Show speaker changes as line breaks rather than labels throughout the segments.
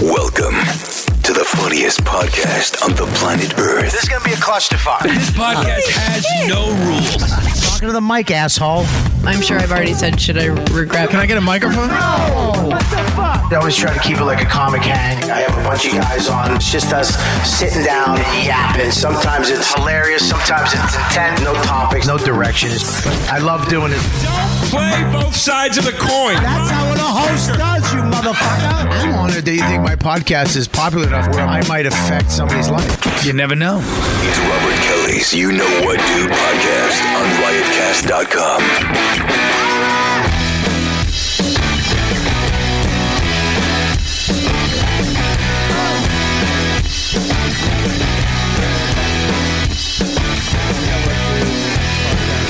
Welcome to the funniest podcast on the planet Earth.
This is gonna be a clusterfuck.
This podcast has no rules.
Talking to the mic, asshole.
I'm sure I've already said, should I regret?
Can I get a microphone?
I always try to keep it like a comic hang. I have a bunch of guys on. It's just us sitting down and yapping. Sometimes it's hilarious. Sometimes it's intent. No topics. No directions. I love doing it.
Play both sides of the coin.
That's how a host does, you motherfucker.
I'm honored that you think my podcast is popular enough where I might affect somebody's life. You never know.
It's Robert Kelly's You Know What Dude podcast on riotcast.com.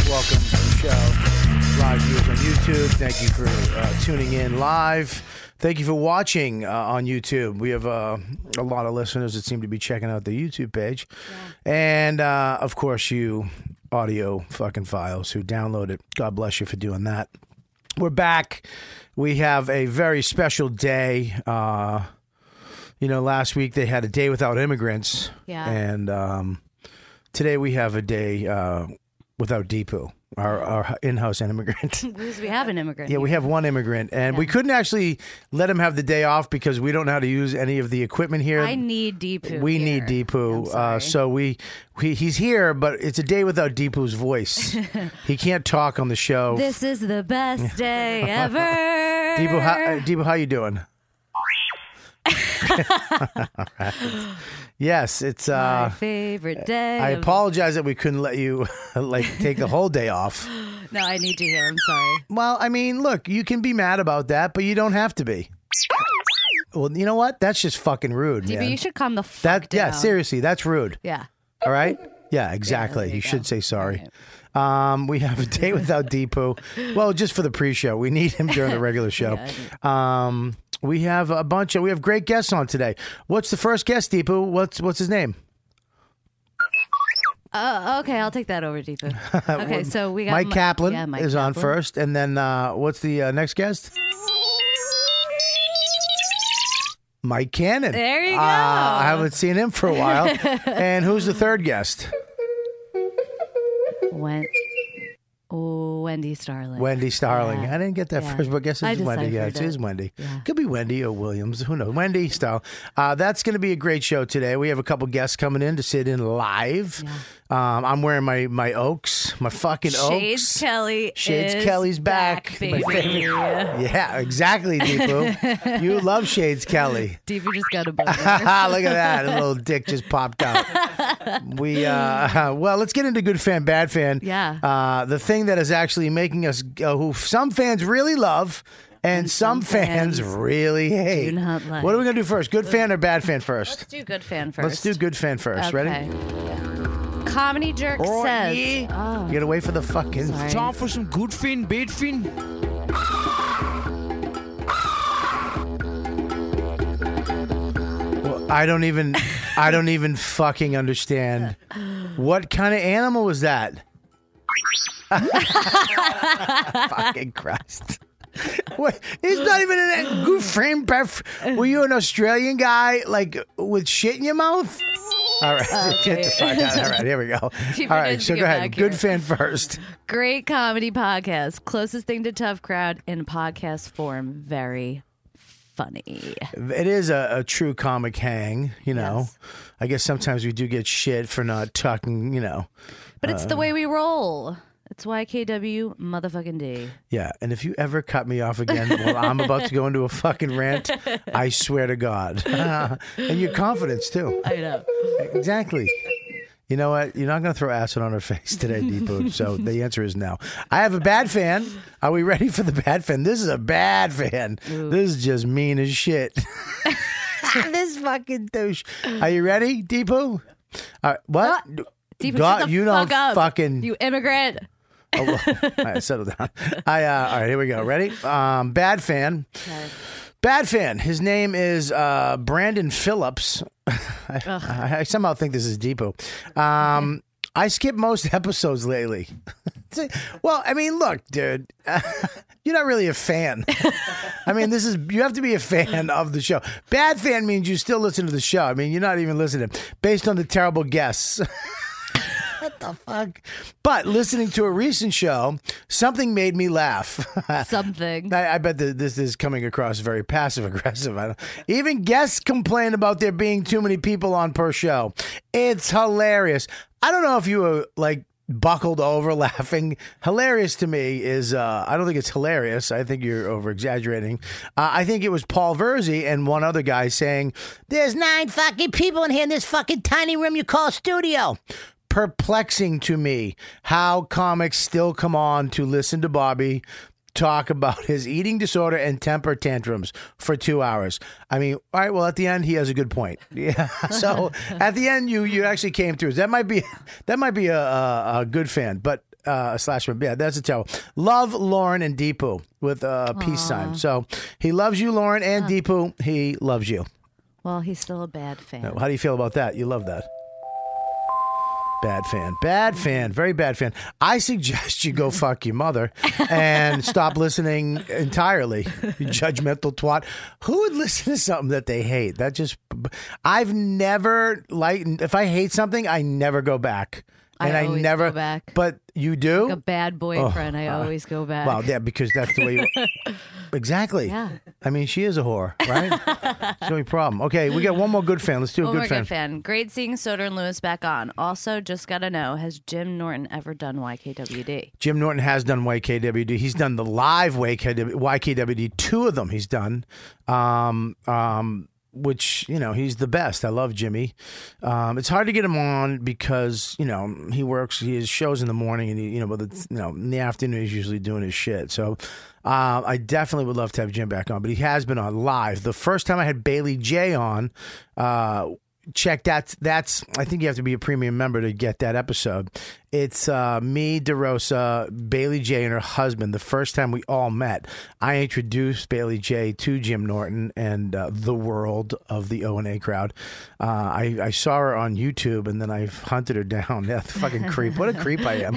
Welcome to the show. Live viewers on YouTube. Thank you for uh, tuning in live. Thank you for watching uh, on YouTube. We have uh, a lot of listeners that seem to be checking out the YouTube page. And uh, of course, you audio fucking files who download it. God bless you for doing that. We're back. We have a very special day. Uh, you know, last week they had a day without immigrants.
Yeah.
And um, today we have a day uh, without Deepu, our, our in house immigrant.
Because we have an immigrant.
yeah, we have one immigrant, and we couldn't actually let him have the day off because we don't know how to use any of the equipment here.
I need Deepu.
we
here.
need
I'm
Deepu.
sorry.
Uh, so we, we he's here, but it's a day without Deepu's voice. he can't talk on the show.
this is the best day ever.
Deepu, how, uh, Deepu, how you doing? Yes, it's.
My
Uh,
favorite day.
I
of-
apologize that we couldn't let you like take the whole day off.
No, I need you here. I'm sorry.
Well, I mean, look, you can be mad about that, but you don't have to be. Well, you know what? That's just fucking rude,
Deepu,
man.
you should calm the fuck
that
down.
yeah, seriously, that's rude.
Yeah.
All right? Yeah, exactly. you should say sorry. Um, we have a day without Deepu. Well, just for the pre-show, we need him during the regular show. um, we have a bunch of we have great guests on today. What's the first guest, Deepu? What's what's his name?
Uh, okay, I'll take that over, Deepu. Okay, so we got
Mike
Mi-
Kaplan
yeah, Mike
is on
Kaplan.
first, and then uh, what's the uh, next guest? Mike Cannon.
There you
Uh, I haven't seen him for a while. and who's the third guest?
Wen- oh, Wendy Starling.
Wendy Starling. I didn't get that
Yeah.
first, but I guess
I
it's Wendy. Yeah, it
deciphered
is
it.
Wendy.
Yeah.
Could be Wendy or Williams. Who knows? Wendy Starling. Uh, that's going to be a great show today. We have a couple guests coming in to sit in live. Um, I'm wearing my my Oaks, my fucking
Shades
Oaks.
Kelly.
Shades
is
Kelly's back.
baby.
My favorite. Yeah, exactly, Deepu. you love Shades Kelly.
Deepu just got a boner.
Ah, Look at that. A little dick just popped out. We uh well, let's get into good fan, bad fan.
Yeah.
Uh the thing that is actually making us uh, who some fans really love and, some, fans, really hate.
not like.
What are we gonna do first? Good fan or bad fan 1st
Let's do good fan 1st
Let's do good fan first. Ready?
Comedy Jerk
Oh,
says. "Ah,
yeah. Get away for the fucking
Sorry.
Time for some good fin, bad fin.
Well, I don't even I don't even fucking understand. What kind of animal was that? fucking Christ. What? He's not even an good frame breath. Were you an Australian guy like with shit in your mouth? All right, get the fuck out. All right, here we go. All
Keep your
right,
nose
so
to
go
get
ahead.
back
Good
here.
fan first.
Great comedy podcast. Closest thing to tough crowd in podcast form. Very funny.
It is a, a true comic hang, you know.
Yes.
I guess sometimes we do get shit for not talking, you know.
But it's the way we roll. It's YKW motherfucking D.
Yeah, and if you ever cut me off again while I'm about to go into a fucking rant, I swear to God. and your confidence too.
I know.
Exactly. You know what? You're not going to throw acid on her face today, Deepu. so the answer is no. I have a bad fan. Are we ready for the bad fan? This is a bad fan. This is just mean as shit. this fucking douche. Are you ready, Deepu? Uh, what?
Deepu,
God,
shut the
you
fuck
don't
up.
fucking.
You immigrant.
Oh, well, all right, settle down. I uh, all right, here we go. Ready? Um, bad fan. Bad fan. His name is uh, Brandon Phillips. I, I somehow think this is Depot. Um, I skip most episodes lately. Well, I mean, look, dude, you're not really a fan. I mean, this is you have to be a fan of the show. Bad fan means you still listen to the show. I mean, you're not even listening based on the terrible guests. what the fuck? But listening to a recent show, something made me laugh.
Something.
I, I bet that this is coming across very passive aggressive. I don't, even guests complain about there being too many people on per show. It's hilarious. I don't know if you were like buckled over laughing. Hilarious to me is uh, I don't think it's hilarious. I think you're over exaggerating. Uh, I think it was Paul Verzi and one other guy saying, "There's nine fucking people in here in this fucking tiny room you call a studio." Perplexing to me how comics still come on to listen to Bobby talk about his eating disorder and temper tantrums for two hours. I mean, all right, well, at the end, he has a good point. Yeah. So at the end, you you actually came through. That might be that might be a, a, a good fan, but uh, slash, but yeah, that's a terrible. Love Lauren and Deepu with a peace sign. So he loves you, Lauren and Deepu. He loves you.
Well, he's still a bad fan.
How do you feel about that? You love that. Bad fan. Bad fan. Very bad fan. I suggest you go fuck your mother and stop listening entirely. You judgmental twat. Who would listen to something that they hate? That just I've never like if I hate something, I never go back.
I
And I,
always
never
go back.
But you do?
a bad boyfriend. I always go back.
Well, Oh, uh, yeah, because that's the way you Exactly.
Yeah.
I mean, she is a whore, right? it's the only problem. Okay, we got one more good fan. Let's do a
One
good
more
fan.
good Oh fan. Great seeing Soder and Lewis back on. Also, just gotta know, has Jim Norton ever done YKWd?
Jim Norton has done YKWD. He's done the live YKW, YKWD. Two of them he's done, um, um, which you know he's the best. I love Jimmy. Um, it's hard to get him on because you know he works. He has shows in the morning, and he, you know, but it's, you know in the afternoon he's usually doing his shit. So. Uh, I definitely would love to have Jim back on, but he has been on live. The first time I had Bailey J on, uh, check that that's i think you have to be a premium member to get that episode it's uh, me derosa bailey j and her husband the first time we all met i introduced bailey j to jim norton and uh, the world of the o&a crowd uh, I, I saw her on youtube and then i hunted her down that fucking creep what a creep i am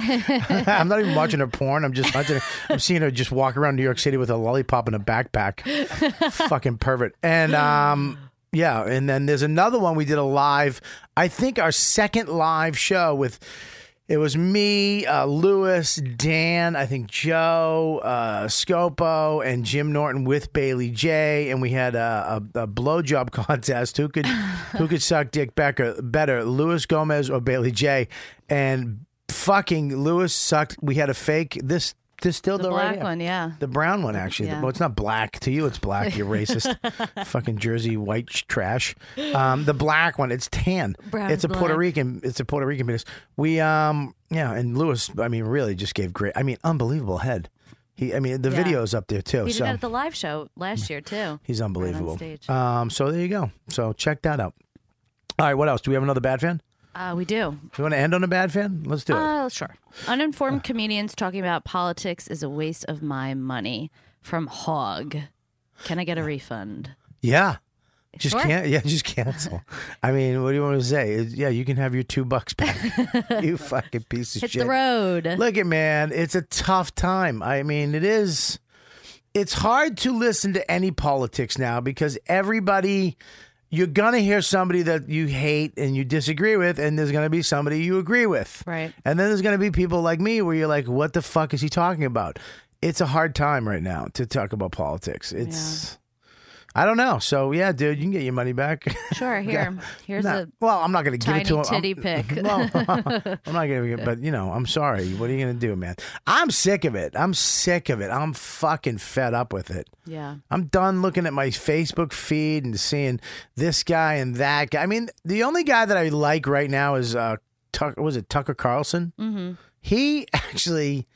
i'm not even watching her porn i'm just hunting her. i'm seeing her just walk around new york city with a lollipop in a backpack fucking pervert and um yeah, and then there's another one we did a live. I think our second live show with it was me, uh, Lewis, Dan, I think Joe, uh, Scopo, and Jim Norton with Bailey J, and we had a, a, a blowjob contest. Who could who could suck Dick Becker better, Lewis Gomez or Bailey J? And fucking Lewis sucked. We had a fake this this still
The black one, yeah.
the brown one, actually.
Yeah.
Well, it's not black. To you, it's black. You racist. Fucking Jersey white sh- trash. Um, the black one, it's tan.
Brown
it's a
and
Puerto
black.
Rican. It's a Puerto Rican penis. We, um, yeah, and Lewis. I mean, really, just gave great. I mean, unbelievable head. He. I mean, the
Yeah.
video's up there too.
He did
Oh, so
that at the live show last year too.
he's unbelievable.
stage.
um, so there you go. So check that out. All right, what else? Do we have another bad fan?
Uh, we do.
Do you want to end on a bad fan? Let's do it.
Uh, sure.
Uh.
Uninformed comedians talking about politics is a waste of my money. From Hog. Can I get a refund?
Yeah. Just
Sure.
can't. Yeah, just cancel. I mean, what do you want to say? It- Yeah, you can have your two bucks back. you fucking piece of
Hit
shit.
the road.
Look at man, it's a tough time. I mean, it is. It's hard to listen to any politics now because everybody. You're gonna hear somebody that you hate and you disagree with, and there's gonna be somebody you agree with.
Right.
And then there's going to be people like me where you're like, what the fuck is he talking about? It's a hard time right now to talk about politics. It's, I don't know. So, yeah, dude, you can get your money back.
Sure, here. Here's
Nah,
a
well, I'm not going to give it to him.
tiny titty pic.
Well, I'm not going to, but you know, I'm sorry. What are you going to do, man? I'm sick of it. I'm sick of it. I'm fucking fed up with it.
Yeah.
I'm done looking at my Facebook feed and seeing this guy and that guy. I mean, the only guy that I like right now is uh, Tucker. Was it Tucker Carlson? Mm-hmm. He actually,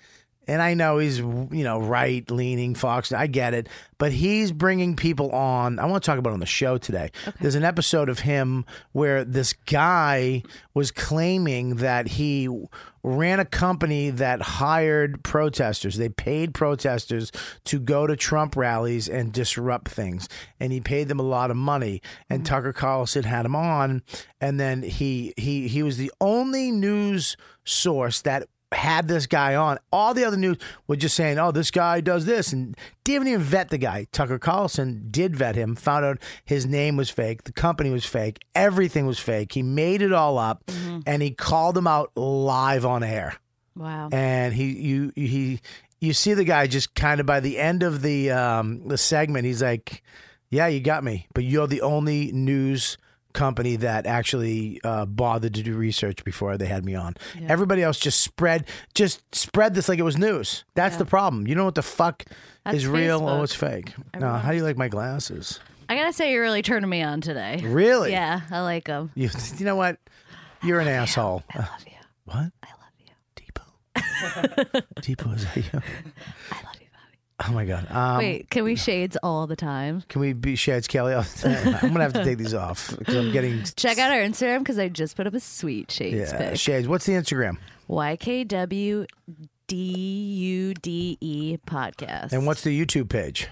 and I know he's you know right leaning Fox. I get it, but he's bringing people on. I want to talk about it on the show today. There's an episode of him where this guy was claiming that he ran a company that hired protesters. They paid protesters to go to Trump rallies and disrupt things. And he paid them a lot of money. And Tucker Carlson had him on. And then he he he was the only news source that had this guy on. All the other news were just saying, "Oh, this guy does this," and didn't even vet the guy. Tucker Carlson did vet him. Found out his name was fake, the company was fake, everything was fake. He made it all up, and he called him out live on air
Wow.
and he you he you see the guy just kind of by the end of the um the segment he's like yeah you got me but you're the only news company that actually uh, bothered to do research before they had me on everybody else just spread just spread this like it was news that's the problem you know what the fuck
That's
is real or
Facebook.
what's fake no how do you like my glasses
I gotta say, you're really turning me on today.
really
Yeah, I like them.
you, you know what you're an asshole
I love you.
what
I love you.
Deepu Deepu is that you
I love you, Bobby.
oh my god um,
Wait, can we shades all the time?
Can we be Shads Kelly? all the time? I'm gonna have to take these off because I'm getting
Check out our Instagram because I just put up a sweet shades
yeah,
pic.
Shads. What's the Instagram
YKWDUDE E podcast.
and what's the YouTube page?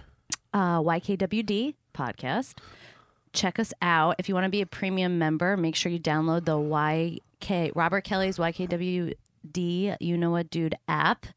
uh, YKWD podcast. Check us out. If you want to be a premium member, make sure you download the YK Robert Kelly's YKWD You Know What Dude app.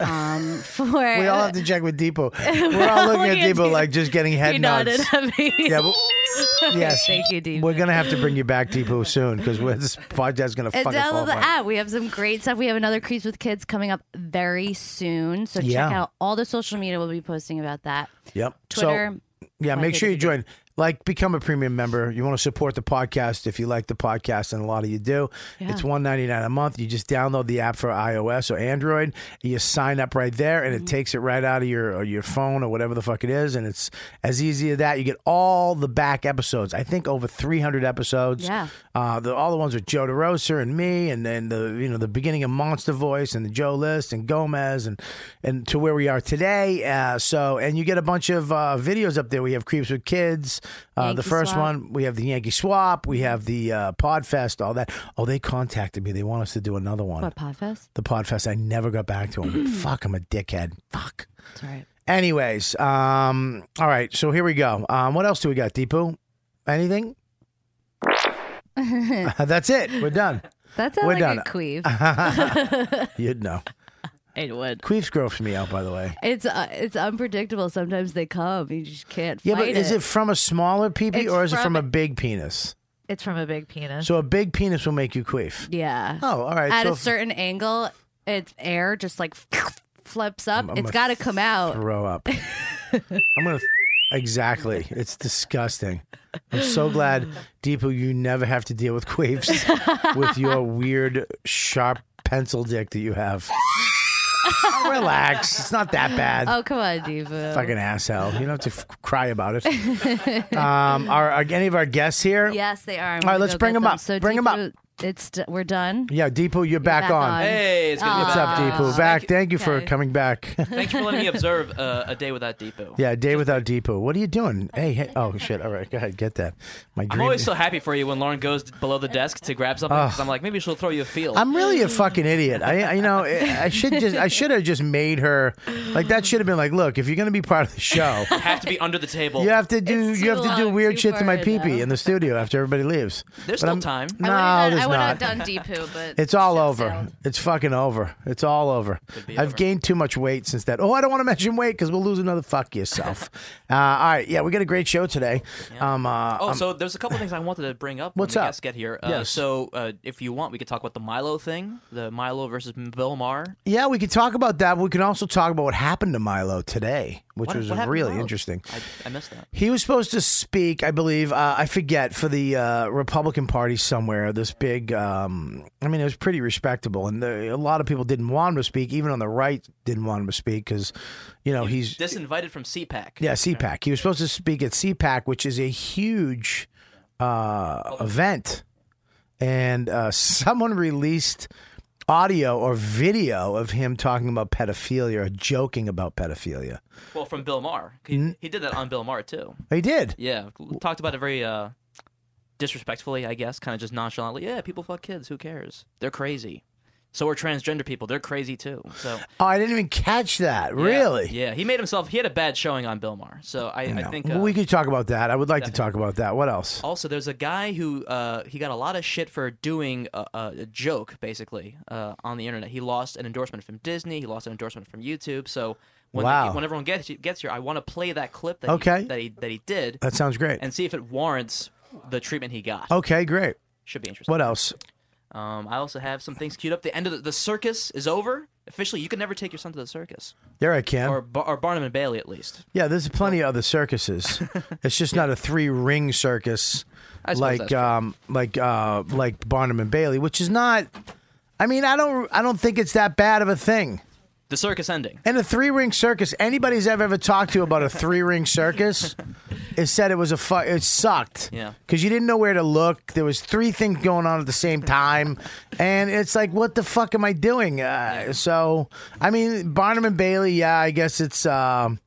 Um, for
We all have to check with Depot. We're all looking at Depot like just getting head
he nodded
nods.
at me.
Yeah, but, yes.
Thank you, Deepu.
We're gonna have to bring you back, Depot, soon because this podcast's gonna
And
fucking fall
download the
apart.
app. We have some great stuff. We have another Creeps with Kids coming up very soon. So
Yeah.
check out all the social media we'll be posting about that.
Yep.
Twitter.
So, yeah, make sure you join. Like, become a premium member. You want to support the podcast if you like the podcast, and a lot of you do. It's one ninety nine a month. You just download the app for iOS or Android. You sign up right there,
Mm-hmm.
and it takes it right out of your or your phone or whatever the fuck it is, and it's as easy as that. You get all the back episodes. I think over three hundred episodes.
Yeah.
Uh, the, all the ones with Joe DeRosa and me, and then the you know the beginning of Monster Voice and the Joe List and Gomez and and to where we are today. Uh, so and you get a bunch of uh, videos up there. We have Creeps with Kids, uh, the
Yankee
first
Swap.
one. We have the Yankee Swap. We have the uh, Podfest. All that. Oh, they contacted me. They want us to do another one.
What Podfest?
The Podfest. I never got back to them. Fuck, I'm a dickhead. Fuck.
That's all right.
Anyways, um, all right. So here we go. Um, what else do we got, Deepu? Anything? That's it. We're done.
That sounds like
We're done. Uh-huh.
a queef.
You'd know.
it would.
Queefs gross me out, by the way.
It's uh, it's unpredictable. Sometimes they come. You just can't.
Yeah, but
fight
is it from a smaller peepee
It's
or is it from
from-
a big penis?
It's from a big penis.
So a big penis will make you queef.
yeah.
Oh, all right.
At
so
a certain angle, it's air just like flips up.
I'm
it's
a
got to come out.
throw up. I'm gonna. Exactly. It's disgusting. I'm so glad, Deepu, you never have to deal with queefs with your weird sharp pencil dick that you have. Oh, Relax. It's not that bad.
Oh come on, Diva.
Fucking asshole. You don't have to f- cry about it. Um, are, are any of our guests here?
Yes, they are. I'm
All right,
gonna
let's
go
bring
get
'em up.
So
Bring 'em up.
Deepu, It's d- we're done.
Yeah, Deepu, you're back,
back
on.
on.
Hey, it's good to
What's
be
up,
back.
Deepu? Back. Thank you for
Okay.
coming back.
Thank you for letting me observe uh, a day without Depot.
yeah, day without Deepu. What are you doing? Hey, hey. Oh shit. All right, go ahead. Get that. My
I'm
green.
always so happy for you when Lauren goes below the desk to grab something 'cause I'm like, maybe she'll throw you a field.
I'm really a fucking idiot. I, I- you know, I I should just, I should have just made her like that. Should have been like, look, if you're gonna be part of the show,
have to be under the table.
you have to do,
It's
you have
too
to do
long,
weird
too
shit to my
far,
pee pee
though.
in the studio after everybody leaves. But
There's still
I'm-
time.
No,
I would
there's
have
not.
done Deepu, but
It's all
ship
over.
sailed.
It's fucking over. It's all over. I've gained too much weight since that. Oh, I don't want to mention weight because we'll lose another fuck yourself. uh, all right, yeah, we got a great show today. Um, uh,
Oh, so there's a couple things I wanted to bring up
What's
when
up?
the guests get here. Uh,
Yes.
So uh, if you want, we could talk about the Milo thing, the Milo versus Bill Maher.
yeah, we can talk about that. But we can also talk about what happened to Milo today, which
What-
was
what happened to
really
Milo?
interesting.
I, I missed that.
He was supposed to speak, I believe. Uh, I forget for the uh, Republican Party somewhere. This big, um, I mean, it was pretty respectable, and the, a lot of people didn't want him to speak. Even on the right, didn't want him to speak because, you know, he's
Disinvited from CPAC.
Yeah, CPAC. He was supposed to speak at CPAC, which is a huge uh, event, and uh, someone released audio or video of him talking about pedophilia or joking about pedophilia.
Well, from Bill Maher. He, he did that on Bill Maher, too.
He did.
Yeah. Talked about it very uh, disrespectfully, I guess, kind of just nonchalantly. Yeah, people fuck kids. Who cares? They're crazy. So are transgender people. They're crazy too. So
Oh, I didn't even catch that.
yeah,
Really?
yeah. He made himself. He had a bad showing on Bill Maher. So I, I
No.
think
Well,
uh,
we could talk about that. I would like to talk about that. What else?
Also, there's a guy who uh, he got a lot of shit for doing a, a, a joke, basically, uh, on the internet. He lost an endorsement from Disney. He lost an endorsement from YouTube. So when,
Wow.
when everyone gets gets here, I want to play that clip that
Okay.
he, that he that he did
That sounds great.
and see if it warrants the treatment he got.
Okay, great.
Should be interesting.
What else?
Um, I also have some things queued up. The end of the, the circus is over officially. You can never take your son to the circus
There I can.
or Bar- or Barnum and Bailey at least.
yeah, there's plenty of other circuses. it's just not a three ring circus
I suppose that's
like
true.
um like uh like Barnum and Bailey, which is not I mean, I don't I don't think it's that bad of a thing.
The circus ending.
And a three ring circus, anybody's ever ever talked to about a three ring circus it said it was a fu- it sucked.
Yeah.
Cuz you didn't know where to look. There was three things going on at the same time and it's like what the fuck am I doing? Uh, so I mean Barnum and Bailey, yeah, I guess it's um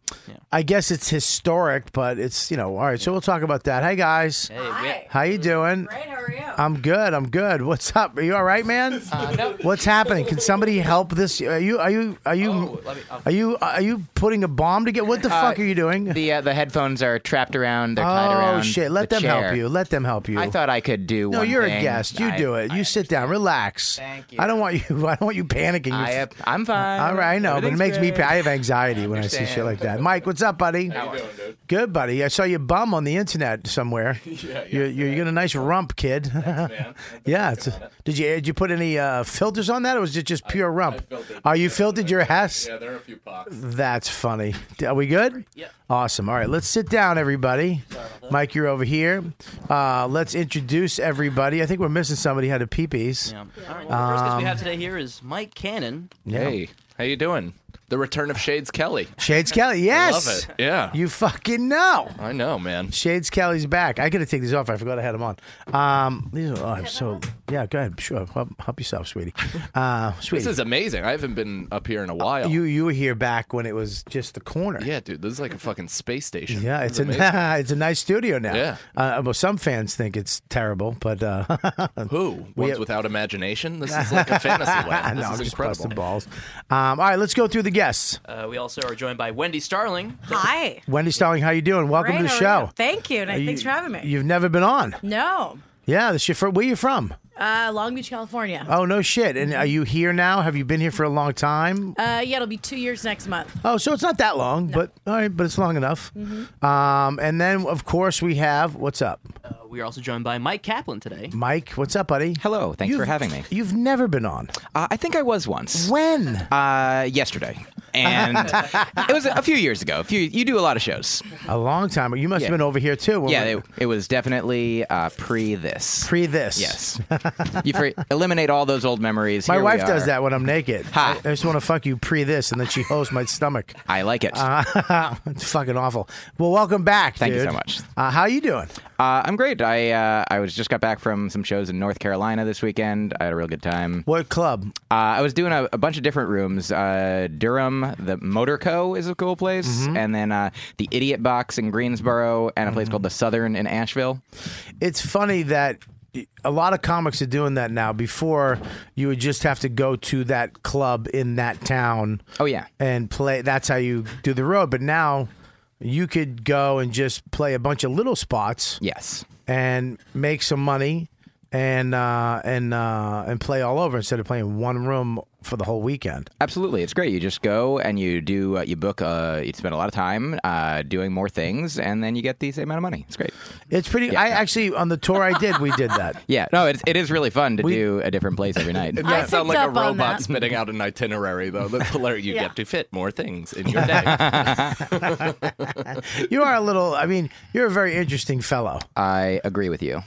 I guess it's historic, but it's, you know, all right. So we'll talk about that. Hey guys.
Hey, we-
How you doing?
how are you?
I'm good. I'm good. What's up? Are you all right, man?
Uh,
What's happening? Can somebody help this? Are you are you are you
Oh, let me- I'll-
are you are you putting a bomb together? What the fuck are you doing?
The uh, the headphones are trapped around. They're tied
oh
around.
shit! Let
the
them help
chair.
you. Let them help you.
I thought I could do.
no,
one
you're a
thing.
guest. You
I-
do it. You
I
sit down. Relax.
Thank you.
I don't want you. I don't want you panicking. You
I
f-
have, I'm fine.
Uh, all right, I know, but it
Everything's
makes me.
good.
pa- I have anxiety when I see shit
Understand.
like that. Mike, what's up, buddy? How you doing, dude? Good, buddy. I saw you bum on the internet somewhere. yeah, You're, you're, you got a nice rump, kid. yeah. It's did you did you put any uh, filters on that, or was it just pure rump? Are you filtered your ass?
there are a few pops.
That's funny. Are we good? Yeah. Uh-huh. Awesome. All right, let's sit down, everybody. Mike, you're over here. Uh, let's introduce everybody. I think we're missing somebody who had a peepees.
Yeah. All right, well, the first guest
Um,
we have today here is Mike Cannon.
Hey, how you doing? The return of Shades Kelly.
Shades Kelly. Yes.
Love it. Yeah.
You fucking know.
I know, man.
Shades Kelly's back. I gotta take these off. I forgot I had them on. Um, these are oh, I'm so yeah. Go ahead. Sure. Help, help yourself, sweetie. Uh, sweetie,
This is amazing. I haven't been up here in a while.
you you were here back when it was just the corner.
yeah, dude. This is like a fucking space station.
Yeah, it's
amazing.
a it's a nice studio now.
Yeah.
Uh, well, some fans think it's terrible, but uh,
Who?
We-
Ones without imagination? This is like a fantasy land.
no,
This
I'm
is
just busting
incredible.
balls. Um, all right, let's go through the guests.
Uh, we also are joined by Wendy Starling.
Hi.
Wendy Starling, how you doing? Welcome
Great,
to the
how are
show.
you? Thank you, and
Are you-
thanks for having me.
You've never been on.
No,
Yeah, this your fir- where you from?
uh, Long Beach, California.
Oh no shit! And
Mm-hmm.
are you here now? Have you been here for a long time?
Uh, yeah, it'll be two years next month.
Oh, so it's not that long, but all right, but it's long enough. Um, and then, of course, we have what's up,
Uh, we are also joined by Mike Kaplan today.
Mike? What's up, buddy?
Hello. Thanks for
You've-
having me.
You've never been on.
Uh, I think I was once.
When?
Uh, yesterday. And it was a few years ago. A few. You do a lot of shows.
A long time. You must
Yeah.
have been over here too. when
Yeah.
we-
It, it was definitely uh, pre this.
pre this.
Yes. you for- eliminate all those old memories.
My
Here we
wife does
are.
that when I'm naked.
Ha.
I I just want to fuck you pre this, and then she holds my stomach.
I like it. Uh,
Uh, it's fucking awful. Well, welcome back.
Thank you
dude.
so much.
Uh, how you doing?
I'm great. I uh, I was just got back from some shows in North Carolina this weekend. I had a real good time.
What club?
Uh, I was doing a, a bunch of different rooms. Uh, Durham, the Motor Co. is a cool place,
Mm-hmm.
and then uh, the Idiot Box in Greensboro, and a place called the Southern in Asheville.
It's funny that a lot of comics are doing that now. Before, you would just have to go to that club in that town.
Oh yeah,
and play. That's how you do the road. But now you could go and just play a bunch of little spots
yes,
and make some money and uh, and uh, and play all over instead of playing one room for the whole weekend.
absolutely. It's great. You just go and you do uh, you book. Uh, you spend a lot of time uh, doing more things, and then you get the same amount of money. It's great.
It's pretty. I actually on the tour I did, we did that.
Yeah, no, it's, it is really fun to
We-
do a different place every night.
It
I
does sound
picked
like a
up on
robot
that.
spitting out an itinerary, though. That's hilarious. You get to fit more things in your day.
You are a little. I mean, you're a very interesting fellow.
I agree with you.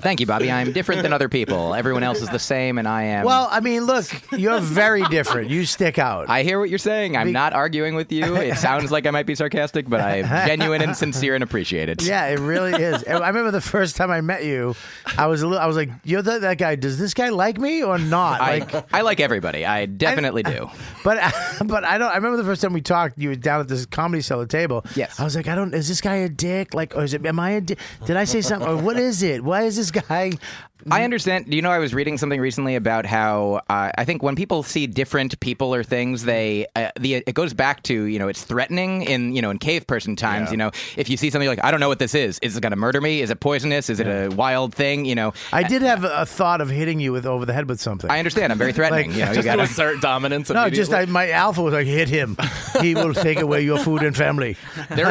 Thank you, Bobby. I'm different than other people. Everyone else is the same, and I am.
Well, I mean, look, you're very different. You stick out.
I hear what you're saying. I'm not arguing with you. It sounds like I might be sarcastic, but I'm genuine and sincere and appreciate it.
Yeah, it really is. And I remember the first time I met you, I was a little, I was like, "You're the, that guy. Does this guy like me or not?"
I,
Like,
I like everybody. I definitely do.
But but I don't. I remember the first time we talked. You were down at this comedy cellar table.
Yes.
I was like, I don't. Is this guy a dick? Like, or is it? Am I a dick? Did I say something? Or what is it? Why is this guy?
I understand. Do you know I was reading something recently about how uh, I think when people see different people or things, they uh, the it goes back to you know it's threatening in you know in cave person times.
Yeah.
You know if you see something you're like I don't know what this is. Is it going to murder me? Is it poisonous? Is it a wild thing? You know.
I did have a thought of hitting you with over the head with something.
I understand. I'm very threatening. you know, you
just to
gotta,
assert dominance.
No, just I,
immediately.
my alpha was like, hit him. He will take away your food and family.
there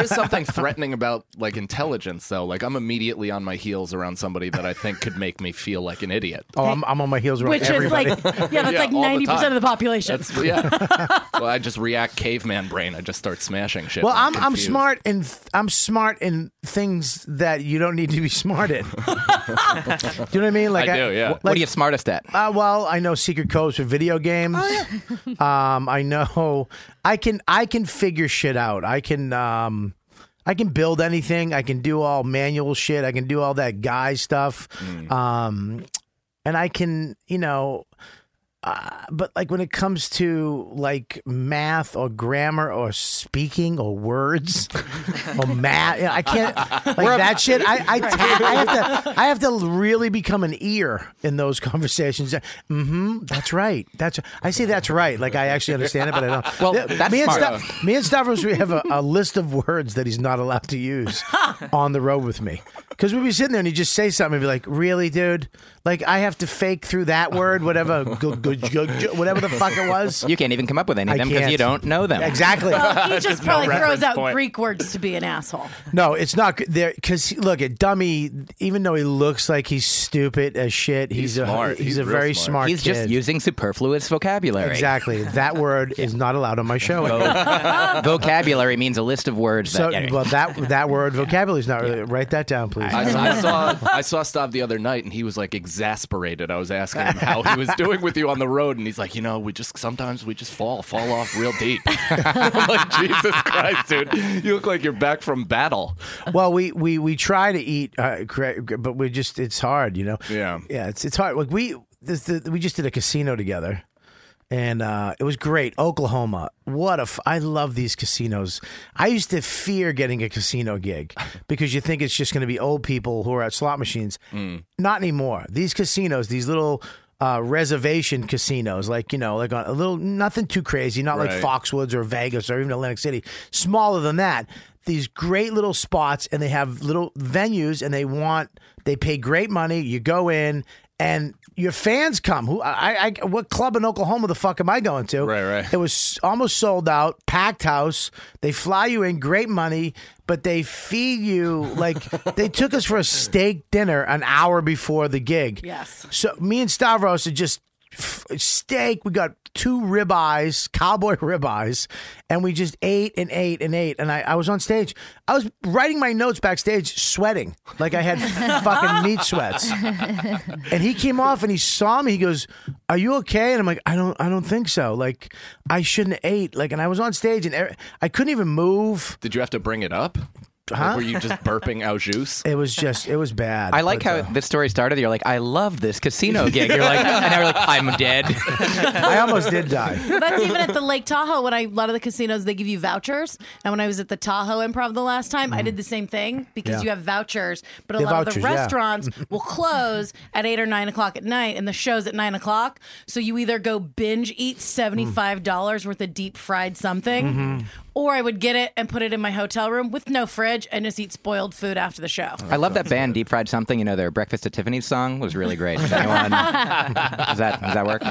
is something threatening about like intelligence, though. Like I'm immediately on my heels around somebody that I think could make me feel like an idiot.
Oh, I'm, I'm on my heels around
Which is
everybody.
like- yeah, that's like
all the
90%
time.
of the population.
Oh,
That's, yeah. well, I just react caveman brain. I just start smashing shit.
well,
when
I'm I'm
confused.
smart and I'm smart in things that you don't need to be smart in. do you know what I mean?
I do, yeah. What are you smartest at?
Uh, well, I know secret codes for video games. um, I know I can I can figure shit out. I can um, I can build anything. I can do all manual shit. I can do all that guy stuff.
Mm.
Um, and I can you know. Uh, but like when it comes to like math or grammar or speaking or words or math, I can't like
We're up-
that shit. I I, ta- I have to I have to really become an ear in those conversations. Mm-hmm. That's right. That's I say that's right. Like I actually understand it, but I don't.
Well,
Th-
that's
me and
smart.
Stav- me and Stavros, we have a, a list of words that he's not allowed to use on the road with me. Because we'd be sitting there and he'd just say something and be like, "Really, dude? Like I have to fake through that word, whatever, gu- gu- gu- gu- whatever the fuck it was."
You can't even come up with any
I
of them because you
can't.
don't know them.
Exactly.
Well, he just,
Just no
probably throws
reference
out
point.
Greek words to be an asshole.
No, it's not good there because look at dummy. Even though he looks like he's stupid as shit, he's, a he's, a
real
very smart.
He's just
kid.
using superfluous vocabulary.
Exactly. That word is not allowed on my show.
Vo- vocabulary means a list of words.
so,
that, anyway.
well, that that word vocabulary is not. Really, write that down, please.
I, I saw I saw Stav the other night, and he was like exasperated. I was asking him how he was doing with you on the road, and he's like, you know, we just sometimes we just fall fall off real deep. I'm like, Jesus Christ, dude, you look like you're back from battle.
well, we, we we try to eat, uh, cra- but we just it's hard, you know.
Yeah.
Yeah, it's it's hard. Like we this, the, we just did a casino together, and uh, it was great. Oklahoma, what a f- I love these casinos. I used to fear getting a casino gig because you think it's just going to be old people who are at slot machines. Not anymore. These casinos, these little. Uh, reservation casinos, like you know, like on a little nothing too crazy, not like
Right.
Foxwoods or Vegas or even Atlantic City, smaller than that. These great little spots, and they have little venues, and they want they pay great money. You go in, and your fans come. Who I, I what club in Oklahoma the fuck am I going to? Right, right. It was almost sold out, packed house. They fly you in, great money, but they feed you like they took us for a steak dinner an hour before the gig.
Yes.
So me and Stavros are just f- steak. We got two ribeyes, cowboy ribeyes, and we just ate and ate and ate. And I, I was on stage. I was writing my notes backstage, sweating like I had fucking meat sweats. And he came off and he saw me. He goes, "Are you okay?" And I'm like, "I don't, I don't think so. Like I shouldn't have ate. Like, and I was on stage and er- I couldn't even move.
Did you have to bring it up? Like,
Huh?
were you just burping out juice?
It was just, it was bad.
I like
But,
how
uh,
this story started. You're like, I love this casino gig. You're like, and now you're like, I'm dead. I
almost did die.
Well, that's even at the Lake Tahoe. When I, a lot of the casinos, they give you vouchers. And when I was at the Tahoe Improv the last time, I did the same thing because
Mm. Yeah.
you have vouchers. But a
They have
lot of
vouchers,
the
yeah.
restaurants will close at eight or nine o'clock at night, and the show's at nine o'clock. So you either go binge eat seventy five dollars worth of deep fried something,
Mm-hmm.
Mhm.
or I would get it and put it in my hotel room with no fridge and just eat spoiled food after the show.
I love that band, Deep Fried Something. You know, their Breakfast at Tiffany's song was really great. Does, anyone, does that does that work?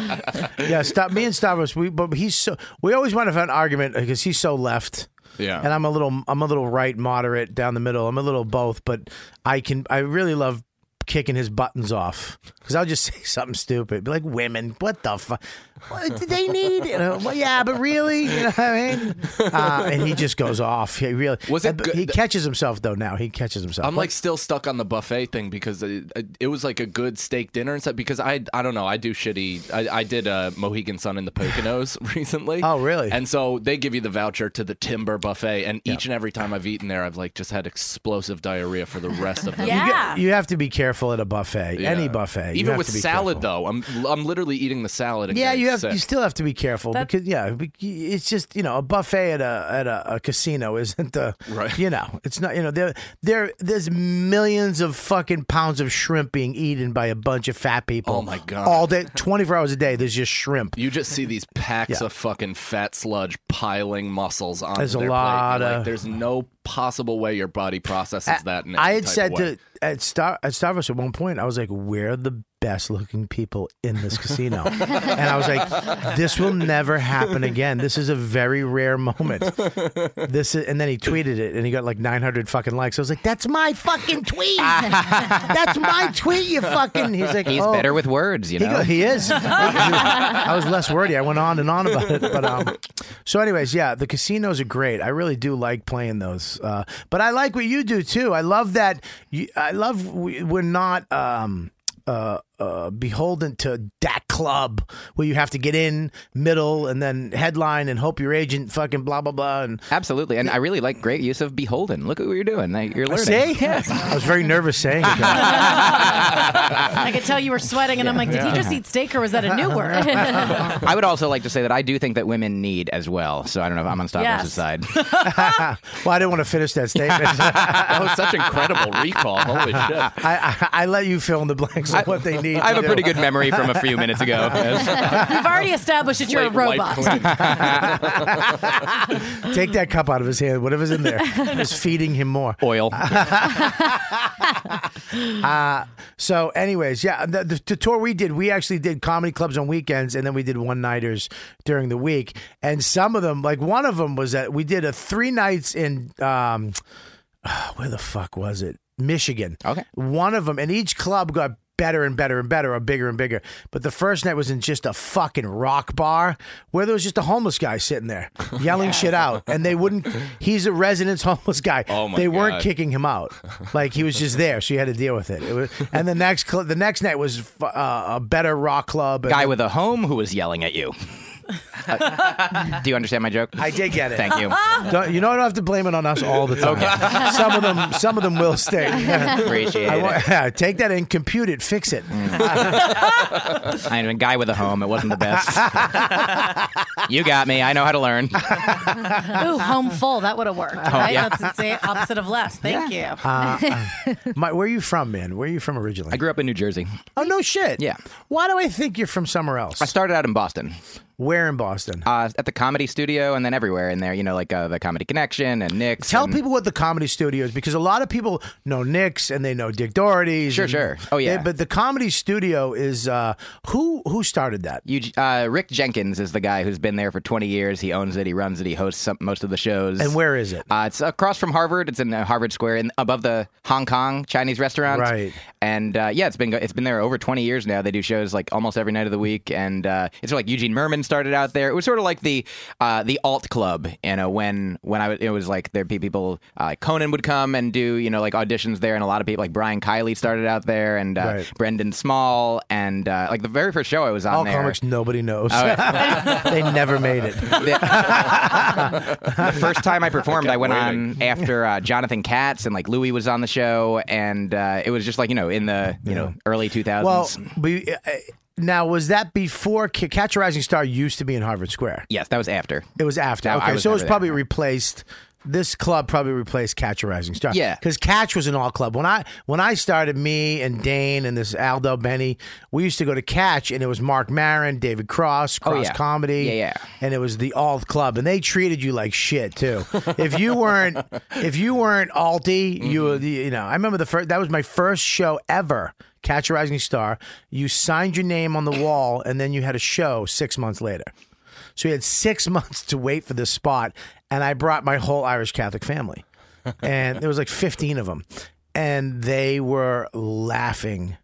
yeah, stop. Me and Stavros, we but he's so we always want to have an argument because he's so left.
Yeah.
and I'm a little I'm a little right, moderate, down the middle. I'm a little both, but I can I really love kicking his buttons off because I'll just say something stupid, be like, "Women, what the fuck? What do they need?" You know, well, yeah, but really, you know what I mean? Uh, and he just goes off. He really
Was it
and-
good-
He catches himself though. Now he catches himself.
I'm like still stuck on the buffet thing because it, it was like a good steak dinner and stuff. Because I I don't know I do shitty I, I did a Mohegan Sun in the Poconos recently.
Oh, really?
And so they give you the voucher to the Timber Buffet, and each and every time I've eaten there, I've like just had explosive diarrhea for the rest of the
You, get- you have to be careful at a buffet, any buffet. You
Even
have
with
to be
salad, though, I'm I'm literally eating the salad. And
Yeah,
getting
you have
sick.
you still have to be careful
That-
because yeah, be- it's just you know a buffet at a at a, a casino isn't the right. You know, it's not you know there there there's millions of fucking pounds of shrimp being eaten by a bunch of fat people.
Oh, my God.
All day, twenty four hours a day, there's just shrimp.
You just see these packs of fucking fat sludge piling muscles on.
There's a
their
lot
plate. and,
of-
Like, there's no possible way your body processes
I-
that. In
I
any
had
type
said
of way.
to at Star at Starbucks at one point, I was like, "We're the best looking people in this casino," and I was like, "This will never happen again. This is a very rare moment." This is, and then he tweeted it, and he got like 900 fucking likes. I was like, "That's my fucking tweet. That's my tweet. You fucking." He's like,
he's
"Oh."
better with words, you
He
know.
go- he is. I was less wordy. I went on and on about it, but um. So, anyways, yeah, the casinos are great. I really do like playing those. Uh, but I like what you do too. I love that. You, I love we, we're not. Um, uh, uh, beholden to that club where you have to get in middle and then headline and hope your agent fucking blah blah blah and
absolutely and I really like great use of beholden. Look at what you're doing. Like, you're learning.
Uh, see I was very nervous saying it.
I could tell you were sweating, and I'm like, did
Yeah.
he just eat steak or was that a new word?
I would also like to say that I do think that women need as well. So I don't know if I'm on Stavros'
Yes.
side.
well, I didn't want to finish that statement. that
was such incredible recall. Holy shit.
I, I, I let you fill in the blanks on what they need.
I have
to
a
do.
pretty good memory from a few minutes ago.
You've already established that you're a
Slate
robot.
Take that cup out of his hand. Whatever's in there is feeding him more
oil.
uh, so, anyways, yeah, the, the, the tour we did, we actually did comedy clubs on weekends, and then we did one nighters during the week. And some of them, like one of them, was that we did a three nights in. Um, where the fuck was it? Michigan. Okay. One of them, and each club got better and better and better, or bigger and bigger. But the first night was in just a fucking rock bar where there was just a homeless guy sitting there yelling shit out, and they wouldn't. He's a residence homeless guy.
Oh, my
They weren't
God.
kicking him out. Like he was just there, so you had to deal with it. It was, and the next cl- the next night was f- uh, a better rock club. and-
Guy with a home who was yelling at you. Uh, do you understand my joke?
I did get it.
Thank you.
Don't, you don't have to blame it on us all the time. Some of them, some of them will stay.
Appreciate
I
it.
take that and compute it, fix it.
I am a guy with a home. It wasn't the best. you got me. I know how to learn.
Ooh, home full. That would have worked.
Oh,
right?
yeah.
That's the same- opposite of less. Thank you.
Uh, uh, my, where are you from, man? Where are you from originally? I
grew up in New Jersey.
Oh no shit. Yeah. Why do I think you're from somewhere else?
I started out in Boston.
Where in Boston?
Uh, at the Comedy Studio, and then everywhere in there. You know, like uh, the Comedy Connection and Nick's.
Tell people what the comedy studio is because a lot of people know Nick's and they know Dick Doherty's.
Sure,
and-
sure. Oh, yeah.
but the comedy studio is uh, who who started that?
You, uh, Rick Jenkins is the guy who's been there for 20 years. He owns it. He runs it. He hosts some, most of the shows.
And where is it?
Uh, it's across from Harvard. It's in uh, Harvard Square, in, above the Hong Kong Chinese restaurant.
Right.
And uh, yeah, it's been go- it's been there over 20 years now. They do shows like almost every night of the week. And uh, it's sort of like Eugene Merman started out there. It was sort of like the uh, the alt club. You know, when when I was, it was like there'd be people. Uh, Conan would come and do you know like auditions there, and a lot of people like Brian Kiley started out there, and uh,
Right.
Brendan Small, and uh, like the very first show I was on
All
there. Oh,
comics nobody knows.
All right.
they never made it.
the first time I performed, I, went on after uh, Jonathan Katz and like Louis was on the show, and uh, it was just like you know in the you know early two
Well,
thousands.
we, uh, now was that before Ca- Catch a Rising Star used to be in Harvard Square?
yes, that was after.
It was after.
No,
okay,
I
so it
never
was
there.
probably replaced. This club probably replaced Catch a Rising Star.
Yeah.
because Catch was an all club. When I when I started, me and Dane and this Aldo Benny, we used to go to Catch, and it was Mark Maron, David Cross,
Oh,
Cross
yeah.
Comedy,
Yeah, yeah.
and it was the alt club, and they treated you like shit too. if you weren't if you weren't alty,
Mm-hmm.
you were the- you know. I remember the first that was my first show ever. Catch a Rising Star. You signed your name on the wall, and then you had a show six months later. So we had six months to wait for this spot, and I brought my whole Irish Catholic family, and there was like fifteen of them, and they were laughing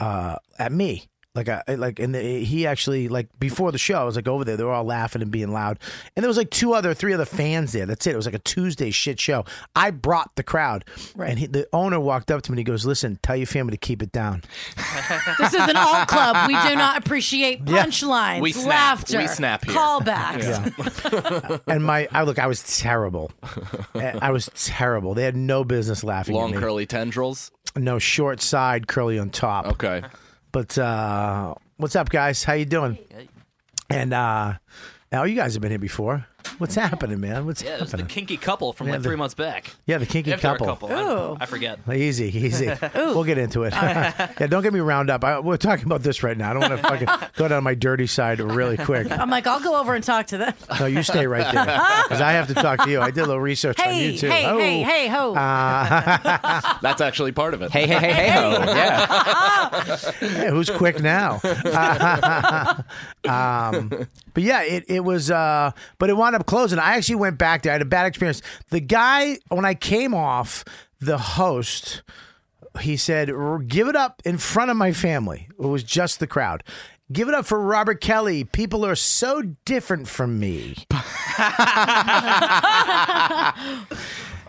uh, at me. Like I like, and the, he actually like before the show, I was like over there. They were all laughing and being loud, and there was like two other, three other fans there. That's it. It was like a Tuesday shit show. I brought the crowd, and he, the owner walked up to me and he goes, "Listen, tell your family to keep it down."
This is an alt club. We do not appreciate
Yeah.
punchlines,
We snap.
laughter,
We snap here.
callbacks.
and my, I look, I was terrible. I was terrible. They had no business laughing
Long
at me.
curly tendrils.
No short side, curly on top.
Okay.
But uh, what's up, guys? How you doing? And uh, Al, you guys have been here before. What's happening, man? What's
Yeah, it was the
happening?
kinky couple from
Yeah,
like
the-
three months back.
Yeah, the kinky
If they were a
couple.
I don't know.
Ooh.
I forget.
Easy, easy. we'll get into it. yeah, don't get me round up. I, we're talking about this right now. I don't want to fucking go down my dirty side really quick.
I'm like, I'll go over and talk to them.
No, you stay right there because I have to talk to you. I did a little research on
Hey,
you too.
hey,
Oh.
hey, hey, ho.
Uh,
That's actually part of it.
Hey, hey, hey, hey, ho. Yeah.
Yeah, who's quick now? um, but yeah, it, it was, uh, but it wound up closing. I actually went back there. I had a bad experience. The guy, when I came off the host, he said, "R- Give it up in front of my family. It was just the crowd. Give it up for Robert Kelly. People are so different from me. and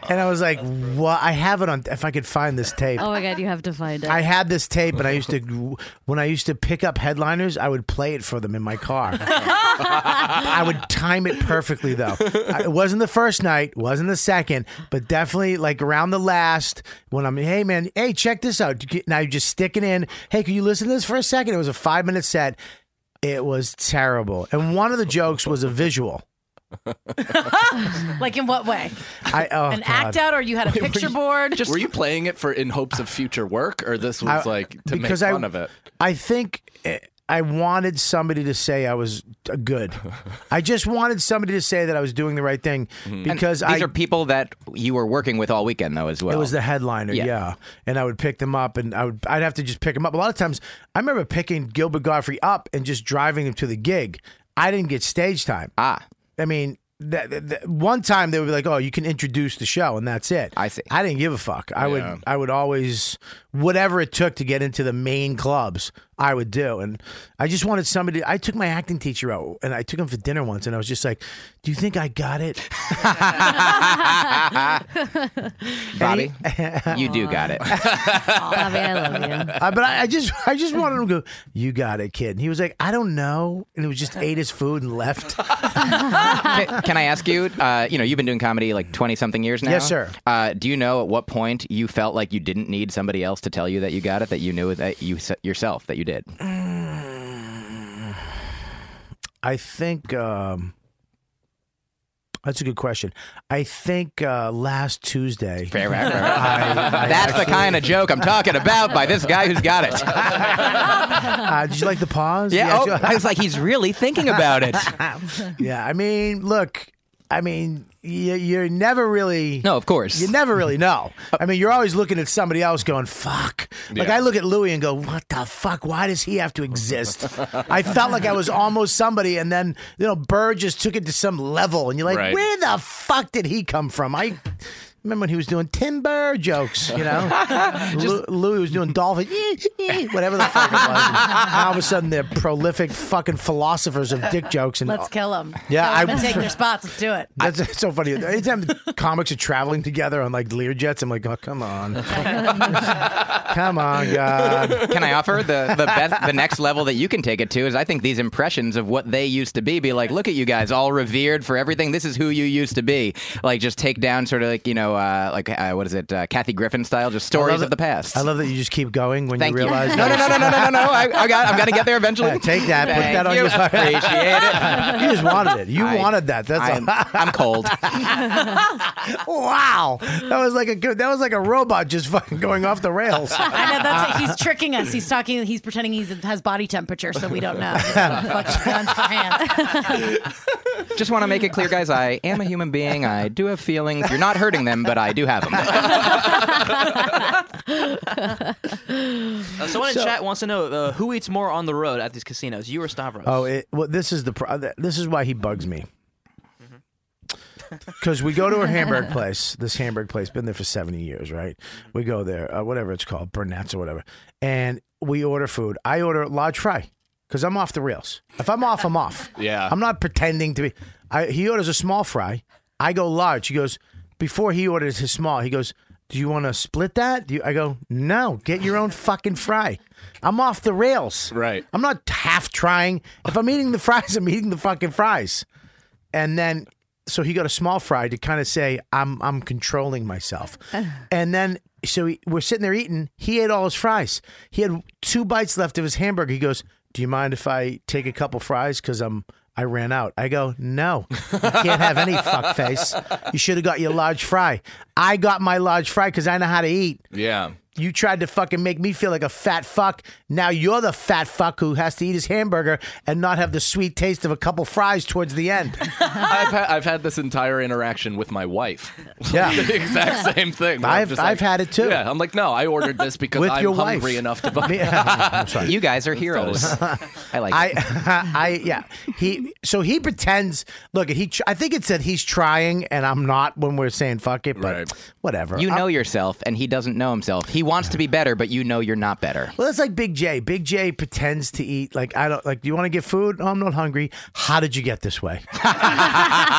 I was like, What? I have it on, if I could find this tape.
Oh my god, you have to find it.
I had this tape, and I used to, when I used to pick up headliners, I would play it for them in my car. I would time it perfectly, though. I- It wasn't the first night, wasn't the second, but definitely like around the last when I'm, hey man, hey, check this out. You get- Now you're just sticking in. Hey, can you listen to this for a second? It was a five minute set. It was terrible, and one of the jokes was a visual.
like, in what way?
I oh,
An
God.
act out, or you had a picture board?
Just were you playing it for in hopes of future work, or this was
I-
like to make
because I-
fun of it?
I think eh, I wanted somebody to say I was uh, good. I just wanted somebody to say that I was doing the right thing because
Mm-hmm. And
I
these are people that you were working with all weekend though as well.
it was the headliner, yeah.
Yeah.
And I would pick them up, and I would I'd have to just pick them up. A lot of times, I remember picking Gilbert Godfrey up and just driving him to the gig. I didn't get stage time.
Ah,
I mean. That, that- that- one time they would be like, "Oh, you can introduce the show, and that's it." I see. I didn't give a fuck. I
Yeah.
would, I would always, whatever it took to get into the main clubs, I would do. And I just wanted somebody. I took my acting teacher out, and I took him for dinner once, and I was just like, "Do you think I got it?"
Bobby, you do got it.
Bobby, I love you.
Uh, but I, I just I just wanted him to go, you got it, kid. And he was like, I don't know. And he was just ate his food and left.
can, can I ask you? Uh, you know, you've been doing comedy like twenty something years now.
Yes, sir.
Uh, do you know at what point you felt like you didn't need somebody else to tell you that you got it? That you knew that you s- yourself that you did.
I think um, that's a good question. I think uh, last Tuesday.
Fair, fair, fair.
I- I
That's the
actually-
kind of joke I'm talking about by this guy who's got it.
Uh, did you like the pause?
Yeah, oh,
sure.
I was like, he's really thinking about it.
yeah, I mean, look, I mean, you, you're never really.
No, of course.
You never really know. I mean, you're always looking at somebody else going, fuck. Like,
Yeah.
I look at Louis and go, what the fuck? Why does he have to exist? I felt like I was almost somebody, and then, you know, Burr just took it to some level, and you're like,
Right.
where the fuck did he come from? I. Remember when he was doing Tim Burr jokes, you know? Lou- Louis was doing dolphin, whatever the fuck it was. And all of a sudden, they're prolific fucking philosophers of dick jokes. And
Let's kill them.
Yeah, I-
I've been taking their spots. Let's do it.
that's it's so funny. Anytime comics are traveling together on like Lear jets, I'm like, oh, come on. come on, God.
Can I offer the the best, the next level that you can take it to is I think these impressions of what they used to be be like look at you guys all revered for everything this is who you used to be like just take down sort of like you know uh, like uh, what is it uh, Kathy Griffin style just
I
stories
love
of the
that-
past.
I love that you just keep going when
Thank
you
you.
realize.
No, no, no, no, no, no, no, no. I, I got. I'm gonna get there eventually.
Yeah, take that. Put
Thank
that on
you.
your-
Appreciate it.
You just wanted it. You
I-
wanted that. That's
I'm, I'm cold.
wow. That was like a good. That was like a robot just fucking going off the rails.
I know that's it. He's tricking us. He's talking. He's pretending he's has body temperature, so we don't know. Fucking guns for hands.
Just want to make it clear, guys. I am a human being. I do have feelings. You're not hurting them, but I do have them.
Uh, someone in chat wants to know uh, who eats more on the road at these casinos, you or Stavros?
Oh, it, well, this is the pro- th- this is why he bugs me. Because we go to a Hamburg place, this Hamburg place, been there for seventy years, right? We go there, uh, whatever it's called, Burnett's or whatever, and we order food. I order large fry because I'm off the rails. If I'm off, I'm off.
Yeah.
I'm not pretending to be. I, he orders a small fry. I go large. He goes before he orders his small. He goes, "Do you want to split that?" Do you, I go, "No, get your own fucking fry." I'm off the rails.
Right.
I'm not half trying. If I'm eating the fries, I'm eating the fucking fries. And then, so he got a small fry to kind of say, "I'm I'm controlling myself." And then so he, we're sitting there eating. He ate all his fries. He had two bites left of his hamburger. He goes, "Do you mind if I take a couple fries? Because I'm." I ran out. I go, no, you can't have any fuck face. You should have got your large fry. I got my large fry because I know how to eat.
Yeah.
You tried to fucking make me feel like a fat fuck. Now you're the fat fuck who has to eat his hamburger and not have the sweet taste of a couple fries towards the end.
I've, ha- I've had this entire interaction with my wife.
Yeah.
the exact same thing. where I'm
I've-
just
I've had it too.
Yeah, I'm like, no, I ordered this because
With
I'm
your wife.
hungry enough to buy.
Me- I'm
You guys are
That's
heroes.
dope.
I like
I,
it.
I, yeah. He, so he pretends. Look, he. tr- I think it's that he's trying, and I'm not when we're saying fuck it. But whatever. Uh,
You
I'm-
know yourself, and he doesn't know himself. He wants to be better, but you know you're not better.
Well, that's like Big J. Big J pretends to eat. Like I don't like. Do you want to get food? No, I'm not hungry. How did you get this way?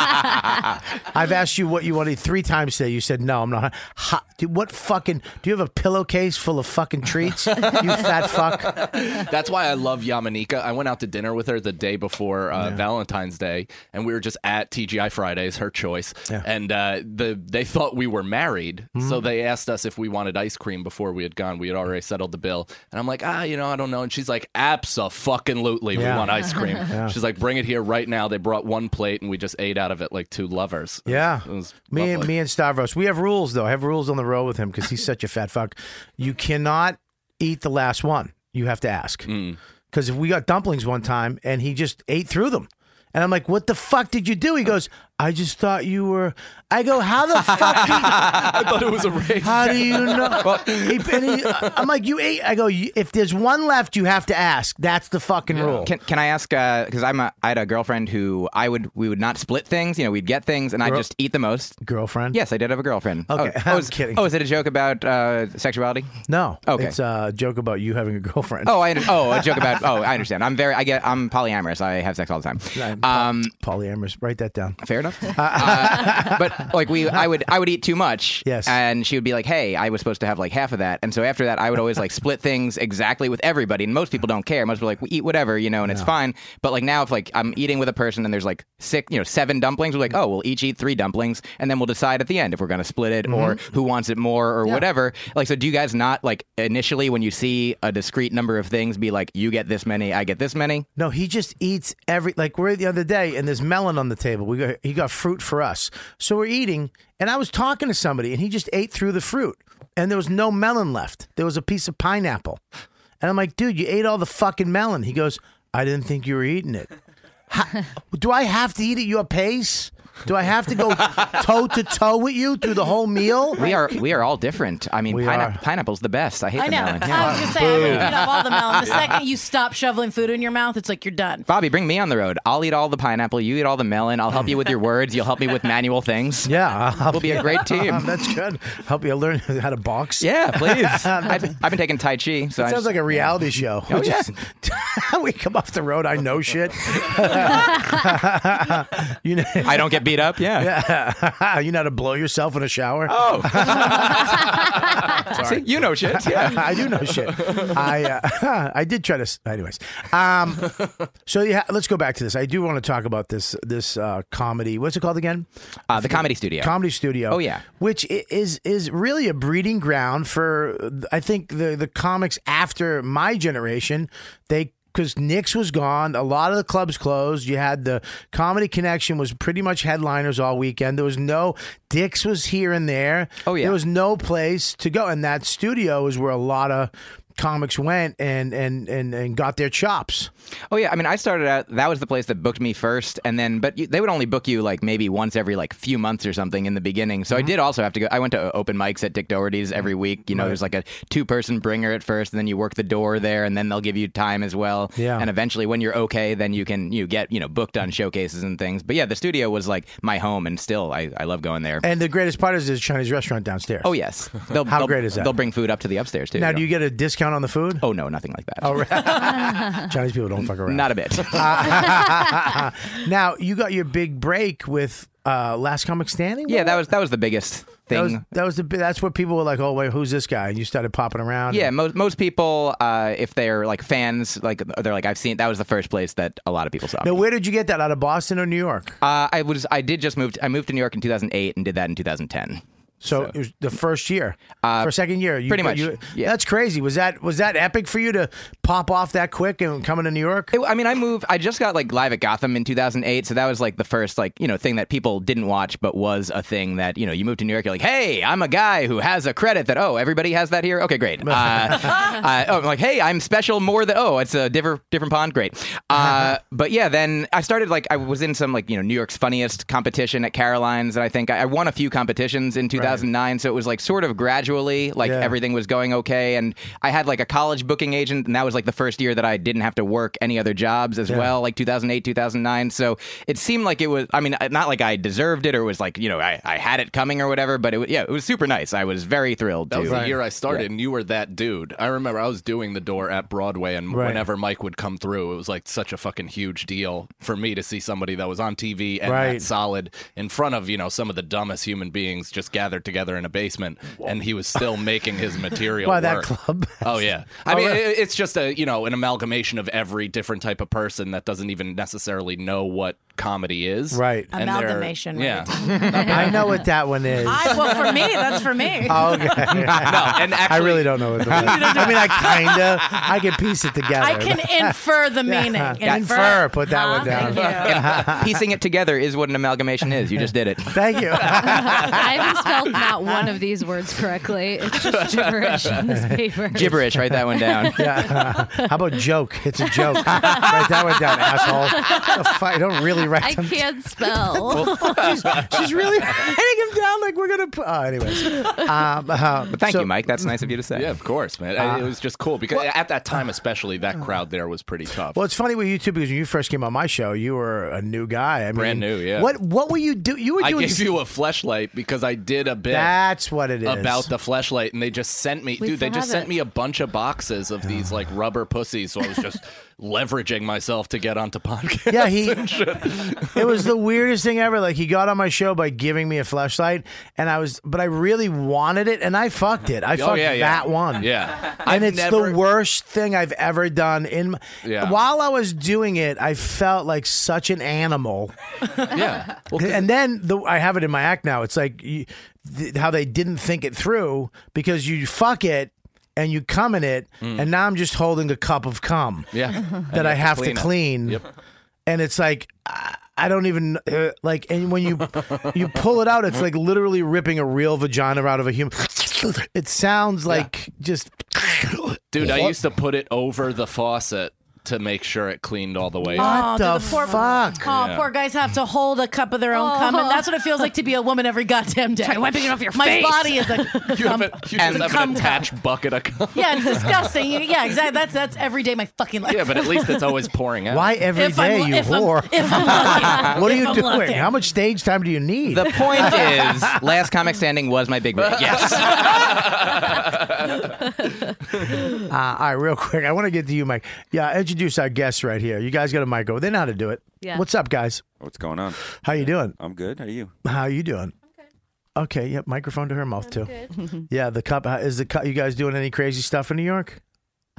I've asked you what you wanted three times today. You said no. I'm not. How, dude, what fucking? Do you have a pillowcase full of fucking treats? you fat fuck.
That's why I love Yamanika. I went out to dinner with her the day before uh, Valentine's Day, and we were just at TGI Fridays, her choice. And uh, the they thought we were married,
Hmm.
so they asked us if we wanted ice cream before we had gone. We had already settled the bill, and I'm like, ah, you know, I don't know. And she's like, abso-fucking-lutely,
Yeah.
we want ice cream.
Yeah.
She's like, bring it here right now. They brought one plate, and we just ate out of it like two lovers.
Yeah.
It was
Me and
lovely.
me and Stavros, we have rules though. I have rules on the road with him because he's such a fat fuck. You cannot eat the last one. You have to ask.
Mm.
Because if we got dumplings one time and he just ate through them, and I'm like, "What the fuck did you do?" He goes, "I just thought you were." I go, "How the fuck?" do you-
I thought it was a race.
How do you know? He- and he- I'm like, "You ate." I go, "You- "If there's one left, you have to ask. That's the fucking rule."
Can, can I ask? Because I'm a, I had a girlfriend who I would we would not split things. You know, we'd get things, and I
Girl-
just eat the most.
Girlfriend?
Yes, I did have a girlfriend.
Okay,
oh,
I'm
oh, is,
kidding.
Oh, is it a joke about uh, sexuality?
No.
Okay.
It's a joke about you having a girlfriend.
Oh, I under- oh a joke about oh I understand. I'm very I get I'm polyamorous. I have sex all the time. Um,
polyamorous. Write that down.
Fair enough. Uh, but like we, I would I would eat too much. Yes. And she would be like, "Hey, I was supposed to have like half of that." And so after that, I would always like split things exactly with everybody. And most people don't care. Most people are like, "We eat whatever," you know, and it's fine. But like now, if like I'm eating with a person and there's like six, you know, seven dumplings, we're like, "Oh, we'll each eat three dumplings, and then we'll decide at the end if we're gonna split it or who wants it more or whatever." Like, so do you guys not like initially when you see a discrete number of things, be like, "You get this many, I get this many."
No, he just eats every like we're the other day and there's melon on the table. We got he got fruit for us. So we're eating and I was talking to somebody and he just ate through the fruit and there was no melon left. There was a piece of pineapple. And I'm like, "Dude, you ate all the fucking melon." He goes, "I didn't think you were eating it." Ha- do I have to eat at your pace? Do I have to go toe to toe with you through the whole meal?
We are we are all different. I mean,
are.
pineapple pineapple's the best. I hate
I
the
know.
melon.
I was gonna say I would
Boo.
eat up all the melon. The second you stop shoveling food in your mouth, it's like you're done.
Bobby, bring me on the road. I'll eat all the pineapple. You eat all the melon. I'll help you with your words. You'll help me with manual things.
Yeah,
we'll be a great team.
That's good. Help you learn how to box.
Yeah, please. I've, I've been taking tai chi. So
It
I
sounds
just-
like a reality show.
Oh,
Which
yeah.
is- we come off the road, I know shit. you know,
I don't get beat up. Yeah.
yeah. you know how to blow yourself in a shower?
Oh. See, you know shit. Yeah.
I do know shit. I uh, I did try to. s- Anyways, um, so yeah, let's go back to this. I do want to talk about this this uh, comedy. What's it called again?
Uh, the comedy studio.
Comedy studio.
Oh, yeah.
which i- is is really a breeding ground for uh, I think the the comics after my generation. They because Nick's was gone, a lot of the clubs closed. You had the comedy connection was pretty much headliners all weekend. There was no Dick's was here and there. Oh yeah, there was no place to go, and that studio is where a lot of comics went and and and and got their chops.
Oh yeah, I mean, I started out. That was the place that booked me first, and then, but you, they would only book you like maybe once every like few months or something in the beginning.
Mm-hmm.
So I did also have to go. I went to open mics at Dick Doherty's every week. You know, there's like a two person bringer at first, and then you work the door there, and then they'll give you time as well.
Yeah.
And eventually, when you're okay, then you can you get you know booked on showcases and things. But yeah, the studio was like my home, and still I, I love going there.
And the greatest part is there's a Chinese restaurant downstairs.
oh yes, they'll,
How
they'll-
great is that?
They'll bring food up to the upstairs too.
Now, do you get a discount on the food?
Oh no, nothing like that.
Oh, Uh, right. Chinese people don't fuck around.
Not a bit.
now you got your big break with uh, Last Comic Standing.
yeah, that was that was the biggest thing.
That was, that was the bi- that's what people were like. Oh wait, who's this guy? And you started popping around.
Yeah, most most people, uh, if they're like fans, like they're like I've seen that was the first place that a lot of people saw. Uh, me.
Now where did you get that? Out of Boston or New York?
Uh, I was I did just move. I moved to New York in 2008 and did that in 2010.
So, it was the first year, for second year, you,
pretty much,
You, That's crazy. Was that was that epic for you to pop off that quick and coming to New York?
I mean, I moved. I just got like live at Gotham in 2008, so that was like the first like you know thing that people didn't watch, but was a thing that you know you moved to New York. You're like, hey, I'm a guy who has a credit that oh everybody has that here. Okay, great. Uh, uh, oh, I'm like hey, I'm special more than oh it's a different different pond. Great. Uh, but yeah, then I started like I was in some like you know New York's funniest competition at Caroline's, and I think I, I won a few competitions in 2009. So it was like sort of gradually like
Yeah.
everything everything was going okay and i had like a college booking agent and that was like the first year that i didn't have to work any other jobs as
Yeah.
well like 2008 2009 so it seemed like it was i mean not like i deserved it or was like you know i, I had it coming or whatever but it was yeah it was super nice i was very thrilled
That was
to-
the year I started,
Yeah.
and you were that dude. I remember I was doing the door at Broadway, and
Right.
whenever Mike would come through, it was like such a fucking huge deal for me to see somebody that was on TV and
Right.
that solid in front of you know some of the dumbest human beings just gathered together in a basement, and he was still making his material.
Why, that
work.
club?
Oh yeah, I mean it, it's just a you know an amalgamation of every different type of person that doesn't even necessarily know what comedy is.
Right.
And they're-
Amalgamation,
Yeah.
I know what that one is.
I, well, for me, that's for me.
Oh, okay.
and
I really don't know what the word. I mean, I kinda, I can piece it together.
I can infer the meaning.
Yeah. Infer. Put that one down.
And piecing it together is what an amalgamation is you just did it
thank you
I haven't spelled not one of these words correctly. It's just gibberish in this paper.
gibberish write that one down
yeah how about joke it's a joke write that one down asshole The fu- I don't really write
I
them
can't spell.
Well, she's, she's really writing him down like we're gonna. pu- Oh, anyways, um, uh,
but thank
so-
you mike that's nice of you to say
Yeah, of course, man.
Uh,
it was just cool because at that time, especially, that crowd there was pretty tough.
Well, it's funny with you too because when you first came on my show, you were a new guy. I mean,
Brand new, yeah.
What What were you do? You were
I
doing.
gave you a fleshlight because I did a bit.
That's what it is.
About the fleshlight, and they just sent me,
We
dude. They
still
just
have
sent
it.
me a bunch of boxes of these like rubber pussies. So I was just leveraging myself to get onto podcasts.
Yeah, he-
and shit.
it was the weirdest thing ever. Like he got on my show by giving me a flashlight, and I was, but I really wanted it, and I fucked it. I
Oh,
fucked
yeah, yeah.
that one.
Yeah,
and it's the worst thing I've ever done. In my,
Yeah.
while I was doing it, I felt like such an animal.
yeah.
and then the, I have it in my act now. It's like you, th- how they didn't think it through because you fuck it and you cum in it, and now I'm just holding a cup of cum.
Yeah.
that I have to clean.
Yep.
And it's like I I don't even uh, like. And when you you pull it out, it's like literally ripping a real vagina out of a human. It sounds like just
Dude, I used to put it over the faucet to make sure it cleaned all the way.
Oh,
up.
do the, poor,
fuck?
Oh,
Yeah.
poor guys have to hold a cup of their own cum, and that's what it feels like to be a woman every goddamn day.
wiping it off your
My
face.
body is a
You have,
cum.
a, you
And
just have
cum
an attached bucket of cum.
Yeah, it's disgusting. You- Yeah, exactly. That's that's every day of my fucking life.
Yeah, but at least it's always pouring out.
why every
If I'm
day,
lu-
you
if I'm-
whore?
if I'm lucky.
what are
If
you
I'm
doing?
lucky.
How much stage time do you need?
the point is last comic standing was my big break yes
Uh, all right, real quick, I want to get to you, Mike. Yeah, introduce our guests right here. You guys got a mic over. They know how to do it.
Yeah.
What's up, guys?
What's going on?
How you doing?
I'm good. How are you?
How you doing? Okay. Yep. Microphone to her mouth too. Yeah. The cup how- is the cup. You guys doing any crazy stuff in New York?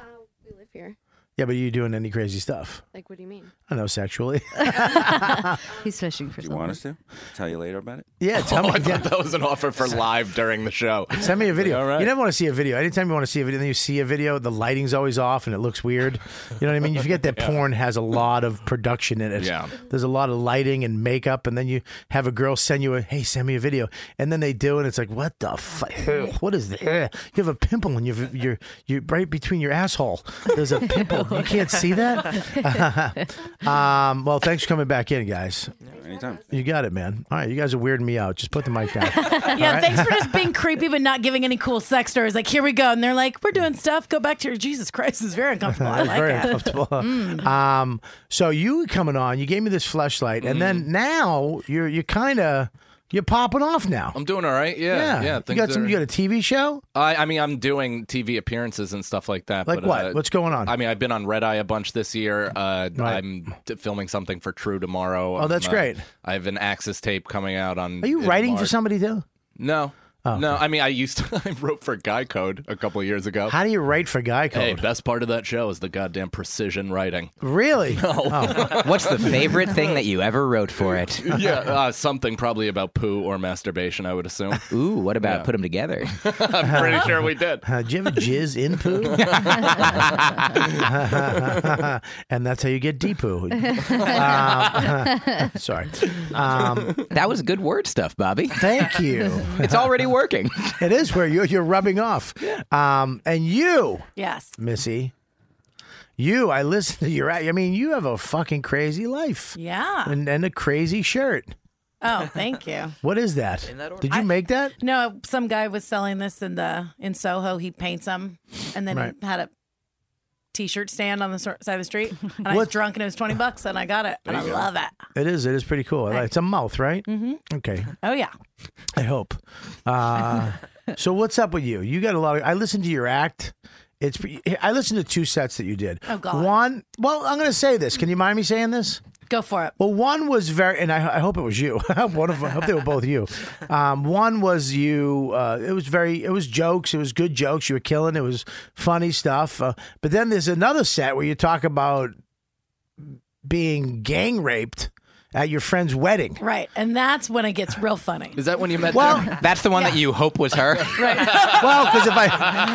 Uh, We live here.
Yeah, but are you doing any crazy stuff?
Like, what do you mean?
I know sexually.
He's fishing for
Do you want us to? Tell you later about it.
Yeah, tell
oh,
me-
I thought that was an offer for live during the show.
Send me a video.
All right.
You never want to see a video. Anytime you want to see a video, then you see a video, the lighting's always off and it looks weird. You know what I mean? You forget that porn has a lot of production in it.
Yeah.
There's a lot of lighting and makeup, and then you have a girl send you a, hey, send me a video. And then they do, and it's like, what the fuck? What is this? Ugh. You have a pimple and you've, you're, you're right between your asshole. There's a pimple. You can't see that? um, well, thanks for coming back in, guys.
Anytime.
You got it, man. All right. You guys are weirding me out. Just put the mic down.
Yeah, thanks for just being creepy but not giving any cool sex stories. Like, here we go. And they're like, we're doing stuff. Go back to your Jesus Christ. It's very uncomfortable. I
It's
like
very
that. Mm.
uncomfortable. Um, so you coming on? You gave me this flashlight, and
Mm.
then now you're you're kind of you're popping off now.
I'm doing all right. Um, Yeah. Yeah.
you
things
got some.
are-
You got a TV show?
I, I mean, I'm doing TV appearances and stuff like that.
Like
but,
what?
Uh,
What's going on?
I mean, I've been on Red Eye a bunch this year. Uh,
Right.
I'm t- filming something for True tomorrow.
Oh, that's
I'm, uh,
great.
I have an Axis tape coming out on.
Are you
in
writing for Oh,
March.
somebody too?
No. no, I mean I used to I wrote for Guy Code a couple of years ago.
How do you write for Guy Code?
Hey, best part of that show is the goddamn precision writing.
Really?
What's the favorite thing that you ever wrote for it?
yeah, uh, something probably about poo or masturbation, I would assume.
Ooh, what about put them together?
I'm pretty sure we did.
Uh, do you have a jizz in poo? and that's how you get deep poo. Um, sorry. Um,
that was good word stuff, Bobby.
Thank you.
It's already working.
it is where you're, you're rubbing off. Um, and you,
Yes.
Missy, you, I listen to your. I mean, you have a fucking crazy life.
Yeah.
And, and a crazy shirt.
Oh, thank you.
What is that?
In that order.
Did you
I-
make that?
No, some guy was selling this in the in Soho. He paints them, and then
Right.
he had a t-shirt stand on the sor- side of the street. And I was
What-
drunk, and it was twenty bucks, and I got it, and I love it.
It is. It is pretty cool. I like- It's a mouth, right?
Mhm.
Okay.
Oh yeah.
I hope. Uh, so what's up with you? You got a lot of. I listened to your act. It's. pre- I listened to two sets that you did.
Oh, God.
One. Well, I'm going to say this. Can you mind me saying this?
Go for it.
Well, one was very, and I, I hope it was you. one of, I hope they were both you. Um, one was you. Uh, it was very. It was jokes. It was good jokes. You were killing. It was funny stuff. Uh, but then there's another set where you talk about being gang raped at your friend's wedding.
Right, and that's when it gets real funny.
Is that when you met?
Well-
that's the one that you hope was her.
Well, because if I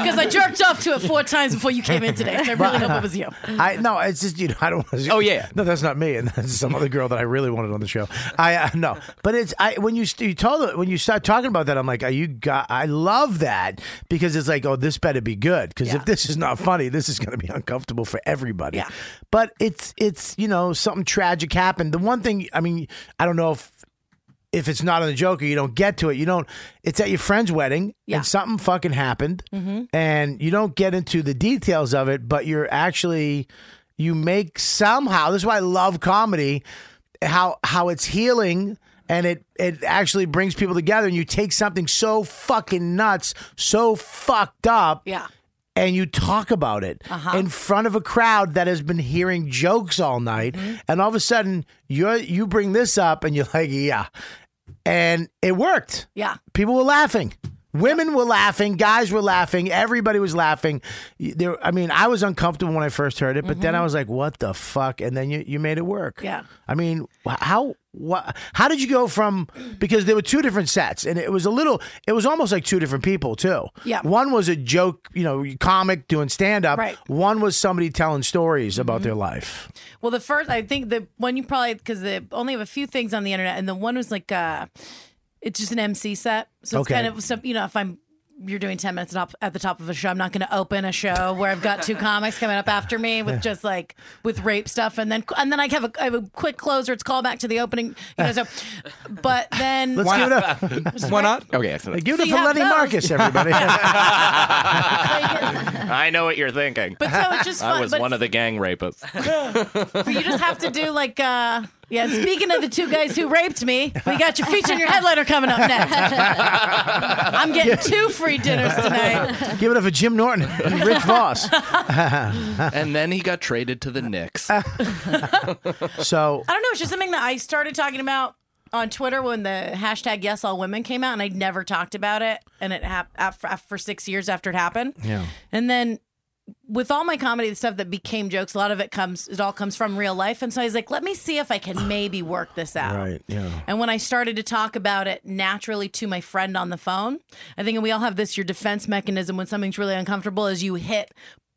Because I jerked off to it four times before you came in today. So I really hope it was you.
I no, it's just you know I don't.
Oh, yeah.
no, that's not me, and that's some other girl that I really wanted on the show. I uh, no, but it's I when you st- you told it when you start talking about that, I'm like, are you got? I love that because it's like, oh, this better be good because if this is not funny, this is going to be uncomfortable for everybody. Yeah. But it's it's you know something tragic happened. The one thing I mean, I don't know if. If it's not on the joke or you don't get to it, you don't. It's at your friend's wedding
Yeah.
and something fucking happened
Mhm.
and you don't get into the details of it, but you're actually you make somehow. This is why I love comedy, how how it's healing and it it actually brings people together. And you take something so fucking nuts, so fucked up,
Yeah.
and you talk about it
Uh-huh.
in front of a crowd that has been hearing jokes all night,
Mm-hmm.
and all of a sudden you are you bring this up, and you're like, yeah, and it worked
Yeah.
people were laughing. Women were laughing, guys were laughing, everybody was laughing. Y- There, I mean, I was uncomfortable when I first heard it, but then I was like, "What the fuck?" And then you, you made it work.
Mm-hmm. Yeah.
I mean, wh- how what, how did you go from because there were two different sets, and it was a little, it was almost like two different people too.
Yeah.
One was a joke, you know, comic doing stand up.
Right. Mm-hmm.
One was somebody telling stories about their life.
Well, the first, I think the one you probably, because they only have a few things on the internet, and the one was like, uh it's just an MC set. So it's
Okay.
kind of, so, you know, if I'm, you're doing 10 minutes at top- at the top of a show. I'm not going to open a show where I've got two comics coming up after me with just like with rape stuff. And then, and then I have a, I have a quick closer. It's call back to the opening. You know, so, but then
Let's give it up.
Why not? Okay, that's what I-
Give
So
it up
you
for
have
Lenny
those.
Marcus, everybody.
I know what you're thinking.
But so it's just
I
fun,
was
but
one of the gang rapists.
But you just have to do like, uh, yeah. Speaking of the two guys who raped me, we got your feature and your headliner coming up next. I'm getting two free dinners tonight.
Give it up for Jim Norton, and Rich Voss.
and then he got traded to the Knicks.
So
I don't know. It's just something that I started talking about on Twitter when the hashtag Yes All Women came out, and I'd never talked about it. And it happened for, for six years after it happened.
Yeah.
And then with all my comedy, the stuff that became jokes, a lot of it comes, it all comes from real life. And so I was like, let me see if I can maybe work this out.
Right. Yeah.
And when I started to talk about it naturally to my friend on the phone, I think we all have this your defense mechanism when something's really uncomfortable is you hit,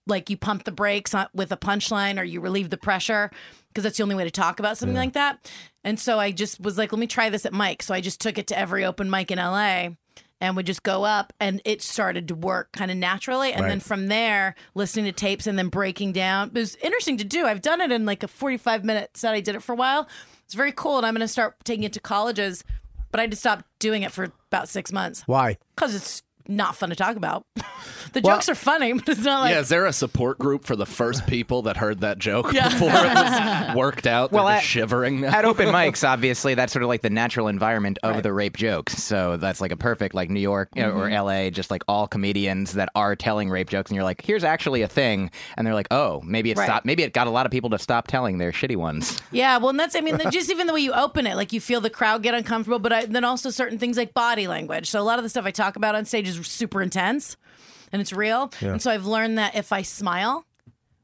like you pump the brakes on- with a punchline or you relieve the pressure because that's the only way to talk about something like that. And so I just was like, let me try this at Mike. So I just took it to every open mic in LA and would just go up and it started to work kind of naturally and then
Right.
from there listening to tapes and then breaking down it was interesting to do i've done it in like a 45 minute set i did it for a while it's very cool and i'm going to start taking it to colleges but i had to stop doing it for about six months
Why?
because it's not fun to talk about. the jokes are funny, but it's not like
yeah, is there a support group for the first people that heard that joke
Yeah.
before it was worked out? They're
Well,
just
at-
shivering now.
At open mics, obviously, that's sort of like the natural environment of the rape jokes. So that's like a perfect, like New York you know, or
Mhm.
LA, just like all comedians that are telling rape jokes, and you're like, here's actually a thing, and they're like, oh, maybe it
Right.
stopped, maybe it got a lot of people to stop telling their shitty ones.
Yeah, well, and that's, I mean, the- just even the way you open it, like you feel the crowd get uncomfortable, but I, then also certain things like body language. So a lot of the stuff I talk about on stage is super intense and it's real.
Yeah.
And so I've learned that if I smile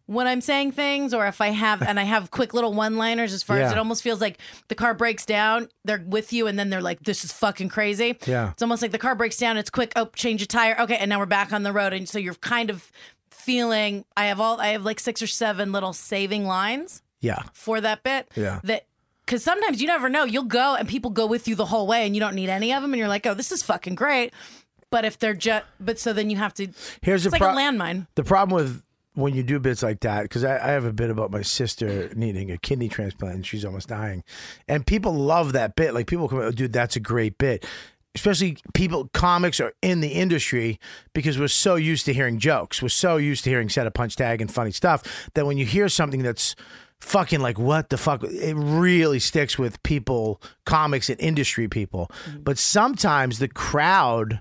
when I'm saying things or if I have, and I have quick little one liners as far as
Yeah.
it almost feels like the car breaks down, they're with you, and then they're like, this is fucking crazy.
Yeah.
It's almost like the car breaks down, it's quick, oh, change a tire. Okay, and now we're back on the road. And so you're kind of feeling, I have all, I have like six or seven little saving lines
Yeah.
for that bit.
Yeah.
That because sometimes you never know. You'll go and people go with you the whole way, and you don't need any of them, and you're like, oh, this is fucking great. But if they're just, but so then you have to.
Here's
it's like
the
a
pro-
landmine.
The problem with when you do bits like that, because I, I have a bit about my sister needing a kidney transplant and she's almost dying, and people love that bit. Like people come, oh, dude, that's a great bit. Especially people, comics are in the industry because we're so used to hearing jokes. We're so used to hearing set a punch tag and funny stuff that when you hear something that's fucking like what the fuck it really sticks with people comics and industry people but sometimes the crowd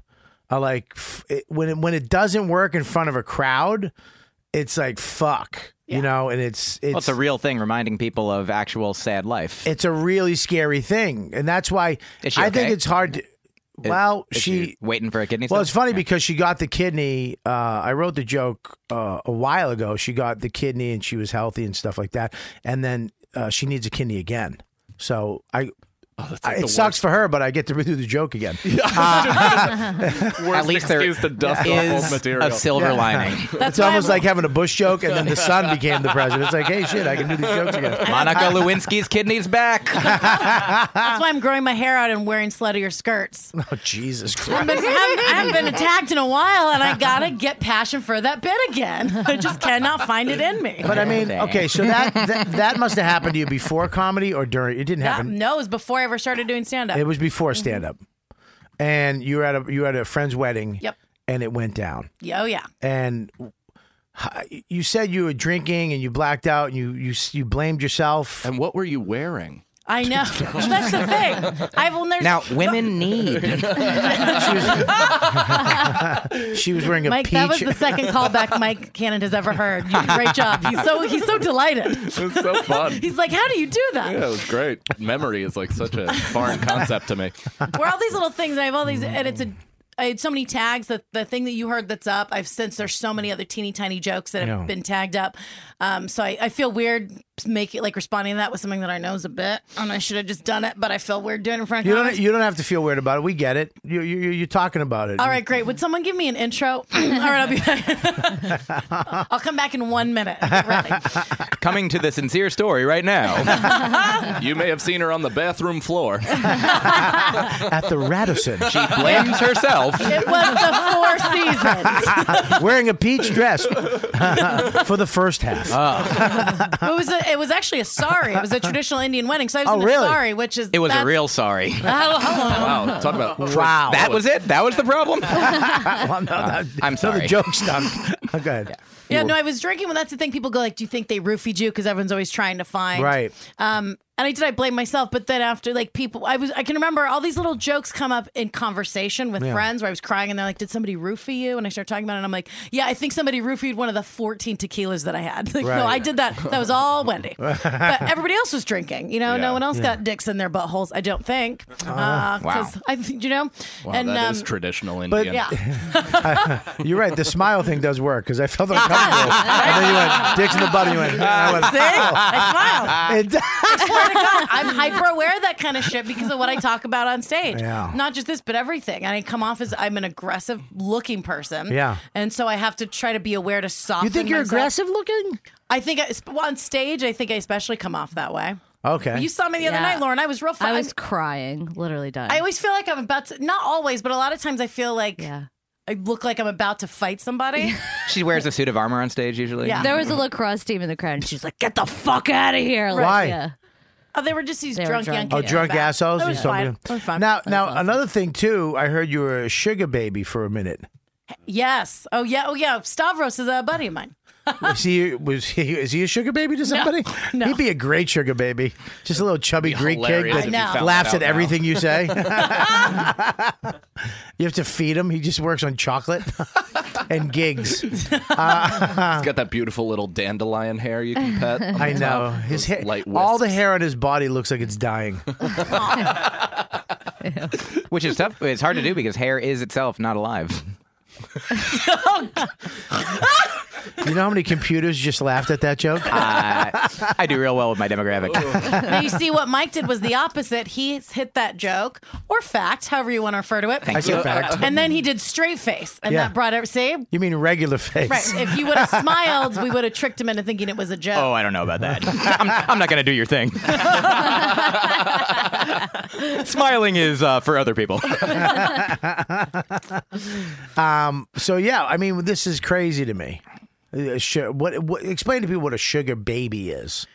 are like f- it, when it, when it doesn't work in front of a crowd it's like fuck you know and it's it's
Well, it's a real thing, reminding people of actual sad life.
it's a really scary thing and that's why
Is she
i think
okay?
it's hard to well
Is
she
waiting for a kidney.
well,
stone?
it's funny
Yeah.
because she got the kidney. Uh, I wrote the joke uh, a while ago. She got the kidney and she was healthy and stuff like that. And then uh, she needs a kidney again. So I. I-
Oh,
like
it
the
sucks for her, but I get to redo the joke again.
Worst least there excuse to dust off old is material. a silver lining.
it's
That's why
almost
I'm-
like having a Bush joke, and then the son became the president. It's like, hey, shit, I can do these jokes again.
Monica Lewinsky's kidneys back.
Ah.
That's why I'm growing my hair out and wearing sluttier skirts.
Oh, Jesus
I
Christ.
haven't, been, I haven't- I haven't been attacked in a while, and I gotta get passion for that bit again. I just cannot find it in me.
But I mean, okay, so that, that that must have happened to you before comedy or during. It didn't
that,
happen.
no, it was before I ever started doing stand up.
It was
mm-hmm.
before stand up, and you were at a you were at a friend's wedding.
Yep.
And it went down.
Yeah, oh yeah.
And h- you said you were drinking and you blacked out and you you s- you blamed yourself.
And what were you wearing?
I know. Well, that's the thing. I've well, there's
Now, women need.
She was wearing a
Mike,
peach.
that was the second callback Mike Cannon has ever heard. You did a great job. He's so he's so delighted. It
was so fun.
He's like, how do you do that?
Yeah, it was great. Memory is like such a foreign concept to me.
Where all these little things, I have all these, and it's a. I had so many tags that the thing that you heard that's up. I've since there's so many other teeny tiny jokes that have
Yeah.
been tagged up, um, so I, I feel weird making like responding to that with something that I know is a bit, and I should have just done it, but I feel weird doing it in front of
you don't
comics.
you don't have to feel weird about it. We get it. You you you- you're talking about it.
All right, great. Would someone give me an intro? all right, I'll be back. I'll come back in one minute.
Coming to the sincere story right now.
You may have seen her on the bathroom floor.
At the Radisson,
she blames herself.
It was the Four Seasons.
wearing a peach dress for the first half.
Uh,
it was a, it was actually a sari. It was a traditional Indian wedding. So I was
Oh,
in a
really?
sari, which is
It was a
that's-
real sorry.
Oh, hello.
Wow, talk about
Wow.
That was it. That was the problem. Uh,
Well, no, that-
I'm
no,
sorry.
the joke's done. Oh, go ahead.
Yeah, no, I was drinking. Well, that's the thing. People go like, "Do you think they roofied you?" Because everyone's always trying to find
Right.
Um, and I did. I blame myself. But then after, like, people, I was. I can remember all these little jokes come up in conversation with
Yeah.
friends where I was crying, and they're like, "Did somebody roofie you?" And I start talking about it. and I'm like, "Yeah, I think somebody roofied one of the 14 tequilas that I had." Like, no,
Right.
I did that. That was all Wendy. but everybody else was drinking. You know,
Yeah.
no one else
Yeah. Uh-huh.
got dicks in their buttholes. I don't think. Uh,
Wow.
'cause I, you know,
Wow,
and
that is
um,
traditional
But
Indian.
you're right. The smile thing does work because I felt uncomfortable. and then you went dicks in the butt. And you went. And I went.
See? I
smiled. It does.
I swear to God, I'm hyper aware of that kind of shit because of what I talk about on stage.
Yeah.
Not just this, but everything. And I come off as I'm an aggressive looking person.
Yeah.
And so I have to try to be aware to soften.
you're
myself.
aggressive looking?
I think I, well, on stage, I think I especially come off that way.
Okay.
You saw me the other
Yeah.
night, Lauren. I was real. Fun.
I was crying, literally dying.
I always feel like I'm about to. Not always, but a lot of times I feel like. I look like I'm about to fight somebody.
She wears a suit of armor on stage usually.
There was a lacrosse team in the crowd, and she's like, "Get the fuck out of here!" Like,
Why?
yeah.
Oh, they were just these
They were
drunk, young
drunk,
Oh,
kids.
drunk
That-
assholes.
That
You
was
told me
fine.
to-
That was fine.
Now, now another thing too. I heard you were a sugar baby for a minute.
Yes. Oh yeah. Oh yeah. Stavros is a buddy of mine.
Was he was he is he a sugar baby to somebody?
no.
He'd be a great sugar baby. Just a little chubby Greek kid
hilarious
that
if you found that
laughs
out
at
now.
everything you say. you have to feed him. He just works on chocolate and gigs. Uh,
He's got that beautiful little dandelion hair you can pet. on the
I know
top,
his
those
hair.
light
All the
wisps.
hair on his body looks like it's dying.
Which is tough. It's hard to do because hair is itself not alive.
You know how many computers just laughed at that joke?
Uh, I, I do real well with my demographic.
now you see what Mike did was the opposite. He hit that joke or fact, however you want to refer to it.
Thank I said you. fact.
And then he did straight face, and
Yeah.
that brought it. See,
You mean regular face?
right? If you would have smiled, we would have tricked him into thinking it was a joke.
Oh, I don't know about that. I'm, I'm not going to do your thing. Smiling is uh, for other people.
um, so yeah, I mean, this is crazy to me. Uh, su- What, what? Explain to people what a sugar baby is.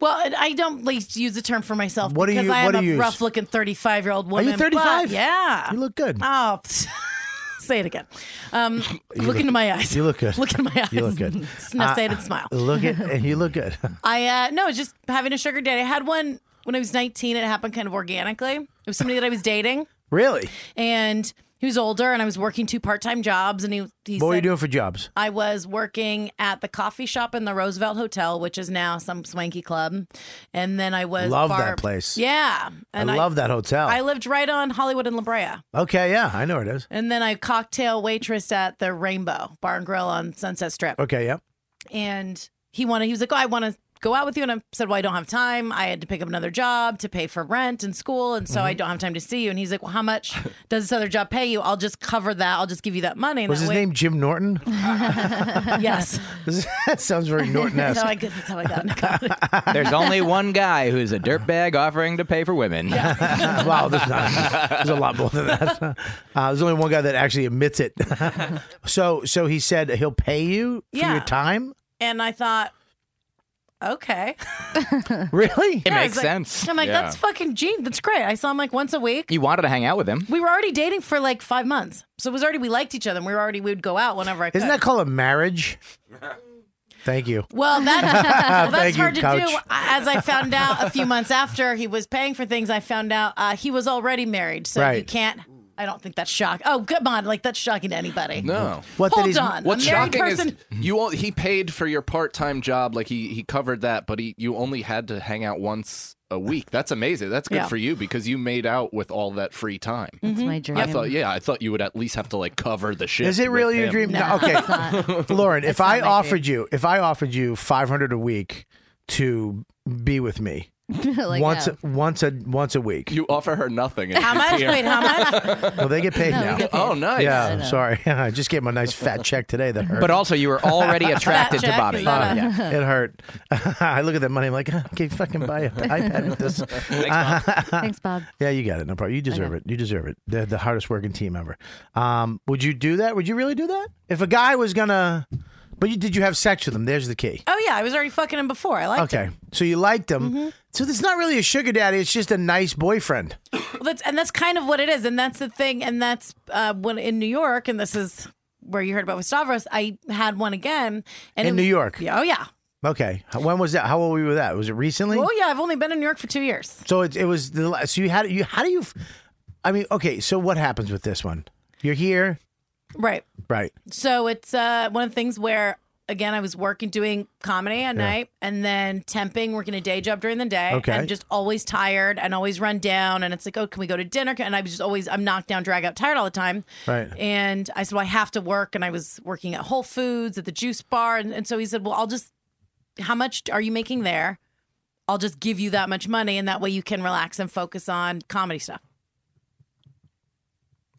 Well, and I don't like to use the term for myself
What do
because
you-
I am
what do
a
you use?
rough-looking thirty-five-year-old
Are
woman.
you
but-
35?
Yeah.
You look good.
Oh, say it again. Um,
You
look, into my eyes.
You look good.
Look into my eyes.
You look good.
Now
Uh,
say it and smile.
Look at and you look good.
I uh, no, just having a sugar daddy. I had one when I was 19. It happened kind of organically. It was somebody that I was dating,
Really?
and he was older, and I was working two part-time jobs, and he he
what were you
said-
doing for jobs?
I was working at the coffee shop in the Roosevelt Hotel, which is now some swanky club, and then I was
Love that
bar-
place.
Yeah,
I love that hotel.
I lived right on Hollywood and La Brea,
okay, yeah, I know where it is.
and then I cocktail waitressed at the Rainbow Bar and Grill on Sunset Strip
Okay, yeah.
and he wanted he was like oh i want to go out with you and i said well i don't have time i had to pick up another job to pay for rent and school and so i
Mm-hmm.
don't have time to see you and he's like well how much does this other job pay you i'll just cover that i'll just give you that money and
Was
that
his
way-
name Jim Norton?
yes
that sounds very
that's how
Norton-esque.
i got that's how i got in college.
There's only one guy who's a dirtbag offering to pay for women.
wow, there's, not, there's a lot more than that. Uh, there's only one guy that actually admits it. so, so he said he'll pay you for
Yeah.
your time.
and i thought okay
Really?
It
Yeah, I
makes
was like-
sense.
i'm like
Yeah.
that's fucking gene that's great i saw him like once a week
You wanted to hang out with him.
we were already dating for like five months so it was already we liked each other and we were already we would go out whenever i could
Isn't that called a marriage? Thank you.
Well, that, well, that's
Thank you,
hard to
couch.
do. As I found out a few months after he was paying for things, I found out uh, he was already married. So you
Right.
can't. I don't think that's shock. Oh, come on! Like that's shocking to anybody.
No.
What, that
Hold
he's-
on.
What's
a married
shocking
person.
is you. All, he paid for your part-time job, like he he covered that, but he you only had to hang out once a week. That's amazing. That's good
Yeah. Mm-hmm.
for you because you made out with all that free time.
That's my dream.
I thought, yeah, I thought you would at least have to like cover the shit.
Is it
with
really your
him.
dream?
No, it's
okay, Lauren. if I
my dream.
offered you, if I offered you five hundred a week to be with me
like,
once,
yeah.
once a once a week,
You offer her nothing. and
How
she's
much?
here.
Wait, how much?
well, they get paid
No, we
now.
get paid.
Oh, nice.
Yeah,
No, no.
sorry. I just gave him a nice fat check today. That hurt.
But also, you were already attracted to
check,
Bobby.
is
Uh,
that a-
Yeah.
it hurt. I look at that money. I'm like, okay, fucking buy an iPad with this. Uh,
Thanks, Bob.
Yeah, you got it. No problem. You deserve it. You deserve it. They're the hardest working team ever. Um, would you do that? Would you really do that? If a guy was gonna, but you, did you have sex with him? There's the key.
Oh yeah, I was already fucking him before. I liked him.
Okay, so you liked him.
Mm-hmm.
So this is not really a sugar daddy. It's just a nice boyfriend.
Well, that's and that's kind of what it is, and that's the thing, and that's uh, when in New York, and this is where you heard about with Stavros. I had one again, and
In
it was-
New York?
Yeah, oh yeah,
Okay, How- when was that? How old were you with that? Was it recently?
oh yeah. I've only been in New York for two years.
So it, it was the. la- So you had you. How do you? f- I mean, okay. So what happens with this one? You're here,
Right.
right?
So it's uh, one of the things where, again, I was working doing comedy at night and then temping, working a day job during the day.
Okay.
And just always tired and always run down. And it's like, oh, can we go to dinner? And I was just always, I'm knocked down, drag out, tired all the time.
Right.
And I said, well, I have to work. And I was working at Whole Foods, at the juice bar. And, and so he said, well, I'll just, how much are you making there? I'll just give you that much money. And that way you can relax and focus on comedy stuff.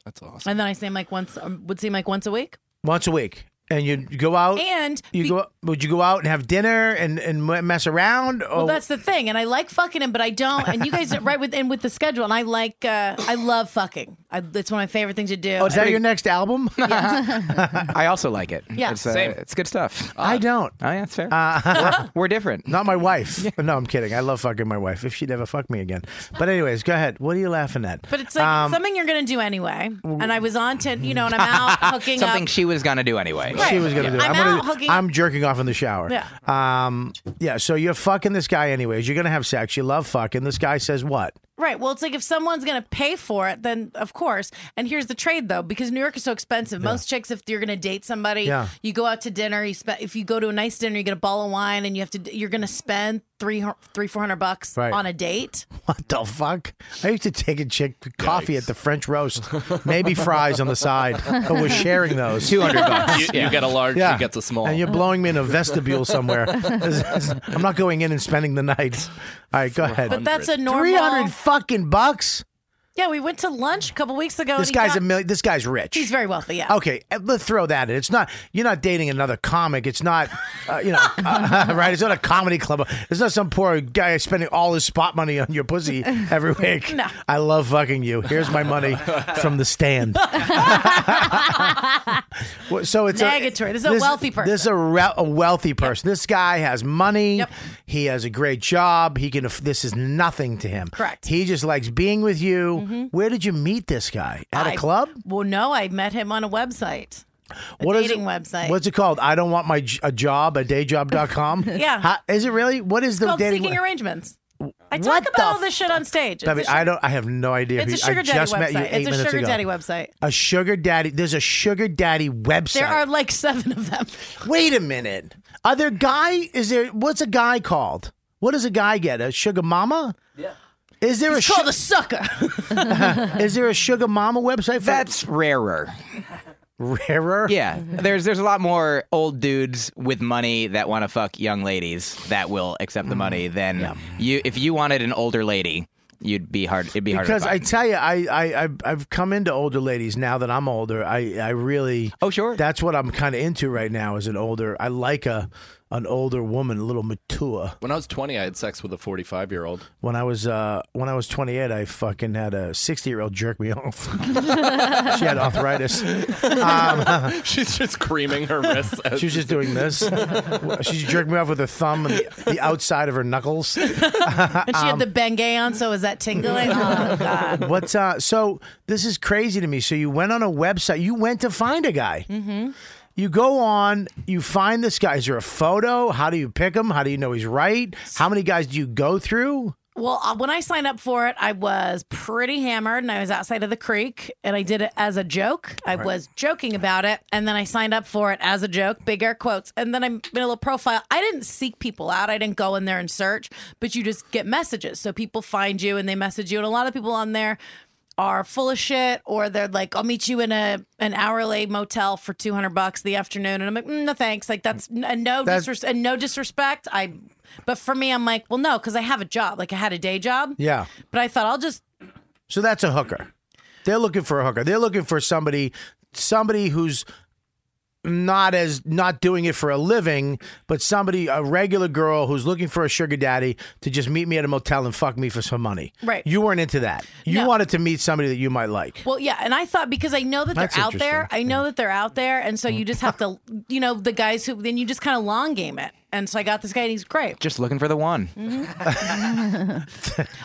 That's awesome.
And then I say, like, once, um, would seem like once a week.
Once a week, and you go out.
And
you
be-
go. Would you go out and have dinner and and m- mess around? Oh, Or,
Well, that's the thing, and I like fucking him, but I don't. And you guys, are right with and with the schedule, and I like, uh, I love fucking. I, it's one of my favorite things to do.
Oh, is that your next album?
I also like it.
Yeah.
it's, uh,
Same.
it's good stuff.
Uh, I don't.
Oh yeah, that's fair.
Uh,
we're, we're different.
Not my wife. No, I'm kidding. I love fucking my wife. If she'd ever fuck me again. But anyways, go ahead. What are you laughing at?
But it's like
Um,
something you're gonna do anyway. And I was on Tinder, you know, and I'm out hooking
Something
up.
she was gonna do anyway.
She was gonna do. it.
I'm
gonna-
out hooking-
I'm jerking off in the shower.
Yeah.
Um. Yeah. So you're fucking this guy anyways. You're gonna have sex. You love fucking. This guy says what?
Right. Well, it's like if someone's going to pay for it, then of course. And here's the trade though, because New York is so expensive. Most chicks, if you're going to date somebody,
Yeah.
you go out to dinner. You spend if you go to a nice dinner, you get a bottle of wine, and you have to you're going to spend three hun- three four hundred bucks
Right.
on a date.
What the fuck? I used to take a chick to coffee at the French roast, maybe fries on the side, but we're sharing those.
200 bucks. You- you Yeah. get a large, she
yeah.
gets a small.
And you're blowing me in a vestibule somewhere. I'm not going in and spending the night. All right, go ahead.
But that's a normal.
300 fucking bucks?
Yeah, we went to lunch a couple weeks ago.
This
and he
guy's
got-
a mil- this guy's rich.
He's very wealthy. Yeah.
Okay, uh, let's throw that in. It's not you're not dating another comic. It's not uh, you know uh, right. It's not a comedy club. It's not some poor guy spending all his spot money on your pussy every week.
No.
I love fucking you. Here's my money from the stand. Well, so it's
Negatory.
A,
This is a wealthy person.
This is a, re- a wealthy person. This guy has money. He has a great job. He can. aff- This is nothing to him.
Correct. Mm-hmm.
He just likes being with you. Where did you meet this guy? At a
I-
club?
Well, no, I met him on a website. A
What is
dating
it-
website.
What's it called? I don't want my j- a job, a dayjob.com.
Yeah.
How, is it really? What is
It's
the
called
dating?
Seeking
web-
Arrangements. I talk about all this shit on stage. It's
Bevy,
a
I
sugar-
don't. I have no idea.
It's a
who you-
sugar
I just
daddy
met you
website.
eight
It's a
minutes
sugar
ago.
daddy website.
A sugar daddy. There's a sugar daddy website.
There are like seven of them.
Wait a minute. Are there guy? Is there? What's a guy called? What does a guy get? A sugar mama? Yeah. Is there a
called a sucker?
is there a sugar mama website? For
That's rarer.
Rarer?
Yeah. There's there's a lot more old dudes with money that want to fuck young ladies that will accept the
Mm-hmm.
money than you if you wanted an older lady, you'd be hard it'd be harder.
because
to
I
find.
tell you, I I I've, I've come into older ladies now that I'm older. I I really oh sure. That's what I'm kind of into right now. As an older, I like a an older woman, a little mature.
When I was 20, I had sex with a 45 year old.
When I was uh when I was 28, I fucking had a 60 year old jerk me off. she had arthritis. Um,
She's just creaming her wrists.
She was just doing this. she jerked me off with her thumb and the, the outside of her knuckles.
And she
Um,
had the Bengay on, so is that tingling? Oh, God.
What's uh? So this is crazy to me. So you went on a website. You went to find a guy.
Mhm.
You go on. You find this guy. Is there a photo? How do you pick him? How do you know he's right? How many guys do you go through?
Well, uh, when I signed up for it, I was pretty hammered and I was outside of the creek and I did it as a joke. I
Right.
was joking about it. And then I signed up for it as a joke, big air quotes. And then I made a little profile. I didn't seek people out, I didn't go in there and search, but you just get messages. So people find you and they message you. And a lot of people on there are full of shit or they're like i'll meet you in a an hourly motel for 200 bucks the afternoon and i'm like mm, no thanks like that's and no
That's-
disres- and no disrespect i but for me i'm like well no because i have a job like i had a day job
Yeah.
but i thought i'll just
So that's a hooker. They're looking for a hooker. They're looking for somebody, somebody who's not as not doing it for a living, but somebody, a regular girl who's looking for a sugar daddy to just meet me at a motel and fuck me for some money.
Right.
You weren't into that. You wanted to meet somebody that you might like.
well yeah and i thought because i know that they're
That's
out there i know that they're out there and so you just have to you know the guys who then you just kind of long game it and so i got this guy and he's great
Just looking for the one.
i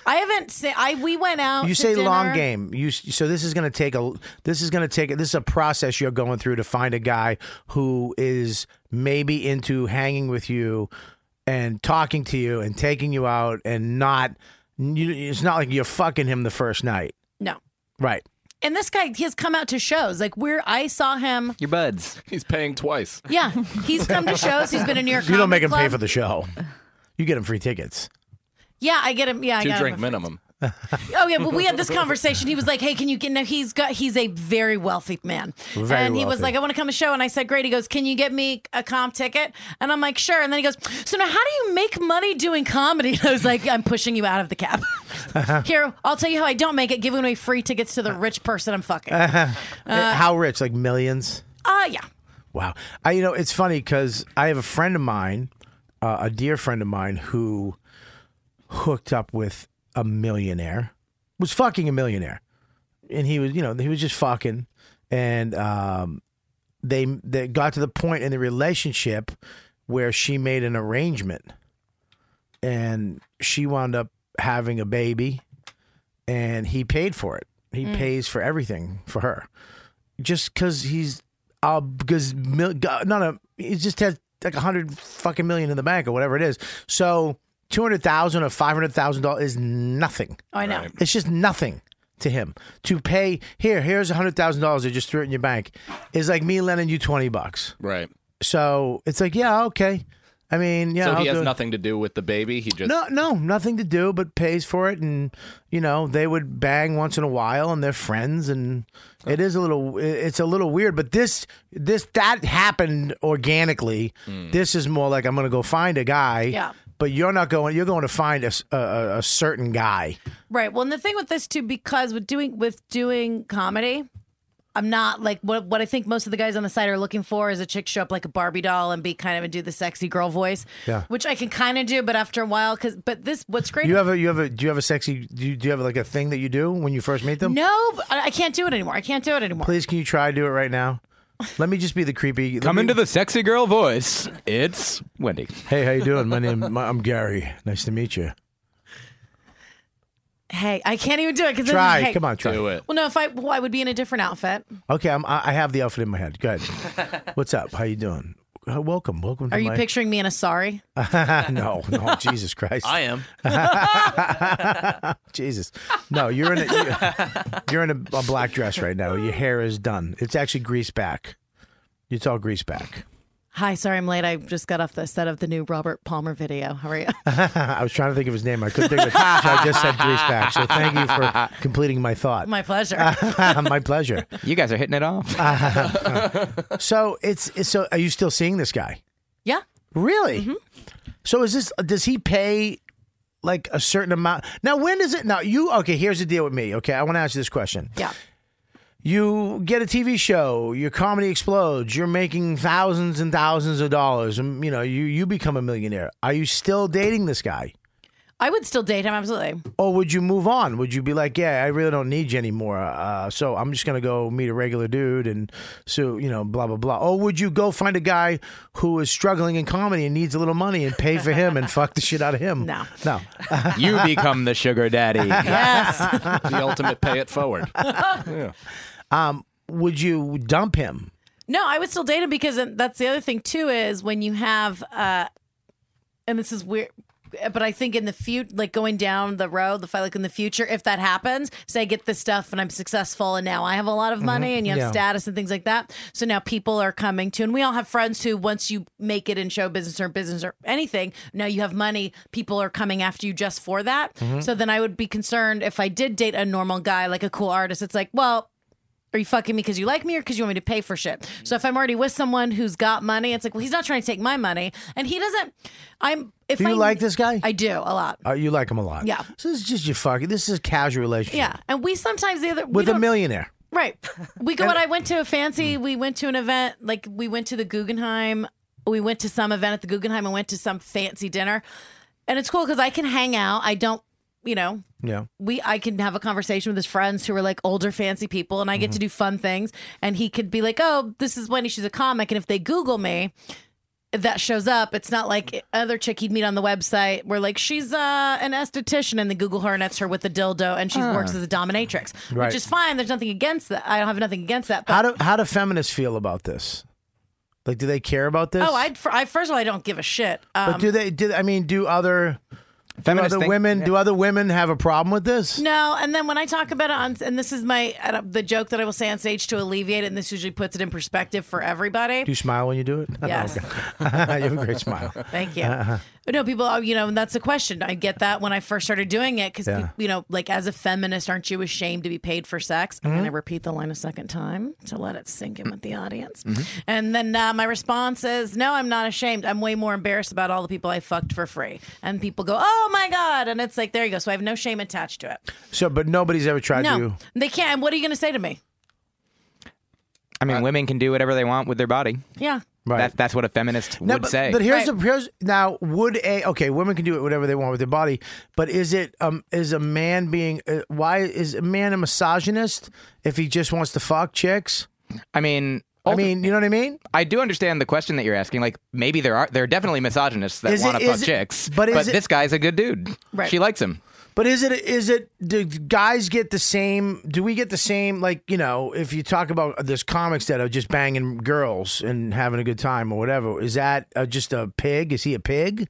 haven't say i we went out
You
to
say long
Oh, dinner.
game. You so this is going to take a this is going to take this is a process you're going through to find a guy who is maybe into hanging with you and talking to you and taking you out and not you, it's not like you're fucking him the first night.
no
Right.
and this guy he has come out to shows like where i saw him
Your buds.
He's paying twice.
yeah he's come to shows he's been in new york
You don't
Comedy
make him pay
Club.
for the show. You get him free tickets.
yeah i get him yeah i
Two
got
drink
him
minimum.
Oh yeah, well we had this conversation. He was like, "Hey, can you get?" Now he's got he's a very wealthy man,
Very
and he was
wealthy.
like, "I want to come to show." And I said, "Great." He goes, "Can you get me a comp ticket?" And I'm like, "Sure." And then he goes, "So now, how do you make money doing comedy?" And I was like, "I'm pushing you out of the cab." Here, I'll tell you how I don't make it: giving away free tickets to the rich person I'm fucking.
Uh-huh.
Uh,
How rich? Like millions?
yeah.
Wow. I, you know, it's funny because I have a friend of mine, uh, a dear friend of mine, who hooked up with a millionaire, was fucking a millionaire. and he was, you know, he was just fucking, and um, they they got to the point in the relationship where she made an arrangement, and she wound up having a baby, and he paid for it. He
Mm.
pays for everything for her, just because he's uh, because mil- go- not a he just has like a hundred fucking million in the bank or whatever it is. So two hundred thousand or five hundred thousand dollars is nothing.
Oh, I know. Right.
It's just nothing to him to pay here. Here's a hundred thousand dollars. They just threw it in your bank. Is like me lending you twenty bucks.
Right.
So it's like yeah okay. I mean yeah.
so
I'll
he has
do it.
nothing to do with the baby. He just
No, no, nothing to do but pays for it, and you know they would bang once in a while, and they're friends, and it is a little, it's a little weird. But this, this, that happened organically.
Hmm.
This is more like I'm going to go find a guy.
Yeah.
But you're not going. You're going to find a, s- a- a- a certain guy.
Right. Well, and the thing with this too, because with doing with doing comedy, I'm not like what what I think most of the guys on the side are looking for is a chick show up like a Barbie doll and be kind of and do the sexy girl voice.
Yeah.
Which I can kind of do, but after a while, because but this what's great.
You have a, you have a, do you have a sexy? Do you, do you have like a thing that you do when you first meet them?
no, but I I can't do it anymore. I can't do it anymore.
Please, can you try to do it right now? Let me just be the creepy. let
Come
me-
into the sexy girl voice. It's Wendy.
Hey, how you doing? My name, my, I'm Gary. Nice to meet you.
Hey, I can't even do it because
Try. Come on, try.
Do it.
Well, no, if I well, I would be in a different outfit.
Okay, I'm, I I have the outfit in my head. Good. What's up? How you doing? Uh, Welcome, welcome. To
Are you
my...
picturing me in a sorry?
no, no, Jesus Christ.
I am.
Jesus, no, you're in a you're, you're in a, a black dress right now. Your hair is done. It's actually greased back. It's all greased back.
Hi, sorry I'm late. I just got off the set of the new Robert Palmer video. How are you?
I was trying to think of his name. I couldn't think of it. So I just said greased back. So thank you for completing my thought.
My pleasure.
my pleasure.
You guys are hitting it off.
Ah. so it's, it's so. Are you still seeing this guy?
Yeah.
Really? So is this? Does he pay like a certain amount? Now, when is it? Now you okay? Here's the deal with me. Okay, I want to ask you this question.
Yeah.
You get a TV show, your comedy explodes, you're making thousands and thousands of dollars, and you know you you become a millionaire. Are you still dating this guy?
I would still date him, absolutely.
Or would you move on? Would you be like, yeah, I really don't need you anymore. Uh, so I'm just gonna go meet a regular dude, and so you know, blah blah blah. Or would you go find a guy who is struggling in comedy and needs a little money and pay for him and fuck the shit out of him? No, no.
you become the sugar daddy.
Yes.
the ultimate pay it forward.
Um, would you dump him?
No, I would still date him because that's the other thing too is when you have uh and this is weird but I think in the future, like going down the road, the fight, like in the future, if that happens, say I get this stuff and I'm successful and now I have a lot of money
Mhm.
and you have
Yeah.
status and things like that. So now people are coming to, and we all have friends who, once you make it in show business or business or anything, now you have money, people are coming after you just for that.
Mhm.
So then I would be concerned if I did date a normal guy, like a cool artist, it's like, well, are you fucking me because you like me or because you want me to pay for shit? So if I'm already with someone who's got money, it's like, well, he's not trying to take my money, and he doesn't. I'm. If
Do you
I,
like this guy?
I do a lot.
Uh, you like him a lot.
Yeah.
So this is just your fucking. This is a casual relationship
Yeah, and we sometimes the other we
with a Mm.
don't-
millionaire.
Right, we go. When I went to a fancy, we went to an event. Like we went to the Guggenheim. We went to some event at the Guggenheim and went to some fancy dinner, and it's cool because I can hang out. I don't, you know,
Yeah.
we I can have a conversation with his friends who are like older fancy people and I get to
Mhm.
Mm-hmm.
do fun things and he could be like, "Oh, this is Wendy, she's a comic." And if they google me, that shows up. It's not like other chick he'd meet on the website where like she's uh, an esthetician and they google her and it's her with a dildo and she
Ah.
works as a dominatrix,
Right.
which is fine. There's nothing against that. I don't have nothing against that. But
How do how do feminists feel about this? Like, do they care about this?
Oh, I'd, I first of all I don't give a shit. Um,
but do they? Did I mean? Do other do
Feminists
other
think-
women
yeah.
do other women have a problem with this?
No, and then when I talk about it on, and this is my uh, the joke that I will say on stage to alleviate it, and this usually puts it in perspective for everybody.
Do you smile when you do it?
Yes.
you have a great smile.
Thank you.
Uh-huh.
No, people, oh, you know, and that's the question. I get that when I first started doing it because,
Yeah.
you know, like as a feminist, aren't you ashamed to be paid for sex? I'm
Mm-hmm.
going to repeat the line a second time to let it sink in with the audience.
Mm-hmm.
And then uh, my response is, no, I'm not ashamed. I'm way more embarrassed about all the people I fucked for free. And people go, oh my God. And it's like, there you go. So I have no shame attached to it.
So, but nobody's ever tried
no,
to.
they can't. And what are you going to say to me?
Uh,
I mean, women can do whatever they want with their body.
Yeah.
Right. That, that's what a feminist
No,
would
but,
say.
but here's the here's now would a okay women can do it whatever they want with their body, but is it um is a man being uh, why is a man a misogynist if he just wants to fuck chicks?
I mean,
I mean, you know what I mean?
I do understand the question that you're asking. Like, maybe there are there are definitely misogynists that
Is it-
want to fuck
is it-
chicks,
but is it-
this guy's a good dude.
Right.
She likes him.
But is it is it do guys get the same? Do we get the same? Like you know, if you talk about there's comics that are just banging girls and having a good time or whatever, is that uh, just a pig? Is he a pig?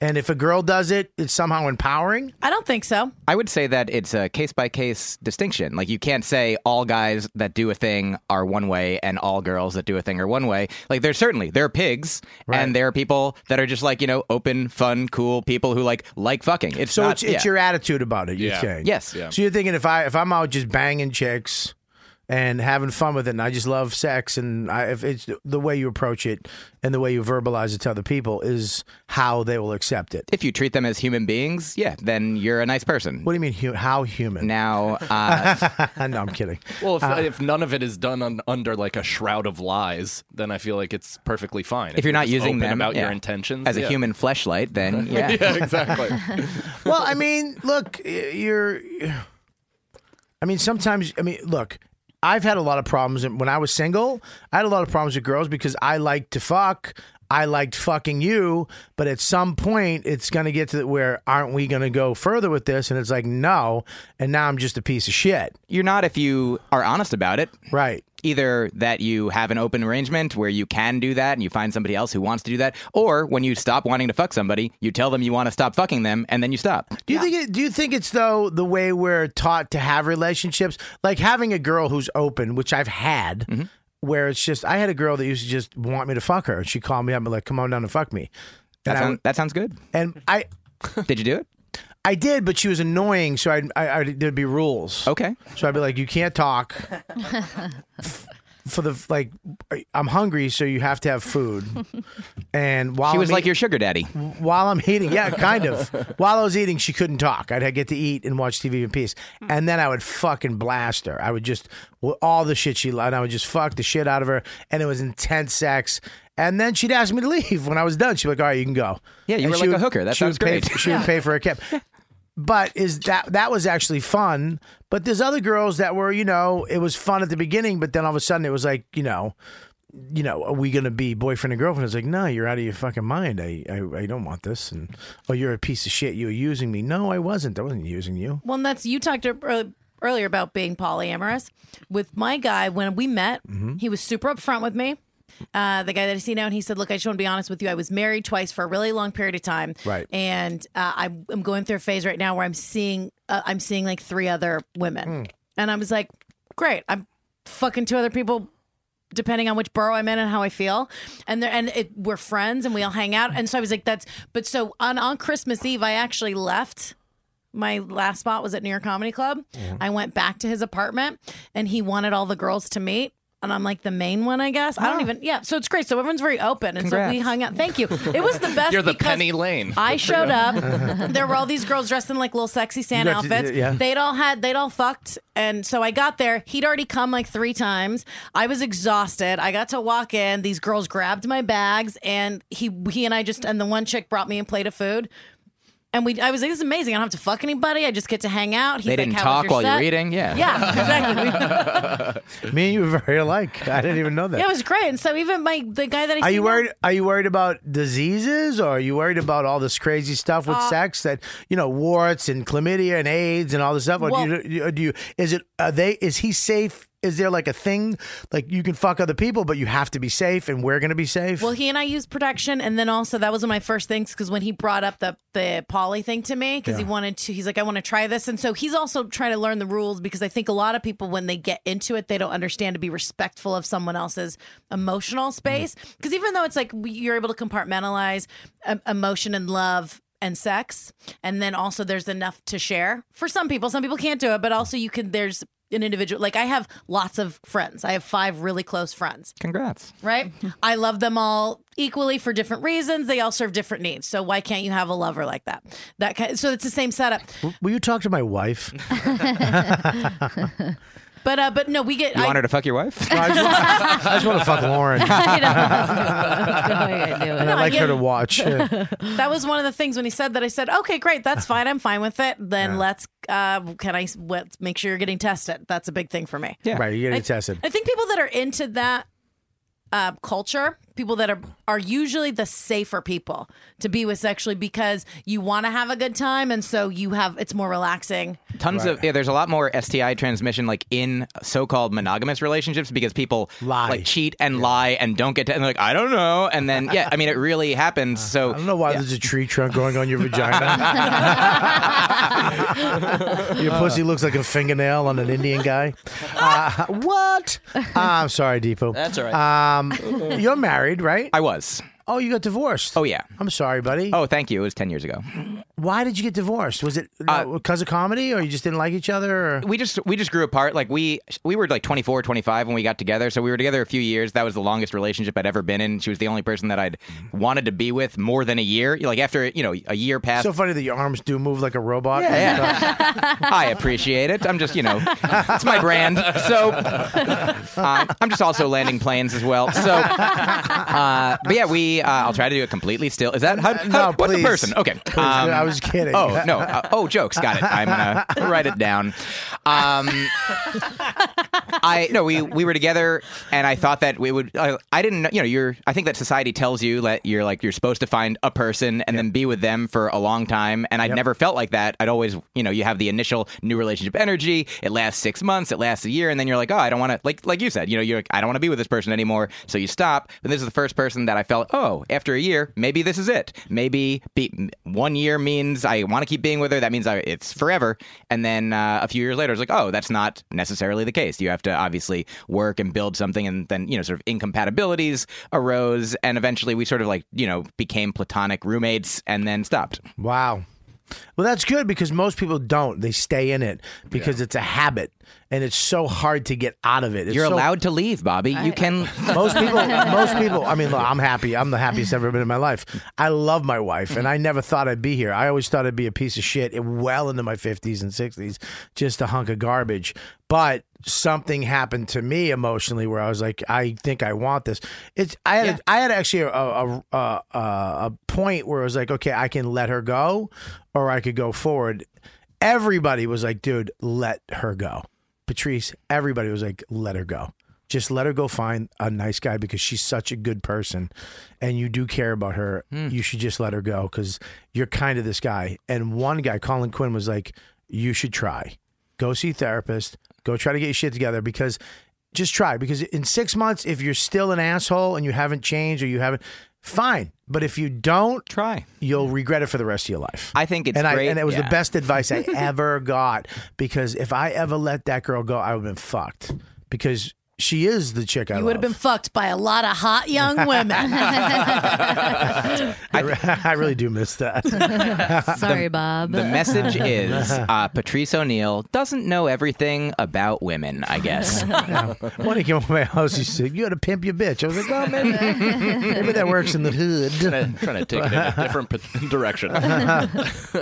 And if a girl does it, it's somehow empowering.
I don't think so.
I would say that it's a case by case distinction. Like, you can't say all guys that do a thing are one way and all girls that do a thing are one way. Like, there's certainly there are pigs and there are people that are just like you know open, fun, cool people who like like fucking. It's
So
not,
it's, it's
yeah.
your attitude about it. You're
Yeah.
saying
Yes. Yeah.
So you're thinking if I if I'm out just banging chicks and having fun with it, and I just love sex, and I, if it's the way you approach it and the way you verbalize it to other people is how they will accept it.
if you treat them as human beings, yeah, then you're a nice person. What
do you mean, hu- how human?
Now, uh,
no, I'm kidding.
Well, if,
Ah.
Uh,
if none of it is done un, under like a shroud of lies, then I feel like it's perfectly fine.
if you're not
just
using
open
them
about
yeah,
your intentions
as a
yeah.
human fleshlight, then yeah,
Yeah, exactly.
well, I mean, look, y- you're. I mean, sometimes, I mean, look, I've had a lot of problems and when I was single. I had a lot of problems with girls because I liked to fuck. I liked fucking you, but at some point, it's going to get to the, where aren't we going to go further with this? And it's like, no. And now I'm just a piece of shit.
You're not if you are honest about it.
Right.
Either that you have an open arrangement where you can do that and you find somebody else who wants to do that, or when you stop wanting to fuck somebody, you tell them you want to stop fucking them and then you stop.
Do you think it, do you think it's though the way we're taught to have relationships, like having a girl who's open, which I've had,
Mm-hmm.
where it's just I had a girl that used to just want me to fuck her, and she called me up and like, "Come on down and fuck me."
That,
And I
sound-
would-
that sounds good.
and I
Did you do it?
I did, but she was annoying, so I'd, I, I there'd be rules.
Okay,
so I'd be like, "You can't talk for the like, I'm hungry, so you have to have food." And while
she was
I'm
like
eat-
your sugar daddy.
while I'm eating, yeah, kind of. While I was eating, she couldn't talk. I'd get to eat and watch TV in peace, and then I would fucking blast her. I would just well, all the shit she loved. I would just fuck the shit out of her, and it was intense sex. And then she'd ask me to leave when I was done. She'd be like, "All right, you can go."
Yeah, you
And
were
she
like a
would-
hooker. That
she
sounds
would pay-
great.
she would pay for a cab. But is that that was actually fun? But there's other girls that were, you know, it was fun at the beginning, but then all of a sudden it was like, you know, you know, are we going to be boyfriend and girlfriend? It's like, no, you're out of your fucking mind. I, I, I don't want this. And, oh, you're a piece of shit. You were using me. No, I wasn't. I wasn't using you.
Well, and that's you talked ear- earlier about being polyamorous. With my guy, when we met,
Mhm.
he was super upfront with me. Uh, the guy that I see now, and he said, "Look, I just want to be honest with you. I was married twice for a really long period of time,
Right.
And uh, I'm, I'm going through a phase right now where I'm seeing, uh, I'm seeing like three other women,
Mm.
and I was like, great, I'm fucking two other people." Depending on which borough I'm in and how I feel, and there, and it, we're friends and we all hang out, and so I was like, "That's." But so on on Christmas Eve, I actually left my last spot was at New York Comedy Club.
Mm-hmm.
Mhm.
I went back to his apartment and he wanted all the girls to meet. And I'm like the main one, I guess. I don't even, yeah. So it's great. So everyone's very open. And so we
Congrats.
hung out. Thank you. It was the best.
You're the
because
Penny Lane.
I
Good for
showed
you.
up. there were all these girls dressed in like little sexy Santa
You got to-
outfits.
yeah.
They'd all had, they'd all fucked. And so I got there. He'd already come like three times. I was exhausted. I got to walk in. These girls grabbed my bags and he, he and I just, and the one chick brought me a plate of food. And we, I was like, this is amazing. I don't have to fuck anybody. I just get to hang out. He's
They
like,
didn't
"How was
talk
your
while you were
set?"
eating? Yeah.
Yeah, exactly.
me and you were very alike. I didn't even know that.
yeah, it was great. And so even my the guy that I
Are
see
you
now-
worried? Are you worried about diseases, or are you worried about all this crazy stuff with
Uh,
sex that you know, warts and chlamydia and AIDS and all this stuff? Or
Well-
do, you, or do you? Is it? Are they? Is he safe? Is there like a thing like you can fuck other people, but you have to be safe, and we're gonna be safe?
Well, he and I used protection, and then also that was one of my first things because when he brought up the the poly thing to me, because he
Yeah.
wanted to, he's like, I want to try this, and so he's also trying to learn the rules because I think a lot of people when they get into it, they don't understand to be respectful of someone else's emotional space. Because even though it's like we- you're able to compartmentalize um, emotion and love and sex, and then also there's enough to share for some people. Some people can't do it, but also you can. There's an individual like I have lots of friends. I have five really close friends
Congrats.
right? I love them all equally for different reasons. They all serve different needs. So why can't you have a lover like that? That kind so it's the same setup.
W- Will you talk to my wife?
But uh, but no, we get.
You
I,
want her to fuck your wife?
I just want, to fuck Lauren.
I
And
No,
I'd
I
like her
get-
to watch. Yeah.
that was one of the things when he said that. I said, "Okay, great, that's fine. I'm fine with it. Then let's uh, can I let's make sure you're getting tested. That's a big thing for me.
Right, you're getting
I-
tested.
I think people that are into that uh, culture, people that are are usually the safer people to be with sexually because you want to have a good time, and so you have it's more relaxing.
Tons of yeah. There's a lot more STI transmission like in so-called monogamous relationships because people lie, like cheat and lie and don't get to and they're like I don't know and then yeah I mean it really happens. So
I don't know why there's a tree trunk going on your vagina. your pussy looks like a fingernail on an Indian guy. Uh, what? Uh, I'm sorry, Depot.
That's all
right. Um, you're married, right?
I was.
Oh, you got divorced.
Oh yeah.
I'm sorry, buddy.
Oh, thank you. It was ten years ago.
Why did you get divorced? Was it
Uh,
because of comedy, or you just didn't like each other? Or?
we just we just grew apart like we we were like 24 25 when we got together so we were together a few years that was the longest relationship i'd ever been in she was the only person that i'd wanted to be with more than a year like after you know a year passed
So funny that your arms do move like a robot.
Yeah, i appreciate it i'm just you know it's my brand so uh, i'm just also landing planes as well so uh, but yeah we uh, i'll try to do it completely still is that how, how- what's
please.
the person okay
Please, I was kidding.
oh no uh, oh jokes got it i'm gonna write it down um I no, we we were together, and I thought that we would. I, I didn't, know- you know, you're. I think that society tells you that you're like you're supposed to find a person and then be with them for a long time, and I'd never felt like that. I'd always, you know, you have the initial new relationship energy. It lasts six months, it lasts a year, and then you're like, oh, I don't want to. Like like you said, you know, you're like, I don't want to be with this person anymore, so you stop. But this is the first person that I felt, oh, after a year, maybe this is it. Maybe be, one year means I want to keep being with her. That means I, it's forever. And then uh, a few years later, it's like, oh, that's not necessarily the case. You have to obviously work and build something, and then you know, sort of incompatibilities arose, and eventually we sort of like you know became platonic roommates, and then stopped.
Wow. Well, that's good because most people don't. They stay in it because it's a habit, and it's so hard to get out of it. It's
You're
so-
allowed to leave, Bobby. you can.
Most people, most people. I mean, look, I'm happy. I'm the happiest I've ever been in my life. I love my wife, and I never thought I'd be here. I always thought I'd be a piece of shit, well into my 50s and 60s, just a hunk of garbage. But something happened to me emotionally where I was like, I think I want this. It's I had I had actually a a, a a a point where I was like, okay, I can let her go, or I could go forward. Everybody was like, dude, let her go. Patrice, everybody was like, let her go. Just let her go find a nice guy because she's such a good person and you do care about her. You should just let her go because you're kind of this guy. And one guy, Colin Quinn, was like, you should try. Go see a therapist. Go try to get your shit together because just try. Because in six months, if you're still an asshole and you haven't changed or you haven't, fine. But if you don't
try,
you'll regret it for the rest of your life.
I think it's
and
great.
I, and it was the
yeah.
best advice I ever got because if I ever let that girl go, I would have been fucked because she is the chick I
You would
love.
have been fucked by a lot of hot young women.
I, I really do miss that.
Sorry, Bob.
The message is uh, Patrice O'Neill doesn't know everything about women. I guess.
When he came over my house, he said, "You got to pimp your bitch." I was like, "Oh, maybe, maybe that works in the hood."
Trying to take it in a different p- direction.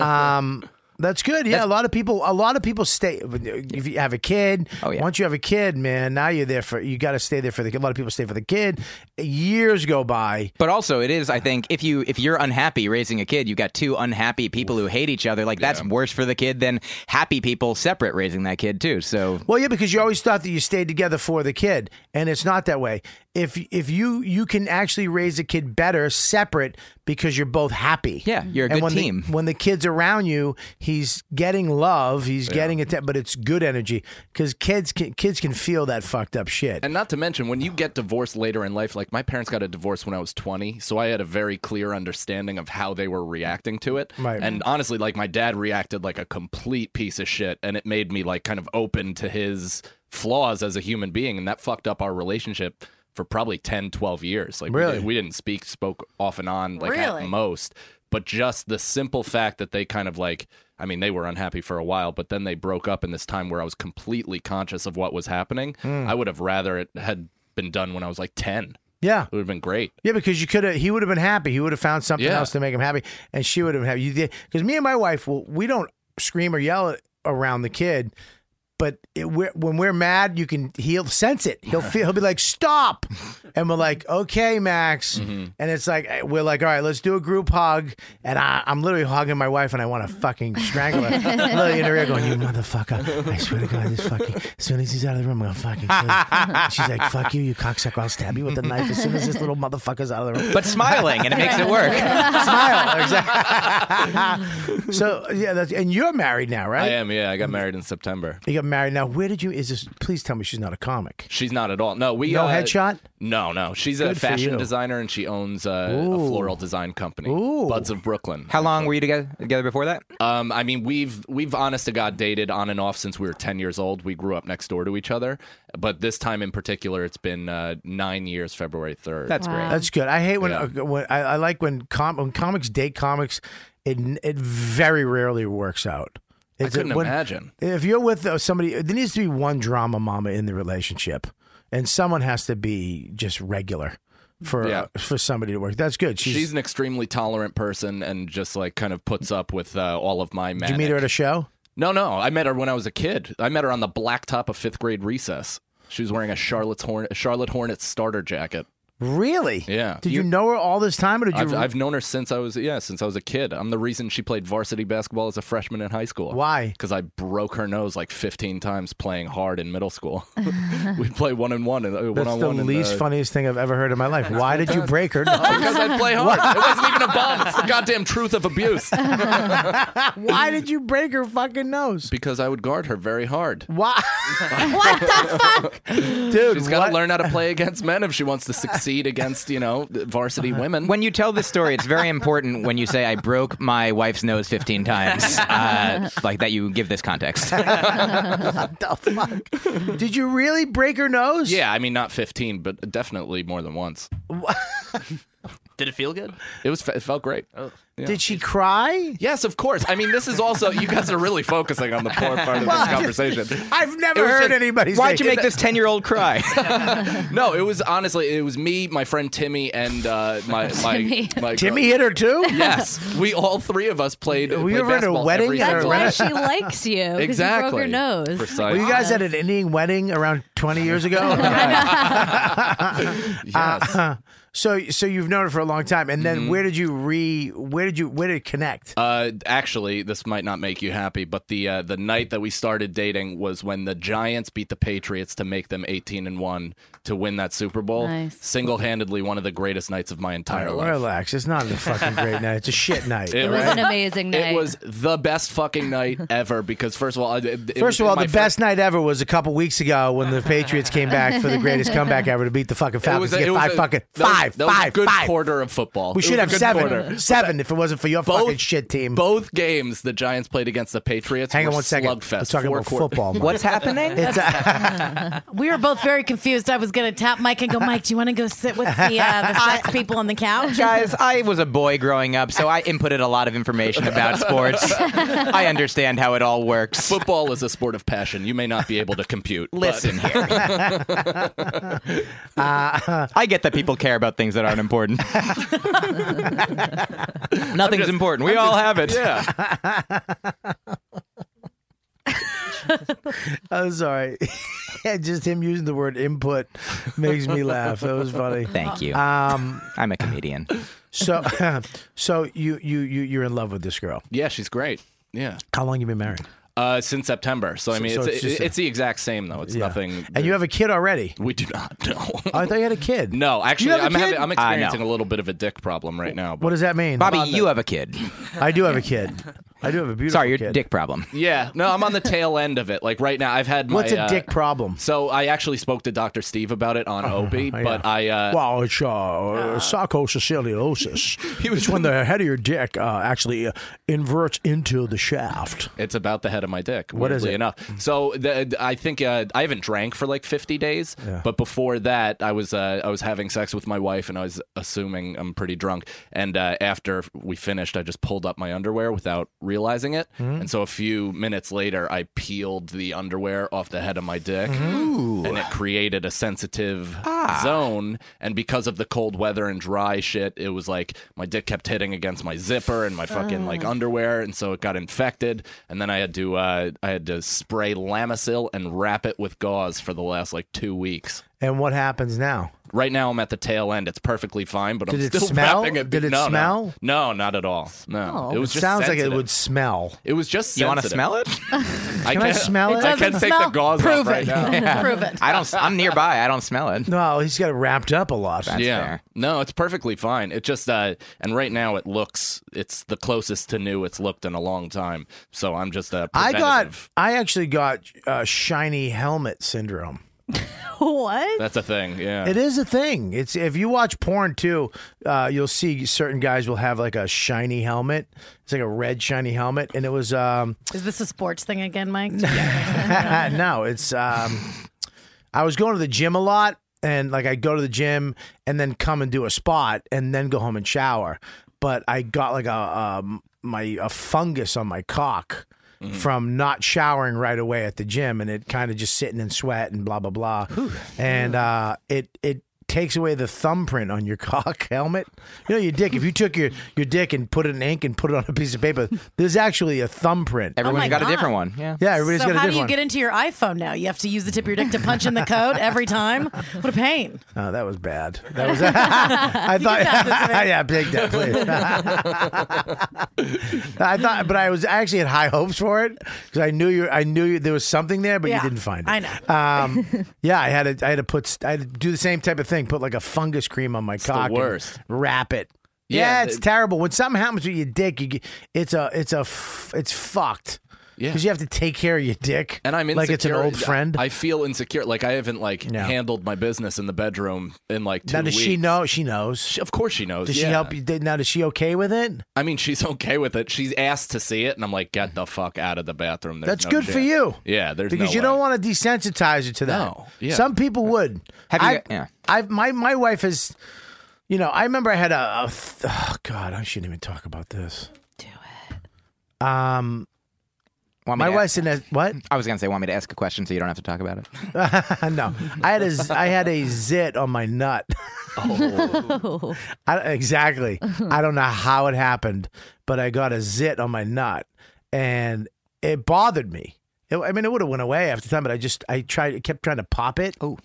um, that's good. Yeah, a lot of people. A lot of people stay. If you have a kid,
Oh,
once you have a kid, man, now you're there for. You got to stay there for the. kid. A lot of people stay for the kid. Years go by.
But also, it is. I think if you if you're unhappy raising a kid, you've got two unhappy people who hate each other. Like that's worse for the kid than happy people separate raising that kid too. So
Well, yeah, because you always thought that you stayed together for the kid, and it's not that way. If if you you can actually raise a kid better separate because you're both happy. Yeah,
you're a
and
good
when
team.
The, when the kid's around you, he's getting love, he's getting it, but it's good energy because kids can, kids can feel that fucked up shit.
And not to mention, when you get divorced later in life, like my parents got a divorce when I was 20, so I had a very clear understanding of how they were reacting to it.
Right.
And honestly, like my dad reacted like a complete piece of shit, and it made me like kind of open to his flaws as a human being, and that fucked up our relationship for probably 10, 12 years. Like,
Really?
we, did, we didn't speak, spoke off and on, like
Really?
at most. But just the simple fact that they kind of like, I mean, they were unhappy for a while, but then they broke up in this time where I was completely conscious of what was happening.
Mm.
I would have rather it had been done when I was like 10.
Yeah.
It would have been great.
Yeah, because you could have. He would have been happy. He would have found something
Yeah.
else to make him happy, and she would have been happy. Because me and my wife, well, we don't scream or yell at- around the kid, But it, we're, when we're mad, you can he'll sense it. He'll feel. He'll be like, "Stop," and we're like, "Okay, Max." And it's like we're like, "All right, let's do a group hug." And I, I'm literally hugging my wife, and I want to fucking strangle her. literally in her ear, going, "You motherfucker! I swear to God, this fucking as soon as he's out of the room, I'm gonna fucking." Kill you. She's like, "Fuck you, you cocksucker! I'll stab you with a knife as soon as this little motherfucker's out of the room."
But smiling, and it makes it work.
Smile. Exactly. so yeah, that's, and you're married now, right?
I am. Yeah, I got married in September.
You got married now. Where did you? Is this? Please tell me she's not a comic.
She's not at all. No, we
No
uh,
headshot?
No, no. She's
Good
a
for you.
fashion designer and she owns uh, a
Ooh.
floral design company,
Ooh.
Buds of Brooklyn.
How long were you together, together before that?
Um, I mean, we've we've honest to god dated on and off since we were ten years old. We grew up next door to each other, but this time in particular, it's been uh, nine years. February third.
That's good. I hate when,
Yeah.
uh, when I, I like when com- when comics date comics. It it very rarely works out.
I
a-
couldn't imagine.
If you're with uh, somebody, there needs to be one drama mama in the relationship, and someone has to be just regular for
Yeah.
uh, for somebody to work. That's good.
She's,
She's,
an extremely tolerant person and just like kind of puts up with uh, all of my
did
manic.
you meet her at a show?
No, no. I met her when I was a kid. I met her on the blacktop of fifth grade recess. She was wearing a Charlotte's Horn- Charlotte Hornets starter jacket.
Really?
Yeah.
Did you, know her all this time, or did you?
I've, I've known her since I was yeah since I was a kid. I'm the reason she played varsity basketball as a freshman in high school.
Why?
Because I broke her nose like 15 times playing hard in middle school. we play one and one and uh, one
that's
on
the
one. in
least
the-
funniest thing I've ever heard in my life. Why did you break her?
because I play hard.
What?
it wasn't even a bomb. It's the goddamn truth of abuse.
Why did you break her fucking nose?
because I would guard her very hard.
Why? what the fuck, dude?
She's got to learn how to play against men if she wants to succeed against, you know, varsity
Uh-huh.
women.
When you tell this story, it's very important when you say, I broke my wife's nose 15 times, uh, like that you give this context.
what the fuck? Did you really break her nose?
Yeah, I mean, not 15, but definitely more than once.
Did it feel good?
It was it felt great. Oh.
Did she cry?
Yes, of course. I mean, this is also you guys are really focusing on the poor part of
Well,
this conversation.
I've never
It was
heard
just-
anybody.
Why'd
say
you make this 10 year old cry?
No, it was honestly it was me, my friend Timmy, and uh, my my
Timmy.
my
Timmy hit her too.
Yes, we all three of us played.
Were
played
you ever at a
basketball
wedding
every
at a
single-
Why she likes you? 'cause
Exactly.
You broke her nose.
Were
Precisely.
you guys at an Indian wedding around 20 years ago? Uh, so, so you've known her for a long time, and then where did you re? Where did you? Where did it connect?
Uh, actually, this might not make you happy, but the uh, the night that we started dating was when the Giants beat the Patriots to make them eighteen and one to win that Super Bowl.
Nice.
Single handedly, one of the greatest nights of my entire
Oh,
life.
Relax. It's not a fucking great night. It's a shit night.
It
It was
Right.
an amazing night.
It was the best fucking night ever because first of all, I- it, it was
First of all,
my
the
fir-
best night ever was a couple weeks ago when the Patriots came back for the greatest comeback ever to beat the fucking
It
Falcons.
was
to
a- it
get
was
five
a-
fucking
that was-
five,
that was a
five,
good
five.
quarter of football.
We
It
should
was a
have
good
seven,
quarter.
seven if it wasn't for your fucking shit team.
Both games the Giants played against the Patriots.
Hang on
were
one second.
Slugfest.
We're talking
Four
about
quarter-
football, Mike.
What's happening?
It's a,
We were both very confused. I was going to tap Mike and go, Mike, do you want to go sit with the, uh, the sex people on the couch?
Guys, I was a boy growing up, so I inputted a lot of information about sports. I understand how it all works.
Football is a sport of passion. You may not be able to compute. but-
Listen here. I get that people care about things that aren't important. Nothing's important. We all have it.
Yeah.
I'm sorry. Just him using the word input makes me laugh. That was funny.
Thank you.
Um,
I'm a comedian.
so, so you you you you're in love with this girl.
Yeah, she's great. Yeah.
How long you been married?
Uh, since September. So, I mean,
so
it's,
it's
it's,
just a-
the exact same, though. It's
Yeah.
nothing.
And you have a kid already?
We do not know.
Oh, I thought you had a kid.
no, actually,
have a
I'm,
kid?
having, I'm
I know.
experiencing a little bit of a dick problem right now.
What does that mean,
Bobby, you have a kid.
I do have a kid. I do have a beautiful.
Sorry, your
kid.
dick problem.
Yeah, no, I'm on the tail end of it. Like right now, I've had my.
What's a
uh,
dick problem? Oh,
So I actually spoke to Dr. Steve about it on Opie,
yeah.
but I. Uh, Ah.
Well, it's uh, uh, sarcococyliosis. it's when the head of your dick uh, actually uh, inverts into the shaft.
It's about the head of my dick.
What is
weirdly
it?
Enough. So the, I think uh, I haven't drank for like 50 days, but before that, I was uh, I was having sex with my wife, and I was assuming I'm pretty drunk. And uh, after we finished, I just pulled up my underwear without realizing it.
Hmm?
And so a few minutes later, I peeled the underwear off the head of my dick,
Mm-hmm. Ooh. Ah.
and it created a sensitive zone. And because of the cold weather and dry shit, it was like my dick kept hitting against my zipper and my fucking like
Ah.
underwear, and so it got infected. And then I had to uh, I had to spray Lamisil and wrap it with gauze for the last like two weeks.
And what happens now?
Right now, I'm at the tail end. It's perfectly fine, but
Did
I'm
it
still
smell?
wrapping it.
Did it
no, no.
smell?
No, not at all. No, it was just
sounds like
sensitive.
it would smell.
It was just.
You wanna
sensitive.
smell it?
I
Can I
can't-
smell it?
I can't take the gauze off right now.
I don't. I'm nearby. I don't smell it.
No, he's got it wrapped up a lot.
yeah. No, it's perfectly fine. It just uh and right now it looks it's the closest to new it's looked in a long time. So I'm just uh
I
preventative.
got. I actually got uh, shiny helmet syndrome.
what?
That's a thing. Yeah.
It is a thing. It's if you watch porn too, uh, you'll see certain guys will have like a shiny helmet. It's like a red shiny helmet, and it was um,
Is this a sports thing again, Mike?
no, it's um, I was going to the gym a lot, and like I go to the gym and then come and do a spot, and then go home and shower. But I got like a um, my a fungus on my cock. From not showering right away at the gym and it kind of just sitting in sweat and blah blah blah, and uh, it it takes away the thumbprint on your cock helmet. You know your dick. If you took your your dick and put it in ink and put it on a piece of paper, there's actually a thumbprint.
Everyone's
Everyone's
Oh my got a God. different
one. Yeah,
yeah. Everybody's
so
got a
how
different
do you
one.
get into your iPhone now? You have to use the tip of your dick to punch in the code every time. What a pain!
Oh, that was bad. That was. I thought. yeah, take that, please. I thought, but I was I actually had high hopes for it because I knew you. I knew you, there was something there, but
Yeah,
you didn't find it.
I know.
Um, yeah, I had to. I had to put. I had to do the same type of thing. Put like a fungus cream on my
the
cock. and
worst.
wrap it. Yeah,
Yeah,
it's
the-
terrible. When something happens with your dick, you get, it's a. It's a. F- it's fucked.
Yeah.
Because you have to take care of your dick.
and I'm insecure.
like it's an old friend.
I feel insecure. Like I haven't like handled my business in the bedroom in like two
now does
weeks.
she know? She knows.
Of course she knows.
Does she
yeah.
help you? Now does she okay with it?
I mean, she's okay with it. She's asked to see it, and I'm like, get the fuck out of the bathroom. There's
That's
no
good for
chance.
you.
Yeah, there's
because
no
you
way.
don't want to desensitize it to that.
No, yeah.
Some people would.
Have you
I,
got- yeah.
I've my my wife has. You know, I remember I had a. a th- oh God, I shouldn't even talk about this. Do it. Um, my wife's in a what?
I was gonna say, want me to ask a question so you don't have to talk about it.
no, I had a z- I had a zit on my nut.
Oh.
I, exactly. I don't know how it happened, but I got a zit on my nut, and it bothered me. It- I mean, it would have went away after time, but I just I tried, kept trying to pop it.
Oh,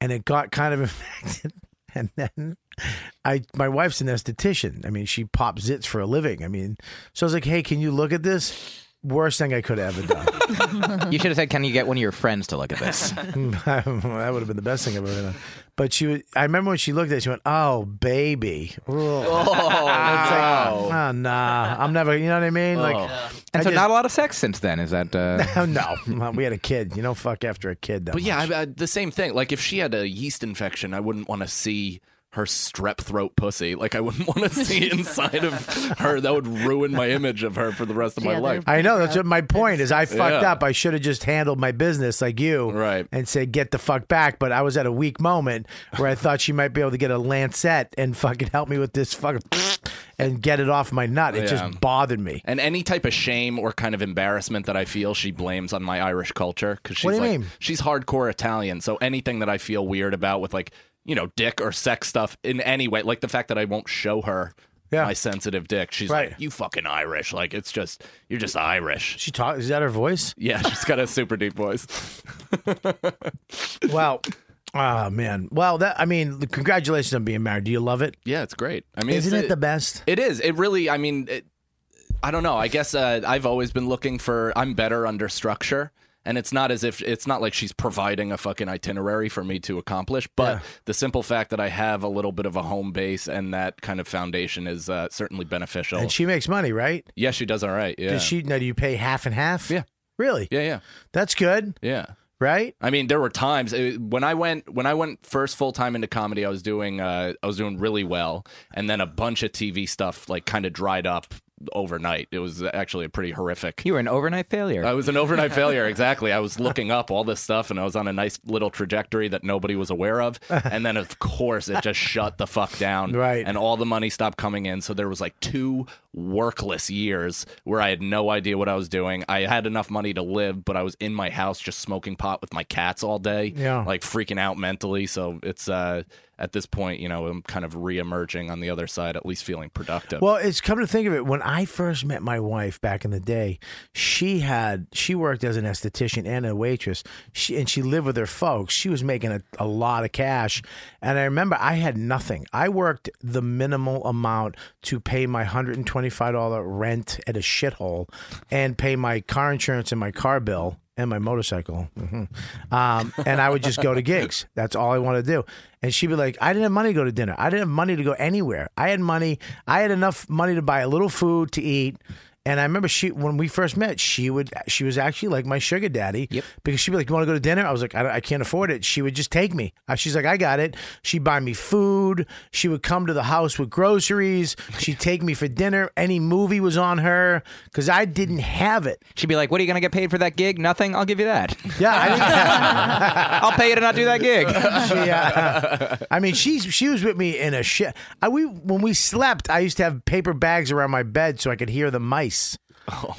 and it got kind of infected, and then. I my wife's an esthetician. I mean, she pops zits for a living. I mean, so I was like, "Hey, can you look at this?" Worst thing I could have ever done.
you should have said, "Can you get one of your friends to look at this?"
that would have been the best thing I've ever done. But she, was, I remember when she looked at it, she went, "Oh, baby." Oh,
no.
oh no, I'm never. You know what I mean? Like,
and
I
so,
just-
not a lot of sex since then. Is that? Uh...
no, we had a kid. You don't fuck after a kid, though.
Oh. But yeah, I, I, the same thing. Like if she had a yeast infection, I wouldn't want to see her strep throat pussy. Like I wouldn't want to see inside of her. That would ruin my image of her for the rest of my life.
I know that's what my point is. I fucked
Yeah.
up. I should have just handled my business like you,
right?
And said, "Get the fuck back." But I was at a weak moment where I thought she might be able to get a lancet and fucking help me with this fucking and get it off my nut. It
Yeah.
just bothered me.
And any type of shame or kind of embarrassment that I feel, she blames on my Irish culture because she's
What do you
like
mean?
she's hardcore Italian. So anything that I feel weird about with like you know dick or sex stuff in any way, like the fact that I won't show her. My sensitive dick. She's
Right.
like, you fucking Irish. Like, it's just, you're just Irish.
She talks. Is that her voice?
Yeah, she's got a super deep voice.
Wow. Oh man. Well, that I mean, congratulations on being married. Do you love it?
Yeah, it's great. I mean,
isn't
it's
it the best?
It is. It really. I mean, it, I don't know. I guess uh, I've always been looking for. I'm better under structure, and it's not as if it's not like she's providing a fucking itinerary for me to accomplish. But the simple fact that I have a little bit of a home base and that kind of foundation is uh, certainly beneficial.
And she makes money, right?
yeah, she does all right. Yeah.
Does she? Now, do you pay half and half? Yeah. Really?
Yeah, yeah.
That's good,
Yeah.
right?
I mean, there were times uh when I went when I went first full time into comedy. I was doing uh, I was doing really well, and then a bunch of TV stuff like kind of dried up overnight. It was actually a pretty horrific.
You were an overnight failure.
I was an overnight failure. Exactly. I was looking up all this stuff, and I was on a nice little trajectory that nobody was aware of. And then, of course, it just shut the fuck down.
Right.
And all the money stopped coming in. So there was like two workless years where I had no idea what I was doing. I had enough money to live, but I was in my house just smoking pot with my cats all day,
Yeah.
like freaking out mentally. So it's uh, at this point, you know, I'm kind of reemerging on the other side, at least feeling productive.
Well, it's come to think of it, when I first met my wife back in the day, she had she worked as an esthetician and a waitress. She and she lived with her folks. She was making a, a lot of cash, and I remember I had nothing. I worked the minimal amount to pay my hundred and twenty five dollar rent at a shithole, and pay my car insurance and my car bill. And my motorcycle, Mhm. um, and I would just go to gigs. That's all I want to do. And she'd be like, I didn't have money to go to dinner. I didn't have money to go anywhere. I had money. I had enough money to buy a little food to eat. And I remember she when we first met, she would she was actually like my sugar daddy because she'd be like, "You want to go to dinner?" I was like, I, don't- "I can't afford it." She would just take me. Uh, She's like, "I got it." She'd buy me food. She would come to the house with groceries. She'd take me for dinner. Any movie was on her because I didn't have it.
She'd be like, "What are you going to get paid for that gig? Nothing. I'll give you that.
Yeah, I
I'll pay you to not do that gig."
she, uh, I mean, she she was with me in a shit. I we when we slept, I used to have paper bags around my bed so I could hear the mice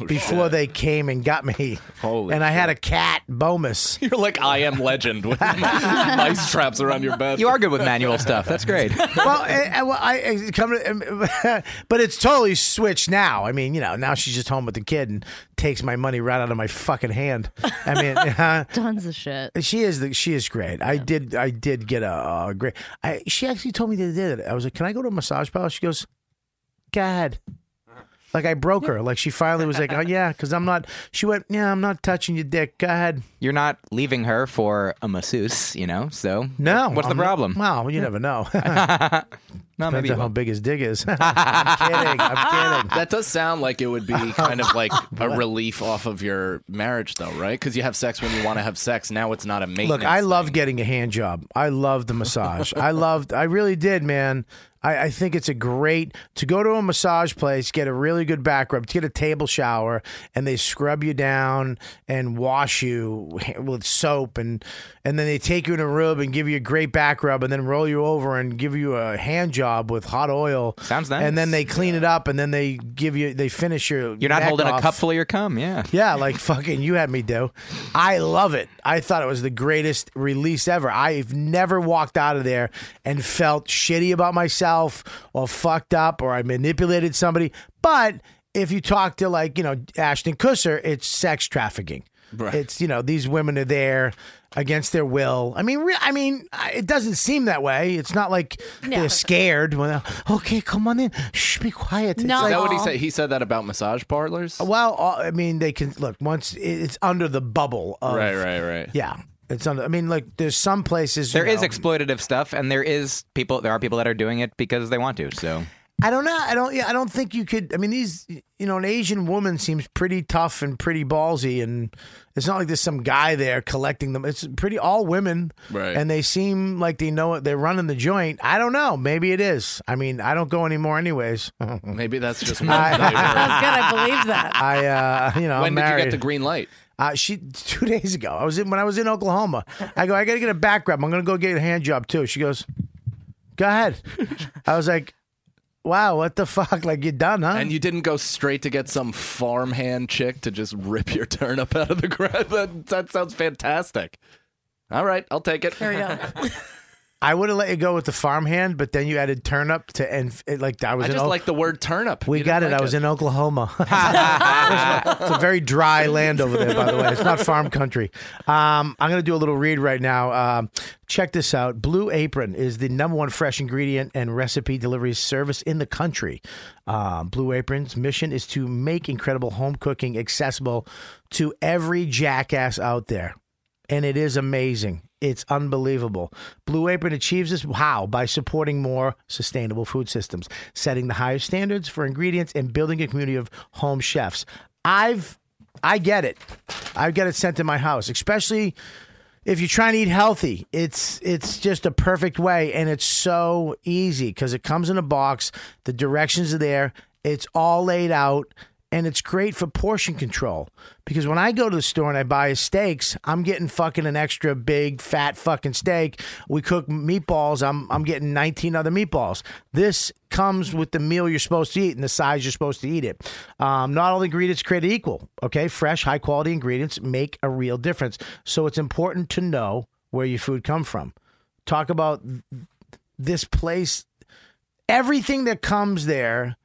before they came and got me.
Holy
and I had a cat, Bomus.
You're like I am legend with mice traps around your bed. You
are good with manual stuff. That's great.
well, I, I- well, I, I come to, eh, but it's totally switched now. I mean, you know, now she's just home with the kid and takes my money right out of my fucking hand. I mean, uh,
tons of shit.
She is the, she is great. I did I did get a, a great. I, she actually told me the other day. that I was like, "Can I go to a massage parlor?" She goes, "Go ahead." Like I broke her. Like she finally was like, "Oh yeah," because I'm not. She went, "Yeah, I'm not touching your dick. Go ahead."
You're not leaving her for a masseuse, you know. So
No,
what's
I'm
the
not-
problem?
Well, you never know.
No,
Depends
maybe you
on how
won't.
big his dick is. I'm kidding. I'm kidding.
That does sound like it would be kind of like a relief off of your marriage, though, right? Because you have sex when you want to have sex. Now it's not a maintenance.
Look, I love getting a hand job. I love the massage. I loved. I really did, man. I, I think it's a great to go to a massage place, get a really good back rub, to get a table shower, and they scrub you down and wash you with soap, and and then they take you in a room and give you a great back rub, and then roll you over and give you a hand job with hot oil. Sounds
nice.
And then they clean it up, and then they give you they finish your.
You're not
neck
holding a
off.
cup full of your cum. Yeah.
Yeah, like fucking you had me do. I love it. I thought it was the greatest release ever. I've never walked out of there and felt shitty about myself or fucked up or I manipulated somebody. But if you talk to like, you know, Ashton Kusser, it's sex trafficking.
Right.
It's you know these women are there against their will. I mean, re- I mean, I- it doesn't seem that way. It's not like they're scared. When they're, okay, come on in. Shh, be quiet. It's
Is
like-
that what he said? He said that about massage parlors.
well, uh, I mean, they can look once it- it's under the bubble of
Right, right, right.
yeah. It's under. I mean, like there's some places
There
you
is
know,
exploitative stuff, and there is people. There are people that are doing it because they want to. So
I don't know. I don't. Yeah, I don't think you could. I mean, these. You know, an Asian woman seems pretty tough and pretty ballsy, and it's not like there's some guy there collecting them. It's pretty all women,
Right.
And they seem like they know it. They're running the joint. I don't know. Maybe it is. I mean, I don't go anymore, anyways.
Maybe that's just.
I-
I believe that.
I, uh, you know,
when
I'm
did you
married.
get the green light?
Uh, she two days ago. I was in when I was in Oklahoma. I go, I gotta get a back rub. I'm gonna go get a hand job too. She goes, Go ahead. I was like, Wow, what the fuck? Like you're done, huh?
And you didn't go straight to get some farmhand chick to just rip your turnip out of the ground. That, that sounds fantastic. All right, I'll take it. There
we go.
I would have let you go with the farmhand, but then you added turnip to and it, like I was
I
in
just
O-
like the word turnip.
we
You
got it.
didn't like
I was in Oklahoma. it's a very dry land over there, by the way. It's not farm country. Um, I'm going to do a little read right now. Um, check this out. Blue Apron is the number one fresh ingredient and recipe delivery service in the country. Um, Blue Apron's mission is to make incredible home cooking accessible to every jackass out there and it is amazing. It's unbelievable. Blue Apron achieves this how? By supporting more sustainable food systems, setting the highest standards for ingredients, and building a community of home chefs. I've I get it. I've got it sent to my house, especially if you're trying to eat healthy, it's it's just a perfect way, and it's so easy because it comes in a box. The directions are there. It's all laid out. and it's great for portion control because when I go to the store and I buy a steaks, I'm getting fucking an extra big fat fucking steak. We cook meatballs. I'm I'm getting 19 other meatballs. This comes with the meal you're supposed to eat and the size you're supposed to eat it. Um, not all the ingredients created equal. Okay, fresh, high quality ingredients make a real difference. So it's important to know where your food come from. Talk about th- this place everything that comes there,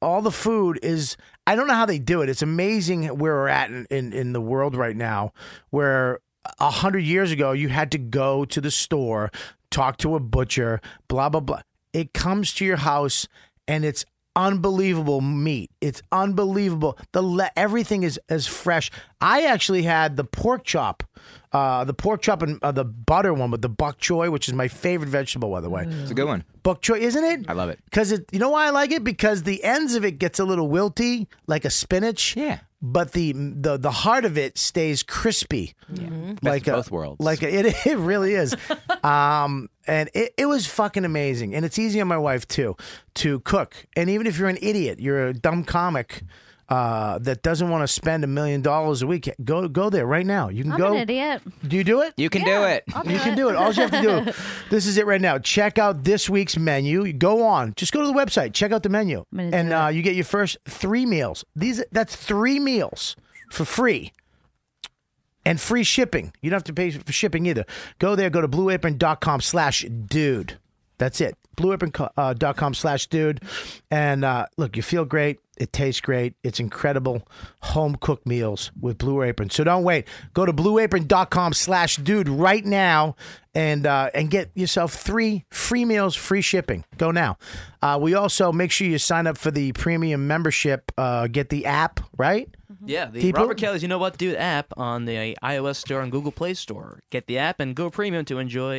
all the food is. I don't know how they do it. It's amazing where we're at in, in, in the world right now, where a hundred years ago you had to go to the store, talk to a butcher, blah blah blah. It comes to your house, and it's unbelievable meat. It's unbelievable. The le- everything is as fresh. I actually had the pork chop, uh, the pork chop and uh, the butter one with the bok choy, which is my favorite vegetable, by the way.
It's a good one.
Bok choy, isn't it?
I love it.
Because it, you know why I like it? Because the ends of it gets a little wilty, like a spinach.
Yeah.
But the the the heart of it stays crispy. Yeah.
Mm-hmm.
Like
Best of
a-
both worlds.
Like a, it, it really is. um, and it, it was fucking amazing. And it's easy on my wife too to cook. And even if you're an idiot, you're a dumb comic. Uh, that doesn't want to spend a million dollars a week. Go go there right now. You can
I'm
go.
an idiot.
Do you do it?
You can do it.
I'll
you
do
can
it.
do it. All you have to do, this is it right now. Check out this week's menu. Go on, just go to the website, check out the menu, and uh, you get your first three meals. These that's three meals for free. And free shipping. You don't have to pay for shipping either. Go there, go to blueapron.com slash dude. That's it. Blueapron.com slash dude. And uh, look, you feel great. It tastes great. It's incredible. Home cooked meals with Blue Apron. So don't wait. Go to blueapron.com slash dude right now and uh, and get yourself three free meals, free shipping. Go now. Uh, we also make sure you sign up for the premium membership. Uh, get the app, right?
Yeah, the
People-
Robert Kelly's You Know What Dude app on the iOS store and Google Play Store. Get the app and go premium to enjoy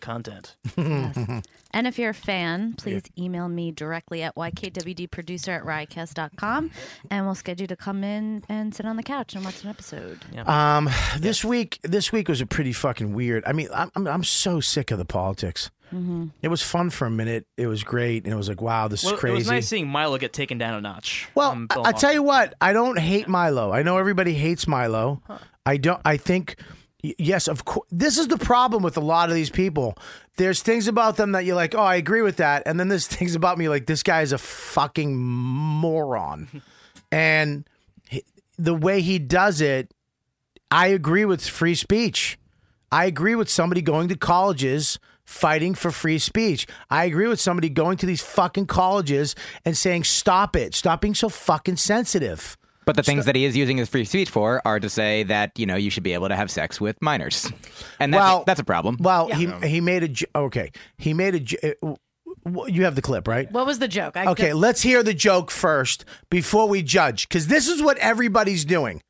content.
And if you're a fan, please email me directly at ykwdproducer at riotcast.com and we'll schedule you to come in and sit on the couch and watch an episode.
Um, this week, this week was a pretty fucking weird. I mean, I'm I'm, I'm so sick of the politics.
Mhm.
It was fun for a minute. It was great, and it was like, wow, this
Mm-hmm. Well,
is crazy.
It was nice um, seeing Milo get taken down a notch.
Well, I, I tell you what, I don't hate Milo. I know everybody hates Milo. I don't. I think y- yes, of course. This is the problem with a lot of these people. There's things about them that you're like, oh, I agree with that, and then there's things about me like this guy is a fucking moron, and he- the way he does it, I agree with free speech. I agree with somebody going to colleges fighting for free speech. I agree with somebody going to these fucking colleges and saying, stop it. Stop being so fucking sensitive.
But the things that he is using his free speech for are to say that you know you should be able to have sex with minors, and that's,
Well-
that's a problem.
Well, he he made a j- okay. He made a. j- uh, w- w- You have the clip, right?
What was the joke? I
Okay,
just-
let's hear the joke first before we judge, because this is what everybody's doing: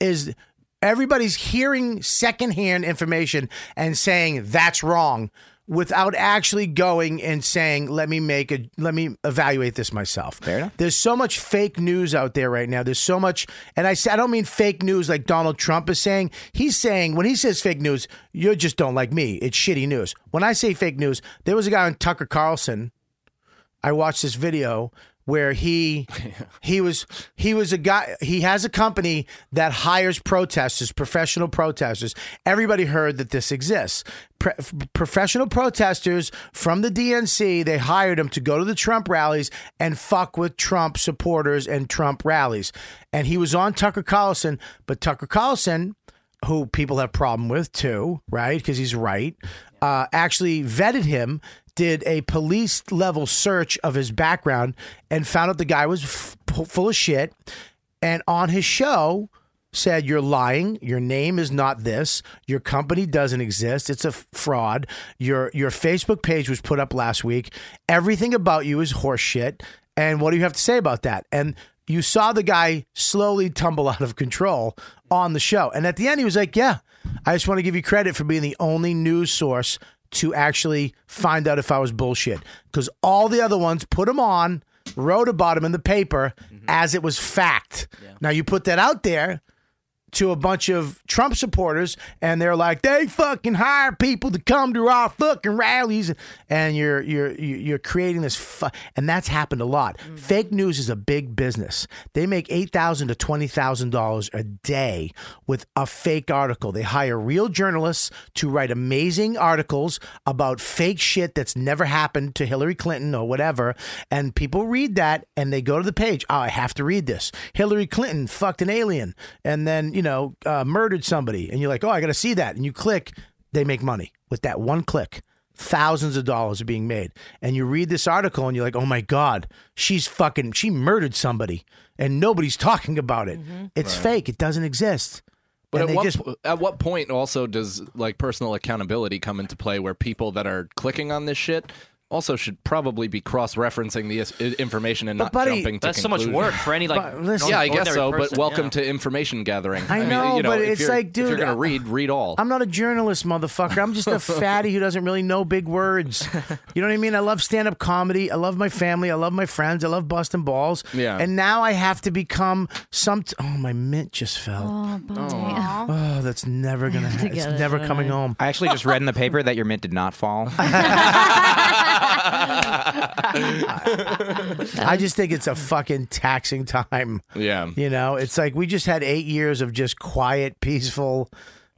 is everybody's hearing secondhand information and saying that's wrong, without actually going and saying, "Let me make a, let me evaluate this myself." Fair enough. There's so much fake news out there right now. There's so much, and I say I don't mean fake news like Donald Trump is saying. He's saying when he says fake news, you just don't like me. It's shitty news. When I say fake news, there was a guy on Tucker Carlson. I watched this video where he he was he was a guy he has a company that hires protesters professional protesters everybody heard that this exists Pre- professional protesters from the DNC they hired him to go to the Trump rallies and fuck with Trump supporters and Trump rallies and he was on Tucker Carlson but Tucker Carlson who people have problem with too, right? Because he's right. Uh, actually vetted him, did a police level search of his background, and found out the guy was f- full of shit. And on his show, said you're lying. Your name is not this. Your company doesn't exist. It's a f- fraud. Your your Facebook page was put up last week. Everything about you is horseshit. And what do you have to say about that? And you saw the guy slowly tumble out of control on the show. And at the end, he was like, Yeah, I just want to give you credit for being the only news source to actually find out if I was bullshit. Because all the other ones put him on, wrote about him in the paper as it was fact. Now you put that out there, to a bunch of Trump supporters, and they're like, "They fucking hire people to come to our fucking rallies," and you're you're you're creating this, fu- and that's happened a lot. Fake news is a big business. They make eight thousand to twenty thousand dollars a day with a fake article. They hire real journalists to write amazing articles about fake shit that's never happened to Hillary Clinton or whatever, and people read that and they go to the page. Oh, I have to read this. Hillary Clinton fucked an alien and then you know uh, murdered somebody, and you're like, oh, I got to see that, and you click. They make money with that one click. Thousands of dollars are being made, and you read this article, and you're like, "Oh my god, she's fucking, she murdered somebody, and nobody's talking about it. It's
Right.
fake. It doesn't exist."
Mm-hmm. But
And
at
they
what,
just-
po- at what point also does like personal accountability come into play where people that are clicking on this shit also should probably be cross-referencing the is- i- information and
But
not
buddy-
jumping to
That's so much
conclusions.
work for any, like, But listen-
yeah, I guess
ordinary
so. but
person,
welcome
yeah.
to information gathering.
I know,
mean, you know
but
if
it's
you're-
like,
if you're
dude,
gonna
I-
read, read all.
I'm not a journalist, motherfucker. I'm just a fatty who doesn't really know big words. You know what I mean? I love stand up comedy. I love my family. I love my friends. I love busting balls.
Yeah.
And now I have to become some. T- oh, my mint just fell.
Oh, buddy.
Oh, that's never gonna.
have to
happen. It's
get it,
never
don't
coming
I?
home.
I actually just read in the paper that your mint did not fall.
I just think it's a fucking taxing time.
Yeah.
You know, it's like we just had eight years of just quiet, peaceful.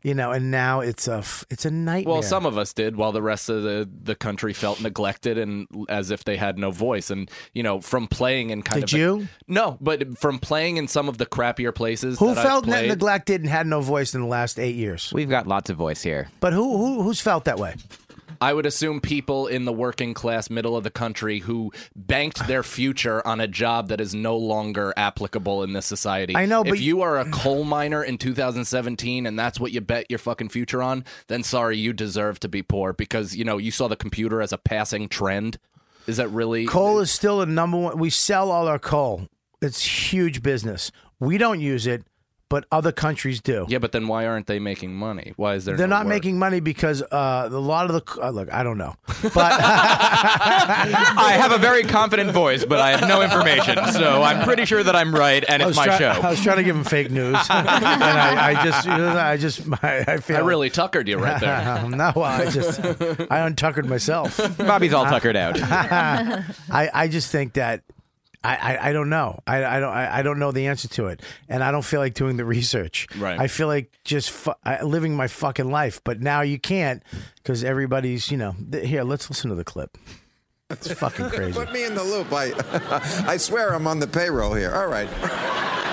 You know, and now it's a f- it's a nightmare.
Well, some of us did, while the rest of the, the country felt neglected and l- as if they had no voice. And you know, from playing in kind
Did
of
you?
no, but from playing in some of the crappier places.
who
that I've
felt
played-
neglected and had no voice in the last eight years.
We've got lots of voice here.
But who, who who's felt that way?
I would assume people in the working class, middle of the country, who banked their future on a job that is no longer applicable in this society.
I know,
if
but-
you are a coal miner in 2017 and that's what you bet your fucking future on, then sorry, you deserve to be poor because you know you saw the computer as a passing trend. Is that really
Coal is still the number one. We sell all our coal. It's huge business. We don't use it, but other countries do.
Yeah, but then why aren't they making money? Why is there?
They're
no
not
work?
making money because uh, a lot of the c- uh, look. I don't know.
I have a very confident voice, but I have no information, so I'm pretty sure that I'm right, and
I was
it's my
try-
show.
I was trying to give him fake news, and I, I just, you know, I just, I, I feel.
I really tuckered you right there.
no, I just, I untuckered myself.
Bobby's all tuckered out.
I, I just think that I, I, I don't know. I, I don't I, I don't know the answer to it, and I don't feel like doing the research.
Right.
I feel like just fu- I, living my fucking life, but now you can't because everybody's you know th- here. Let's listen to the clip. It's fucking crazy.
Put me in the loop. I, I swear I'm on the payroll here. All right.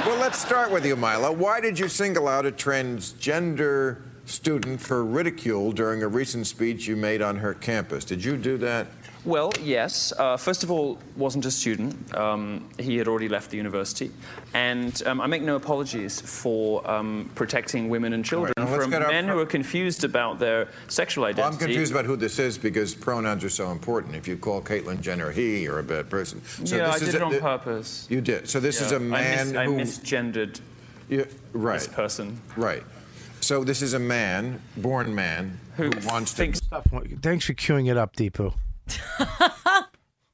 Well, let's start with you, Milo. Why did you single out a transgender student for ridicule during a recent speech you made on her campus? Did you do that?
Well, yes. Uh, first of all, wasn't a student. Um, he had already left the university, and um, I make no apologies for um, protecting women and children
now let's
from
get our
men who are confused about their sexual identity.
Well, I'm confused about who this is because pronouns are so important. If you call Caitlyn Jenner he, you're a bad person. So
yeah,
this
I
is
did
a-
it on
th-
purpose.
You did. So this
Yeah,
is a
I
man
mis- I
who
misgendered
Yeah, right.
this person.
Right. So this is a man, born man, who, wants to.
Thanks for queuing it up, Deepu.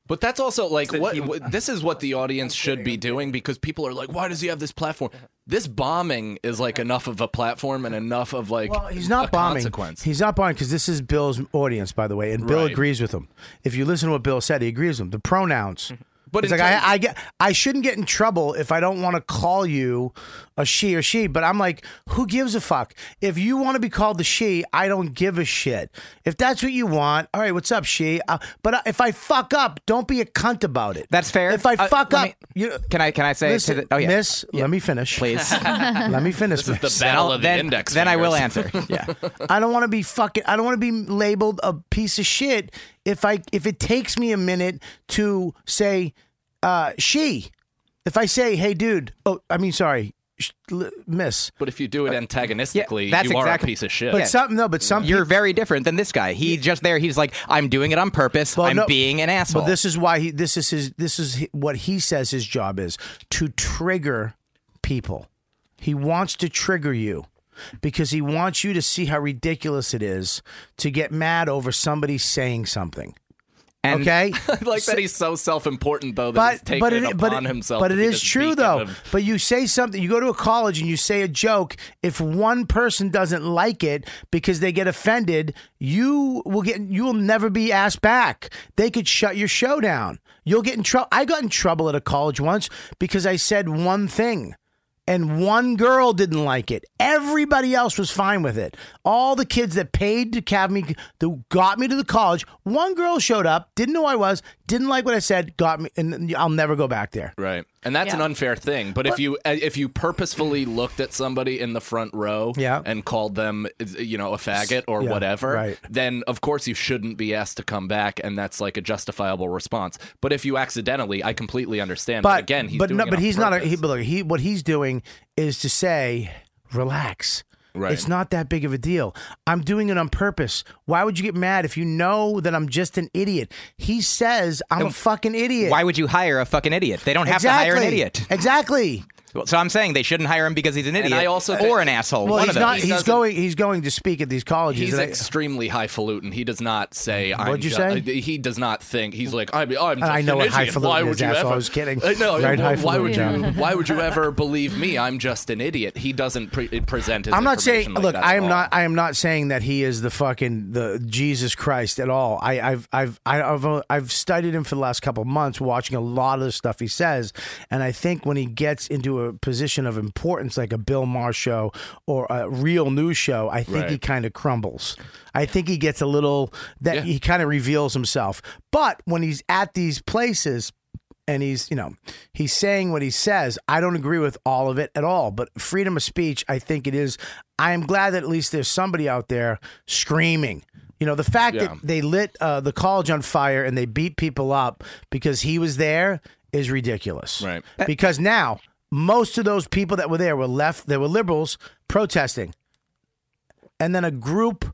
But that's also like what, what this is what the audience should be doing because people are like, why does he have this platform? This bombing is like enough of a platform and enough of like
He's not
a
bombing.
consequence.
He's not bombing because this is Bill's audience, by the way, and Bill
Right.
agrees with him. If you listen to what Bill said, he agrees with him. The pronouns.
But
it's
in
like I,
terms-
I get, I shouldn't get in trouble if I don't want to call you a she or she. But I'm like, who gives a fuck? If you want to be called the she, I don't give a shit. If that's what you want, all right, what's up, she? Uh, but if I fuck up, don't be a cunt about it.
That's fair.
If I
Uh,
fuck
let
up,
me- can I can I say
Listen,
to the, oh yeah,
Miss, let me finish,
Please.
let me finish.
This is the
miss.
battle
Then-
of the
then-
index.
then I will
fingers.
answer. Yeah.
I don't want to be fucking. I don't want to be labeled a piece of shit if I if it takes me a minute to say uh, she. If I say, "Hey, dude," oh, I mean, sorry, sh- l- miss.
but if you do it antagonistically,
that's
you are
exactly-
a piece of shit.
But some no, but some
You're very different than this guy. He just there. He's like, I'm doing it on purpose. I'm
no,
being an asshole.
Well, this is why he. This is his. This is hi- what he says his job is to trigger people. He wants to trigger you because he wants you to see how ridiculous it is to get mad over somebody saying something.
And
okay,
I like that he's so self-important though that he's taking it, upon
but
himself.
But
to
it
be
is
this
true
beacon
though.
of-
But you say something, you go to a college and you say a joke. If one person doesn't like it because they get offended, you will get you will never be asked back. They could shut your show down. You'll get in trouble. I got in trouble at a college once because I said one thing. And one girl didn't like it. Everybody else was fine with it. All the kids that paid to have me, that got me to the college. One girl showed up, didn't know who I was, didn't like what I said, got me, and I'll never go back there.
Right, and that's an unfair thing. But if you uh, if you purposefully looked at somebody in the front row,
Yeah.
and called them, uh, you know, a faggot or
Yeah,
whatever,
right.
then of course you shouldn't be asked to come back, and that's like a justifiable response. But if you accidentally, I completely understand. But, again, he's
but
doing
no,
it
but
on
he's not. A,
purpose.
he, but look, he what he's doing is to say, relax.
Right.
It's not that big of a deal. I'm doing it on purpose. Why would you get mad if you know that I'm just an idiot? He says I'm a fucking idiot.
Why would you hire a fucking idiot? They don't have to hire an
Exactly.
idiot.
Exactly.
Well, So I'm saying they shouldn't hire him because he's an idiot
I also
or
think-
an asshole.
Well,
one
he's
of
not.
those.
he's going. He's going to speak at these colleges.
He's
and I-
extremely highfalutin. He does not say. I'm
What'd you
ju- Uh,
say?
He does not think. He's like I'm. I'm
And
just
I know
an
what
idiot.
highfalutin
why
is,
would you
asshole.
ever?
I was kidding.
Uh, no,
Right,
why- why
highfalutin,
would you?
John.
Why would you ever believe me? I'm just an idiot. He doesn't pre- present his.
I'm not saying.
information like
look,
that
I
at
am
all.
not. I am not saying that he is the fucking the Jesus Christ at all. I, I've I've I- I've uh, I've studied him for the last couple of months, watching a lot of the stuff he says, and I think when he gets into a position of importance, like a Bill Maher show or a real news show, I think
Right.
he kind of crumbles. I think he gets a little that he kind of reveals himself. But when he's at these places and he's you know he's saying what he says i don't agree with all of it at all but freedom of speech i think it is i am glad that at least there's somebody out there screaming you know the fact
Yeah.
that they lit uh, the college on fire and they beat people up because he was there is ridiculous
Right.
because now most of those people that were there were left they were liberals protesting and then a group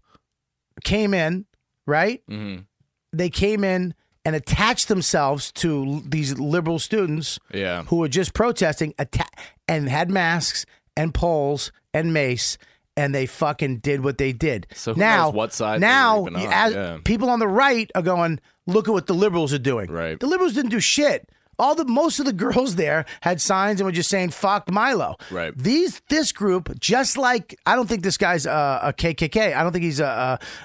came in right
Mhm.
they came in and attached themselves to l- these liberal students
Yeah.
who were just protesting atta- and had masks and poles and mace and they fucking did what they did. So
who
now
knows what side they were
now
even on,
you- as-
yeah.
people on the right are going look at what the liberals are doing.
Right.
The liberals didn't do shit. All the most of the girls there had signs and were just saying "fuck Milo."
Right.
These this group, just like I don't think this guy's a, a KKK. I don't think he's a,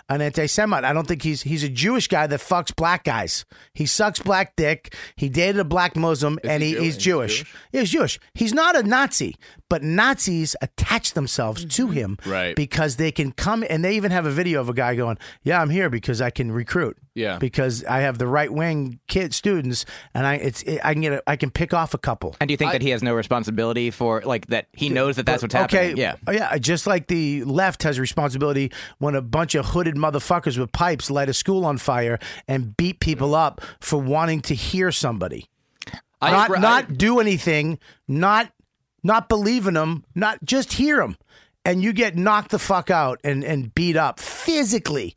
a an anti-Semite. I don't think he's he's a Jewish guy that fucks black guys. He sucks black dick. He dated a black Muslim, and he, he's, Jewish. Yeah, He's Jewish. He's not a Nazi, but Nazis attach themselves to him,
Right.
Because they can come, and they even have a video of a guy going, "Yeah, I'm here because I can recruit."
Yeah.
because I have the right wing kid students, and I it's it, I can get a, I can pick off a couple.
And do you think that he has no responsibility for like that? He knows that that's what's
Okay.
happening.
Oh,
Yeah.
Yeah. Just like the left has responsibility when a bunch of hooded motherfuckers with pipes light a school on fire and beat people up for wanting to hear somebody.
I
not
agree- I-
not do anything, not not believe in them, not just hear them. And you get knocked the fuck out and, and beat up physically.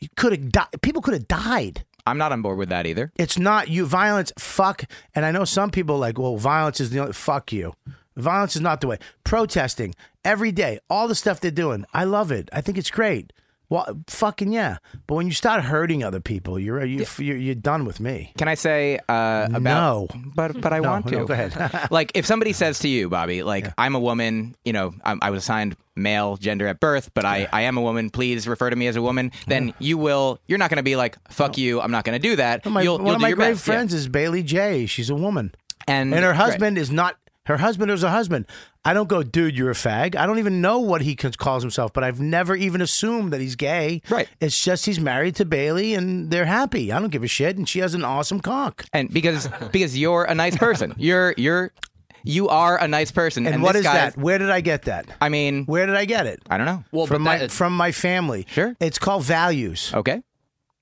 You could have di- people could have died.
I'm not on board with that either.
It's not you violence. Fuck. And I know some people are like, well, violence is the only fuck you. Violence is not the way. Protesting every day, all the stuff they're doing. I love it. I think it's great. Well, fucking yeah. But when you start hurting other people, you're you you're, you're done with me.
Can I say uh, about?
No.
but but I
No,
want to.
no, go ahead.
like if somebody says to you, Bobby, like I'm a woman, you know, I'm, I was assigned male gender at birth, but I I am a woman. Please refer to me as a woman. Then you will. You're not going to be like fuck you. I'm not going to do that.
One of my,
you'll
one
you'll
of
do
my
your
great
best. Yeah.
friends is Bailey J. She's a woman,
And-
her
right.
husband is not. Her husband is a husband. I don't go, dude, you're a fag. I don't even know what he c- calls himself, but I've never even assumed that he's gay. Right. It's just he's married to Bailey and they're happy. I don't give a shit. And she has an awesome cock.
and because because you're a nice person. You're you're you are a nice person.
And,
And,
what
this
is
guy-
that? Where did I get that?
I mean,
where did I get it?
I don't know.
Well, from my from my family. Sure. It's called values.
Okay.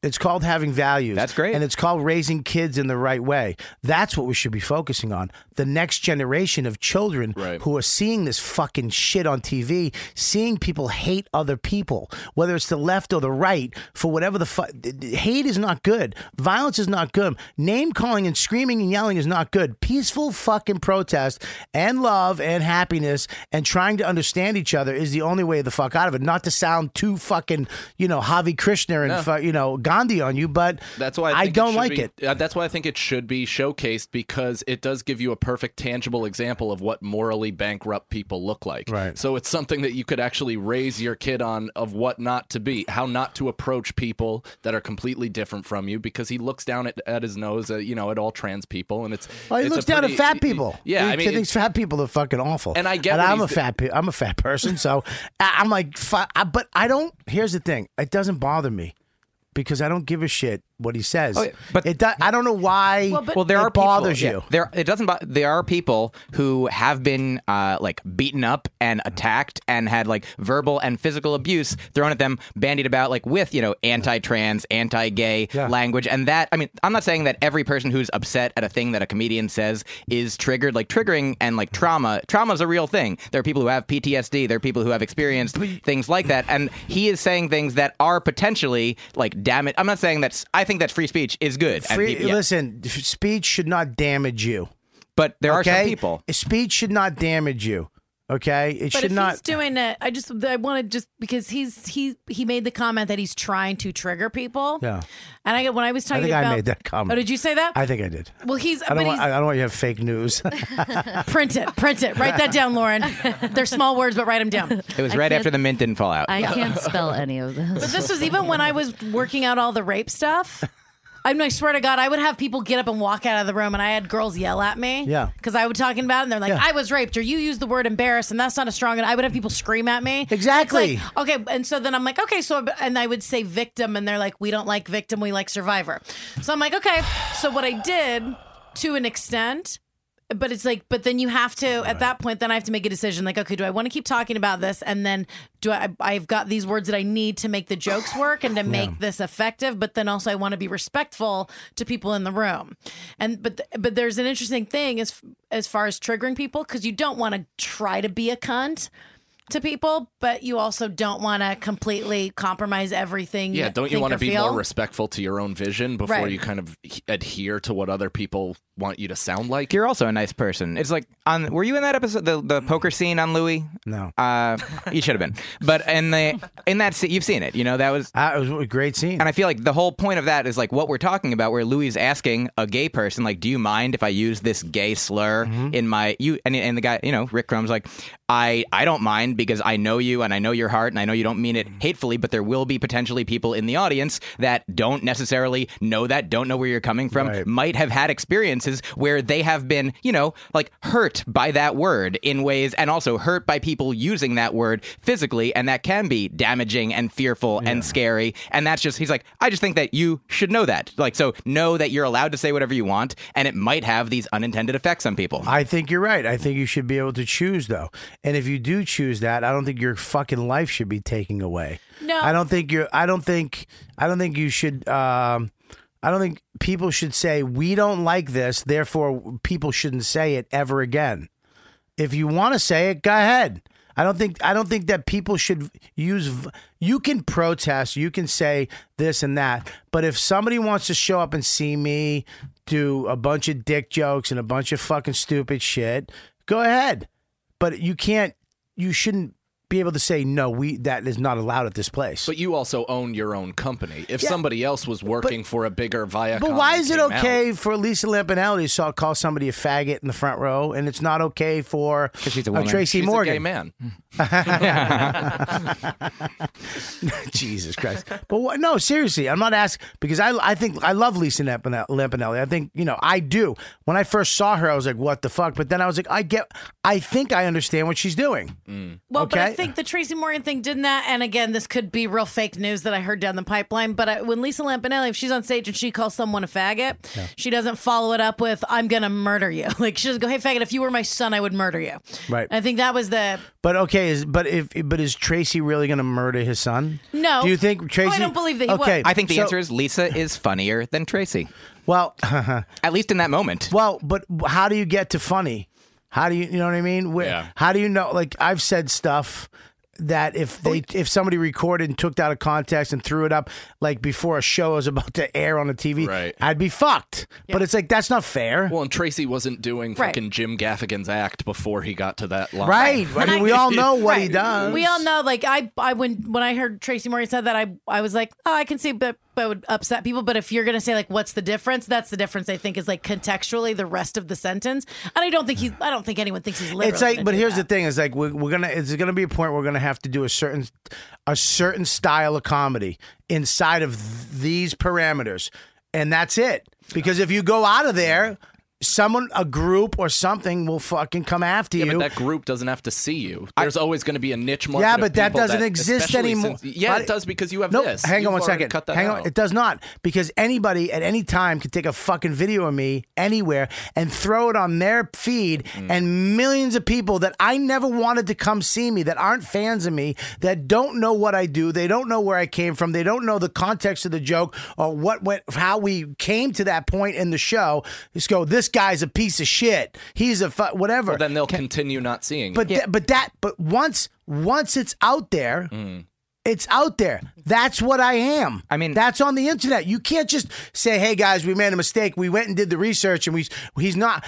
It's called having values. That's
Oh. great.
And it's called raising kids in the right way. That's what we should be focusing on. The next generation of children who are seeing this fucking shit on TV, seeing people hate other people, whether it's the left or the right, for whatever the fuck. Hate is not good. Violence is not good. Name calling and screaming and yelling is not good. Peaceful fucking protest and love and happiness and trying to understand each other is the only way the fuck out of it. Not to sound too fucking, you know, Javi Krishna and,
No.
fu- you know, Gandhi. Gandhi on you, but
That's why I,
I
think
don't
should
like
be-
it.
uh, That's why I think it should be showcased because it does give you a perfect, tangible example of what morally bankrupt people look like. Right. So it's something that you could actually raise your kid on of what not to be, how not to approach people that are completely different from you, because he looks down at, at his nose, at, you know, at all trans people, and it's.
Well, he
it's a
looks down
pretty- e-
at fat people.
Yeah,
he,
I mean,
he thinks fat people are fucking awful.
And I get
And
what
I'm
he's
a
do-
fat. Pe- I'm a fat person, so I- I'm like, fi- I, but I don't. Here's the thing: it doesn't bother me because I don't give a shit what he says.
Oh, yeah, but-
it do- I don't know why.
well, there
it
are
bothers
people,
you.
yeah, there, it doesn't. bo- There are people who have been uh, like beaten up and attacked and had like verbal and physical abuse thrown at them, bandied about like with you know anti-trans, anti-gay language, and that. I mean, I'm not saying that every person who's upset at a thing that a comedian says is triggered. Like triggering and like trauma. Trauma is a real thing. There are people who have PTSD. There are people who have experienced things like that, and he is saying things that are potentially like damage. I'm not saying that's. I think that free speech is good. and
Free,
people- yeah.
Listen, f- speech should not damage you.
But there are some
okay?
people.
Speech should not damage you. Okay,
but
it should
if
not.
he's doing it, I just I want to just because he's he he made the comment that he's trying to trigger people.
yeah,
And I when I was
I
talking
think
about
I made that comment.
Oh, did you say that?
I think I did.
Well, he's
I
but
don't, want,
he's
I don't want you to have fake news.
print it, print it, write that down, Lauren. They're small words, but write them down.
It was right after the mint didn't fall out.
I can't spell any of this.
But this was even when I was working out all the rape stuff. I mean, I swear to God, I would have people get up and walk out of the room, and I had girls yell at me.
Yeah.
Because I would talking about it, and they're like, I was raped, or you used the word embarrassed, and that's not a strong, and I would have people scream at me.
Exactly.
It's like, okay. And so then I'm like, okay, so, and I would say victim, and they're like, we don't like victim, we like survivor. So I'm like, okay. So what I did to an extent, but it's like, but then you have to, at that point, then I have to make a decision like, okay, do I want to keep talking about this? And then do I, I've got these words that I need to make the jokes work and to make this effective, but then also I want to be respectful to people in the room. And, but, th- but there's an interesting thing as, as far as triggering people, because you don't want to try to be a cunt to people, but you also don't want to completely compromise everything.
Yeah, don't you
think
want
or
to be
feel.
more respectful to your own vision before
Right.
you kind of h- adhere to what other people want you to sound like?
You're also a nice person. It's like on. Were you in that episode, the the poker scene on Louis?
No.
Uh, you should have been. But in the in that scene, you've seen it. You know that was
that was a great scene.
And I feel like the whole point of that is like what we're talking about, where Louis is asking a gay person, like, "Do you mind if I use this gay slur
Mm-hmm.
in my you?" And and the guy, you know, Rick Crumb's like, "I I don't mind because I know you and I know your heart and I know you don't mean it hatefully, but there will be potentially people in the audience that don't necessarily know that, don't know where you're coming from,
Right.
might have had experiences where they have been, you know, like hurt by that word in ways and also hurt by people using that word physically. And that can be damaging and fearful and scary. And that's just, he's like, I just think that you should know that. Like, so know that you're allowed to say whatever you want and it might have these unintended effects on people.
I think you're right. I think you should be able to choose though. And if you do choose that, I don't think your fucking life should be taken away.
No.
I don't think you're I don't think I don't think you should um I don't think people should say we don't like this, therefore people shouldn't say it ever again. If you want to say it, go ahead. I don't think I don't think that people should use v- you can protest, you can say this and that, but if somebody wants to show up and see me do a bunch of dick jokes and a bunch of fucking stupid shit, go ahead. But you can't you shouldn't be able to say no, we that is not allowed at this place.
But you also own your own company. If somebody else was working for a bigger Viacom,
But why
and
is it
came out-
okay for Lisa Lampanelli to saw- call somebody a faggot in the front row, and it's not okay for
she's
a
uh,
woman.
Tracy
She's a gay
Morgan? Mm-hmm.
man.
Jesus Christ! But what, no, seriously, I'm not asking because I I think I love Lisa Lampane- Lampanelli. I think you know I do. When I first saw her, I was like, "What the fuck?" But then I was like, "I get. I think I understand what she's doing."
Well, but I
Okay.
think the Tracy Morgan thing didn't that. And again, this could be real fake news that I heard down the pipeline. But I, when Lisa Lampanelli, if she's on stage and she calls someone a faggot, she doesn't follow it up with "I'm gonna murder you." Like she doesn't go, "Hey, faggot, if you were my son, I would murder you."
Right.
I think that was the
But okay, is but if but is Tracy really going to murder his son?
No.
Do you think Tracy?
Oh, I don't believe that he would.
okay,
I think the
so-
answer is Lisa is funnier than Tracy.
Well,
at least in that moment.
Well, but how do you get to funny? How do you you know what I mean? Where, How do you know? Like I've said stuff that if they if somebody recorded and took it out of context and threw it up like before a show was about to air on the TV,
Right.
I'd be fucked. But it's like that's not fair.
Well, and Tracy wasn't doing
Right.
fucking Jim Gaffigan's act before he got to that line.
Right. I mean, we all know what he does.
We all know, like I, I when when I heard Tracy Morgan said that, I, I was like, oh, I can see, but that would upset people. But if you're going to say like, what's the difference? That's the difference. I think is like contextually the rest of the sentence. And I don't think he. I don't think anyone thinks he's literally.
It's like,
gonna
but
do
here's
that.
the thing: is like we're, we're gonna. It's gonna be a point where we're gonna have to do a certain, a certain style of comedy inside of th- these parameters, and that's it. Because if you go out of there, someone, a group, or something will fucking come after
Yeah,
you.
but that group doesn't have to see you. There's always going to be a niche market.
Yeah,
of
but that
people
doesn't exist
especially
anymore.
since- yeah,
But-
it does because you have
Nope,
this.
Hang on
You've
one
already
second.
Cut that
Hang
out.
on. It does not because anybody at any time could take a fucking video of me anywhere and throw it on their feed,
Mm.
and millions of people that I never wanted to come see me that aren't fans of me that don't know what I do, they don't know where I came from, they don't know the context of the joke or what went, how we came to that point in the show. Just go, this guy's a piece of shit. He's a fu- whatever.
Well, then they'll continue not seeing.
But
it.
tha- but that but once once it's out there,
Mm.
it's out there. That's what I am. I mean, that's on the internet. You can't just say, "Hey guys, we made a mistake. We went and did the research, and we he's not,"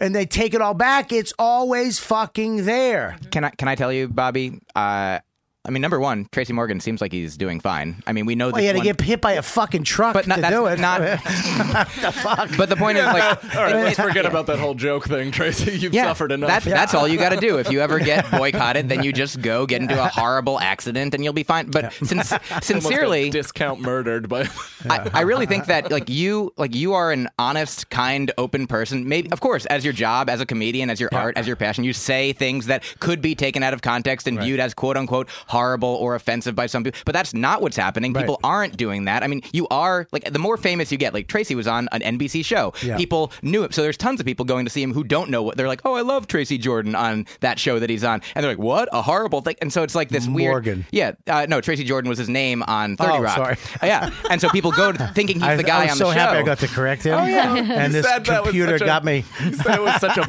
and they take it all back. It's always fucking there.
Can I can I tell you, Bobby? Uh, I mean, number one, Tracy Morgan seems like he's doing fine. I mean, we know
Well,
this
you had to
one-
get hit by a fucking truck
But not-
to
that's
do it.
not-
what the fuck?
But the point is, like,
All right,
it-
let's
it-
forget about that whole joke thing, Tracy. You've suffered enough.
That, That's all you got to do. If you ever get boycotted, then you just go get into a horrible accident and you'll be fine. But sin- sincerely,
discount murdered by.
I, I really think that like you like you are an honest, kind, open person. Maybe of course, as your job, as a comedian, as your art, as your passion, you say things that could be taken out of context and viewed as quote unquote horrible or offensive by some people. But that's not what's happening. People aren't doing that. I mean, you are like the more famous you get, like Tracy was on an NBC show.
Yeah.
People knew him. So there's tons of people going to see him who don't know what they're like, oh, I love Tracy Jordan on that show that he's on. And they're like, what? A horrible thing. And so it's like this
Morgan.
weird Yeah. Uh, no, Tracy Jordan was his name on 30
Oh,
Rock.
sorry.
Uh, yeah. And so people go to thinking he's
I,
the guy
I was
on
so
the show.
happy I got to correct him.
Oh, yeah.
And
You
this
said that was
computer
such a-
got me.
You said it was such a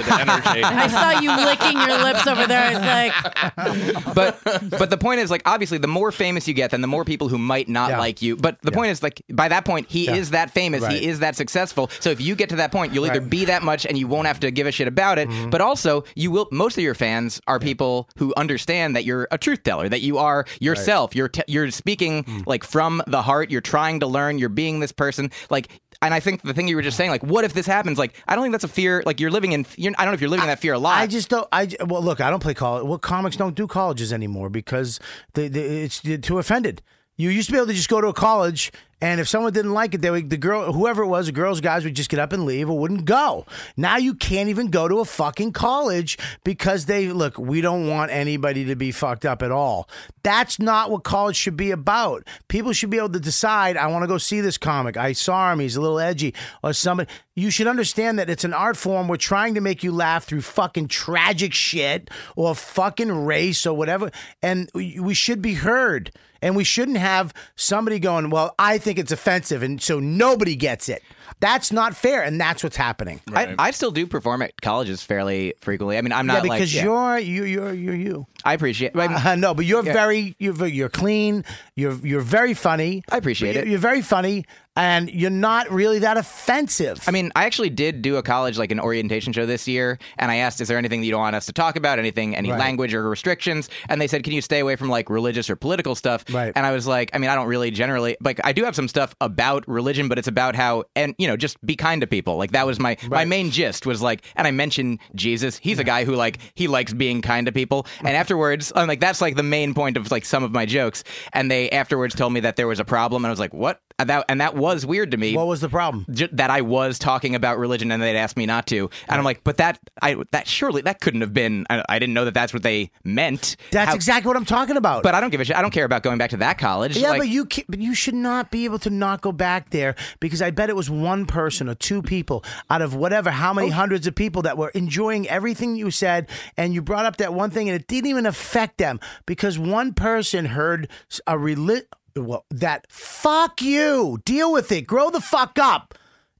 energy.
I saw you licking your lips over there. It's like
but but the point is like obviously the more famous you get then the more people who might not like you but the point is like by that point he
Yeah.
is that famous
Right.
he is that successful so if you get to that point you'll either be that much and you won't have to give a shit about it
Mm-hmm.
but also you will most of your fans are people who understand that you're a truth teller that you are yourself you're te- you're speaking
Mm.
like from the heart you're trying to learn you're being this person like and I think the thing you were just saying, like, what if this happens? Like, I don't think that's a fear. Like, you're living in. You're, I don't know if you're living in that fear a lot.
I just don't. I well, look, I don't play college. Well, comics don't do colleges anymore because they, they, it's they're too offended. You used to be able to just go to a college, and if someone didn't like it, they would, the girl, whoever it was, the girls, guys would just get up and leave or wouldn't go. Now you can't even go to a fucking college because they look. We don't want anybody to be fucked up at all. That's not what college should be about. People should be able to decide. I want to go see this comic. I saw him. He's a little edgy or somebody. You should understand that it's an art form. We're trying to make you laugh through fucking tragic shit or fucking race or whatever. And we we should be heard. And we shouldn't have somebody going, well, I think it's offensive. And so nobody gets it. That's not fair. And that's what's happening.
I, I still do perform at colleges fairly frequently. I mean, I'm
yeah,
not like
because
yeah.
you're you you're you're you.
I appreciate. I mean,
Uh, no, but you're
Yeah.
very you're ve- you're clean. You're you're very funny. I
appreciate it.
You're very funny, and you're not really that offensive.
I mean, I actually did do a college like an orientation show this year, and I asked, "Is there anything that you don't want us to talk about? Anything, any
Right.
language or restrictions?" And they said, "Can you stay away from like religious or political stuff?" Right. And I was like, "I mean, I don't really generally like. I do have some stuff about religion, but it's about how and you know just be kind to people. Like that was my my main gist was like, and I mentioned Jesus. He's a guy who like he likes being kind to people. And afterwards, I'm like, that's like the main point of like some of my jokes. And they afterwards told me that there was a problem, and I was like, what? And that and that was weird to me.
What was the problem?
Ju- that I was talking about religion and they'd asked me not to. And I'm like, but that I that surely that couldn't have been. I, I didn't know that that's what they meant.
That's
How-
exactly what I'm talking about.
But I don't give a shit. I don't care about going back to that college.
yeah,
Like,
but you can, but you should not be able to not go back there because I bet it was one person or two people out of whatever how many hundreds of people that were enjoying everything you said and you brought up that one thing and it didn't even affect them because one person heard s- a reli- well, that fuck you deal with it grow the fuck up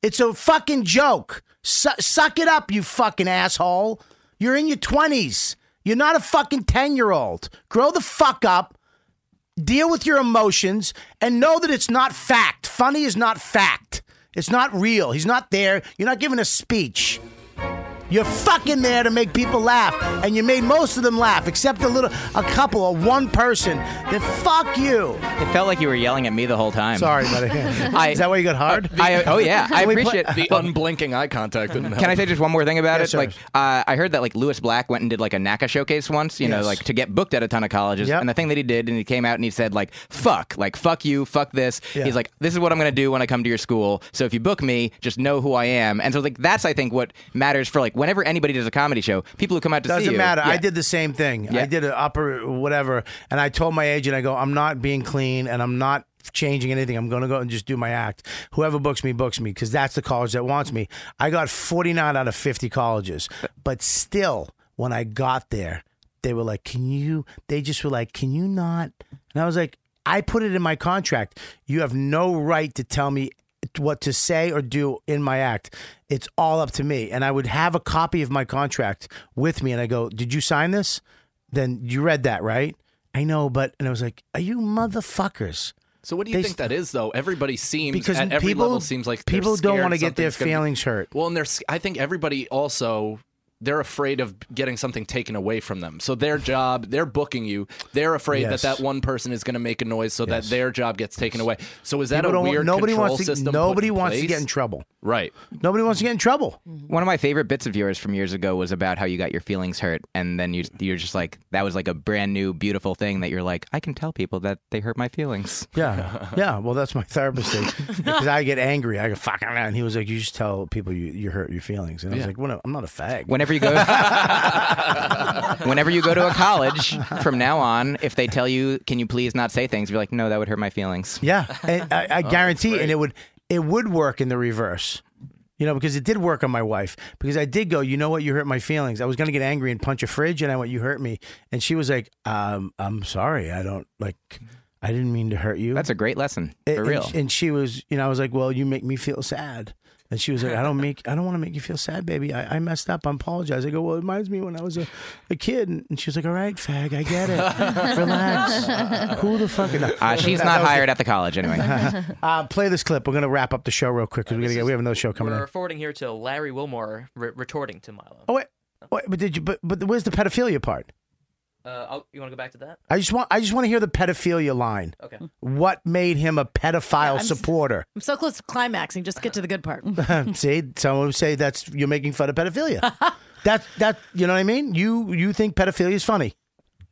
it's a fucking joke Su- suck it up you fucking asshole you're in your 20s you're not a fucking 10 year old grow the fuck up deal with your emotions and know that it's not fact. Funny is not fact. It's not real. He's not there. You're not giving a speech. You're fucking there to make people laugh, and you made most of them laugh, except a little, a couple, or one person. Then fuck you.
It felt like you were yelling at me the whole time.
Sorry, buddy.
I,
Is that why you got hard?
I, oh yeah, I
Can we play-
appreciate
the unblinking eye contact. Didn't
Can I say just one more thing about
Oh. Yeah,
it?
sure.
Like, uh, I heard that like Lewis Black went and did like a NACA showcase once, you know,
Yes.
like to get booked at a ton of colleges.
Yep.
And the thing that he did, and he came out and he said like, "Fuck, like fuck you, fuck this."
Yeah.
He's like, "This is what I'm gonna do when I come to your school. So if you book me, just know who I am." And so like that's I think what matters for like whenever anybody does a comedy show, people who come out to see
Doesn't
you.
matter.
Yeah.
I did the same thing. I
Yeah.
did an upper whatever, and I told my agent, I go, I'm not being clean, and I'm not changing anything. I'm going to go and just do my act. Whoever books me, books me, because that's the college that wants me. I got 49 out of 50 colleges, but still, when I got there, they were like, "Can you?" They just were like, "Can you not?" And I was like, "I put it in my contract. You have no right to tell me." What to say or do in my act. It's all up to me. And I would have a copy of my contract with me. And I go, Did you sign this? Then you read that, right? I know, but. And I was like, Are you motherfuckers?
So what do you
They
think that is, though? Everybody seems
Because
at every
people-
level seems like they're
people don't
scared
wanna get their
something's gonna be-
feelings hurt.
Well, and they're s- I think everybody also they're afraid of getting something taken away from them. So their job, they're booking you. They're afraid
Yes.
that that one person is going to make a noise, so that their job gets taken away. So is that
People
a
don't want-
weird
nobody
control
wants to-
system?
nobody
put in
wants to
place?
get in trouble.
Right.
Nobody wants to get in trouble.
One of my favorite bits of yours from years ago was about how you got your feelings hurt, and then you you're just like that was like a brand new beautiful thing that you're like I can tell people that they hurt my feelings.
Yeah, yeah. Well, that's my therapist thing because I get angry. I go fucking, and he was like, "You just tell people you, you hurt your feelings," and I was
Yeah.
like, well, no, "I'm not a fag."
Whenever you go, whenever you go to a college from now on, if they tell you, "Can you please not say things?" You're like, "No, that would hurt my feelings."
Yeah, and
Oh,
I, I guarantee, and it would it would work in the reverse. You know, because it did work on my wife. Because I did go, you know what, you hurt my feelings. I was gonna get angry and punch a fridge, and I went, you hurt me. And she was like, um, I'm sorry, I don't like, I didn't mean to hurt you.
That's a great lesson
And-
for
and
real.
sh- And, she was, you know, I was like, well, you make me feel sad. And she was like, I don't make, I don't want to make you feel sad, baby. I, I messed up. I apologize. I go, well, it reminds me when I was a, a kid. And she was like, all right, fag, I get it. Relax. Who the fuck? No.
Uh, she's
That-
not
that was
hired
it.
at the college anyway.
Uh, play this clip. We're gonna wrap up the show real quick because we gotta get. We have another show coming
We're
in.
forwarding here to Larry Wilmore re- retorting to Milo.
Oh wait, wait, but did you? But, but where's the pedophilia part?
Uh, I'll, you want to go back to that?
I just want. I just want to hear the pedophilia line.
Okay.
What made him a pedophile
I'm s-
supporter? Hmm,
I'm so close to climaxing. Just get to the good part.
See, someone would say that's you're making fun of pedophilia. that that you know what I mean? You you think pedophilia is funny?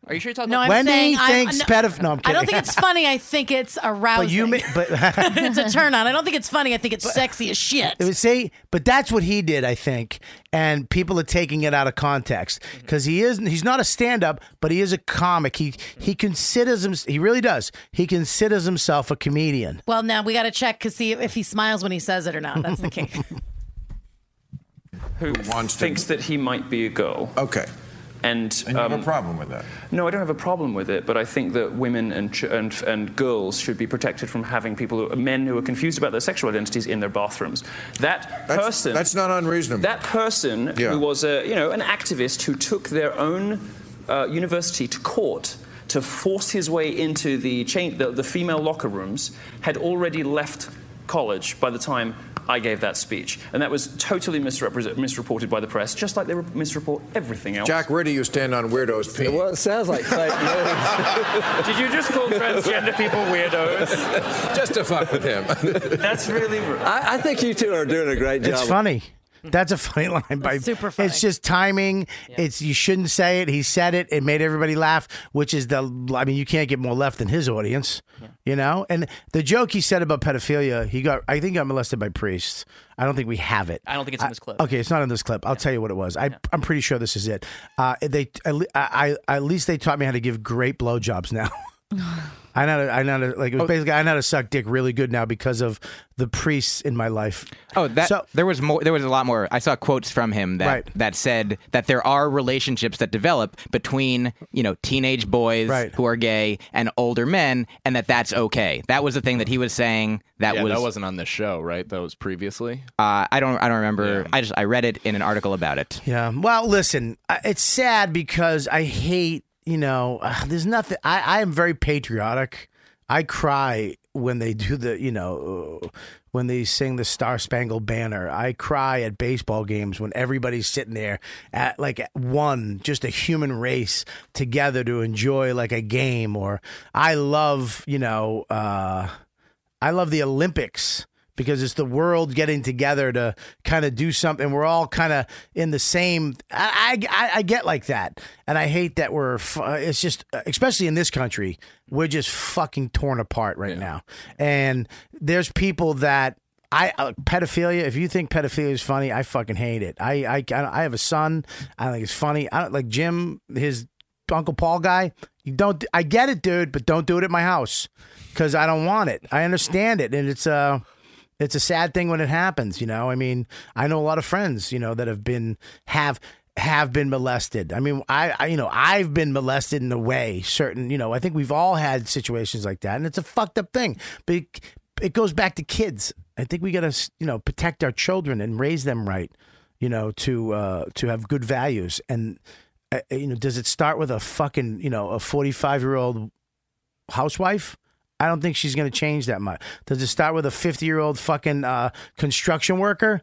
Are you sure you're talking
No,
about
I'm
Wendy
saying
thinks
I'm,
pedoph- no, I'm
I don't
kidding.
think it's funny. I think it's arousing.
But you ma- but
it's a turn on. I don't think it's funny. I think it's sexy as shit.
It was see, but that's what he did, I think, and people are taking it out of context because he is he's not a stand-up, but he is a comic. He he considers him he really does. He considers himself a comedian.
Well, now we got to check to see if he smiles when he says it or not. That's the key.
who thinks that he might be a girl.
Okay.
And,
And you have a
um,
problem with that.
No, I don't have a problem with it, but I think that women and, ch- and, and girls should be protected from having people, who, men who are confused about their sexual identities in their bathrooms. That person. That's
not unreasonable.
That person who was a, you know, an activist who took their own uh, university to court to force his way into the, chain, the, the female locker rooms had already left college by the time I gave that speech. And that was totally misrepresent- misreported by the press, just like they re- misreport everything else.
Jack, where do you stand on weirdos? Pete?
Well, it sounds like fake news. Did you just call transgender people weirdos?
Just to fuck with him.
That's really.
I, I think you two are doing a great job.
It's funny. That's a funny line by super funny. It's just timing. It's you shouldn't say it. He said it. It made everybody laugh, which is the I mean, you can't get more left than his audience. You know? And the joke he said about pedophilia, he got I think he got molested by priests. I don't think we have it.
I don't think it's in this clip.
Okay, it's not in this clip. I'll tell you what it was. I, I'm pretty sure this is it. Uh, they, at le- I, I, at least they taught me how to give great blowjobs now. I know, how to- I know, how to- like
Oh.
it was basically, I know how to suck dick really good now because of the priests in my life.
Oh, that there was more. There was a lot more. I saw quotes from him that
Right.
that said that there are relationships that develop between you know teenage boys who are gay and older men, and that that's okay. That was the thing that he was saying. That
yeah,
was
that wasn't on this show, right? That was previously.
Uh, I don't. I don't remember. I just. I read it in an article about it.
Yeah. Well, listen, I- it's sad because I hate, you know, uh, there's nothing. I, I am very patriotic. I cry when they do the, you know, uh, when they sing the Star Spangled Banner. I cry at baseball games when everybody's sitting there at like at one, just a human race together to enjoy like a game. Or I love, you know, uh, I love the Olympics because it's the world getting together to kind of do something. We're all kind of in the same. I, I, I get like that, and I hate that we're. fu- It's just, uh, especially in this country, we're just fucking torn apart right now. And there's people that I uh, pedophilia. If you think pedophilia is funny, I fucking hate it. I I I don't- I have a son. I think it's funny. I don't like Jim. His Uncle Paul guy. You don't. I get it, dude, but don't do it at my house because I don't want it. I understand it, and it's uh it's a sad thing when it happens you know i mean i know a lot of friends you know that have been have have been molested i mean I, I you know i've been molested in a way certain you know i think we've all had situations like that and it's a fucked up thing but it, it goes back to kids i think we got to you know protect our children and raise them right you know to uh to have good values and uh, you know does it start with a fucking you know a 45 year old housewife. I don't think she's going to change that much. Does it start with a 50 year old fucking uh, construction worker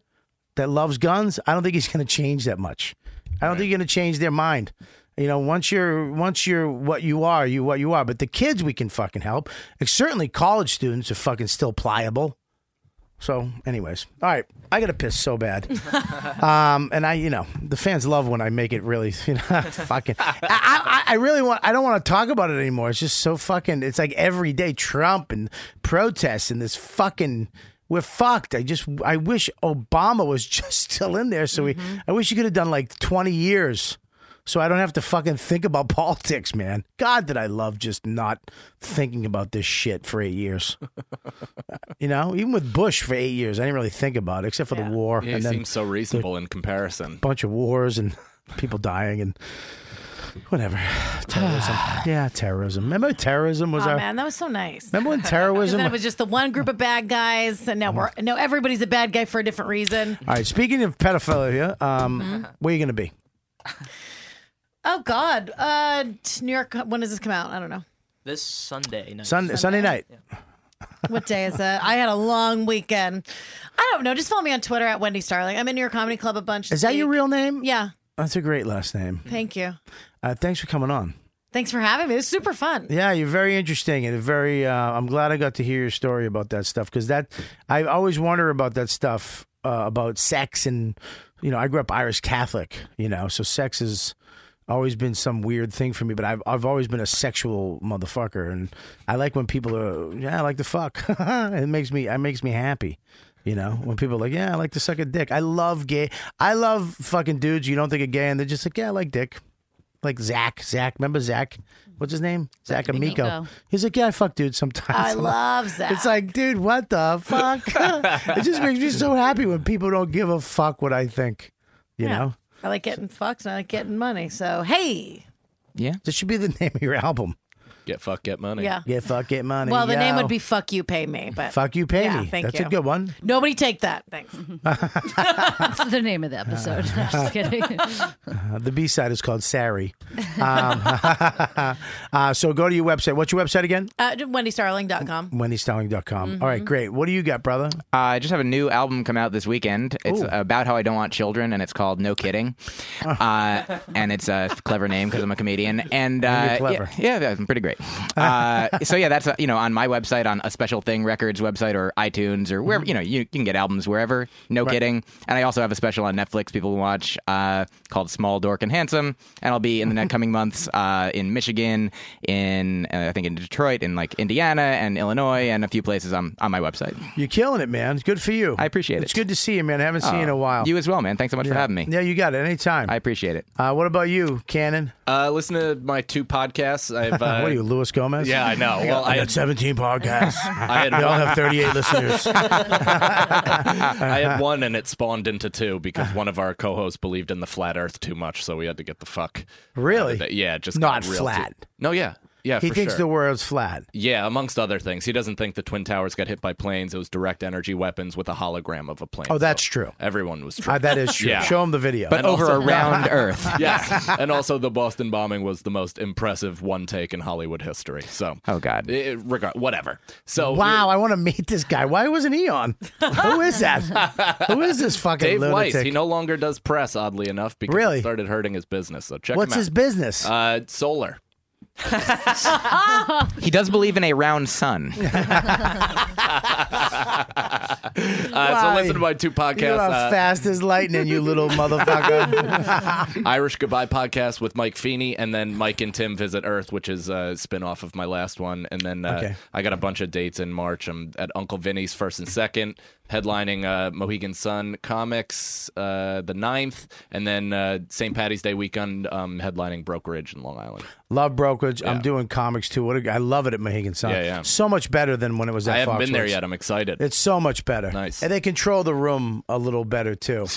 that loves guns? I don't think he's going to change that much. I don't think you're going to change their mind. You know, once you're once you're what you are, you what you are. But the kids, we can fucking help. And certainly, college students are fucking still pliable. So, anyways, all right, I gotta piss so bad, um, and I, you know, the fans love when I make it really, you know, fucking. I, I, I really want. I don't want to talk about it anymore. It's just so fucking. It's like every day Trump and protests and this fucking. We're fucked. I just. I wish Obama was just still in there. So we. I wish he could have done like twenty years. So I don't have to fucking think about politics, man. God, did I love just not thinking about this shit for eight years. you know, even with Bush for eight years, I didn't really think about it except for the war
Yeah, it
and then
seems so reasonable in
a
comparison.
bunch of wars and people dying and whatever. Terrorism. yeah, terrorism. Remember terrorism was
oh
our.
man, that was so nice.
Remember when
'Cause
terrorism?
then it was just the one group of bad guys, and now we're no everybody's a bad guy for a different reason.
All right. Speaking of pedophilia, um,
Mm-hmm.
where you gonna be?
Oh God, uh, t- New York. When does this come out? I don't know.
This Sunday night.
Sunday, Sunday night.
What day is it? I had a long weekend. I don't know. Just follow me on Twitter at Wendy Starling. I'm in your comedy club a bunch.
Is that your real name?
Yeah.
That's a great last name.
Thank you.
Uh, thanks for coming on.
Thanks for having me. It was super fun.
Yeah, you're very interesting and very. Uh, I'm glad I got to hear your story about that stuff because that I always wonder about that stuff uh, about sex and you know I grew up Irish Catholic, you know, so sex has always been some weird thing for me. But I've I've always been a sexual motherfucker, and I like when people are yeah I like to fuck. it makes me it makes me happy. You know, when people are like, yeah, I like to suck a dick. I love gay. I love fucking dudes you don't think are gay, and they're just like, yeah, I like dick like Zach. Zach, remember Zach? What's his name? Zach Amico.
D'Amico.
He's like, yeah, I fuck dude sometimes.
I
I'm like-
love Zach.
It's like, dude, what the fuck? it just makes me so happy when people don't give a fuck what I think. You
Yeah.
know,
I like getting fucked and I like getting money. So hey,
yeah. This should be the name of your album.
Get fuck, get money.
Yeah.
Get fuck, get money.
well, the name
yo.
would be "Fuck You, Pay Me," but
Fuck you, pay
Yeah,
me.
Thank
That's
you.
a good one.
Nobody take that. Thanks.
That's the name of the episode. I'm just kidding.
Uh, the B side is called Sari. Um, uh, so go to your website. What's your website again?
Uh,
Mm-hmm.
WendyStarling.com.
WendyStalling.com.
Mm-hmm.
All right, great. What do you got, brother?
I just have a new album come out this weekend. It's about how I don't want children, and it's called No Kidding. Uh, and it's a clever name because I'm a comedian. And
you're
uh,
clever.
Yeah, yeah, I'm pretty great. Uh, so yeah, that's uh, you know on my website on a Special Thing Records website or iTunes or wherever you know you can get albums wherever. No
Mm-hmm. Right.
kidding. And I also have a special on Netflix people can watch uh, called Small Dork and Handsome. And I'll be in the next coming months uh, in Michigan, in uh, I think in Detroit, in like Indiana and Illinois, and a few places on on my website.
You're killing it, man. It's good for you. I
appreciate it.
It's good to see you, man. I haven't seen you in
Oh,
a while.
You as well, man. Thanks so much for having me.
Yeah, you got it. Anytime.
I appreciate it.
Uh, what about you, Cannon?
Uh, listen to my two podcasts. I've, uh,
what are you, Luis Gomez?
Yeah, I know. Well,
I
I
got
had-
17 podcasts.
I had
we all
one-
have 38 listeners.
I had one and it spawned into two because one of our co-hosts believed in the flat Earth too much, so we had to get the fuck.
Really?
Yeah, it just
Not
got real
flat.
too- No, yeah, Yeah,
he
for
thinks
sure.
the world's flat.
Yeah, amongst other things. He doesn't think the Twin Towers got hit by planes. It was direct energy weapons with a hologram of a plane.
Oh, that's true.
Everyone was
Uh, that is true.
Yeah.
Show him the video.
And also-
Yes.
yes. And also, the Boston bombing was the most impressive one take in Hollywood history. So,
oh god,
regard whatever. So,
wow, I want to meet this guy. Why wasn't he on? Who is that? Who is this fucking
Dave
lunatic?
Weiss, he no longer does press, oddly enough, because
Really?
it started hurting his business. So check
What's
him out.
his business?
Uh, solar.
He does believe in a round sun.
Oh
Uh, so
Why?
listen to my two podcasts.
You are
uh,
fast as lightning, you little motherfucker.
Irish Goodbye podcast with Mike Feeney, and then Mike and Tim visit Earth, which is a spin off of my last one. And then uh,
Okay.
I got a bunch of dates in March. I'm at Uncle Vinny's first and second, headlining uh, Mohegan Sun Comics uh, the 9th, and then uh, St. Patty's Day weekend, um, headlining Brokerage in Long Island.
love brokerage. I'm doing comics too. What a, I love it at Mohegan Sun.
Yeah, yeah.
So much better than when it was at
I haven't
Foxwoods.
been there yet. I'm excited.
It's so much better. Nice. And they control the room a little better too.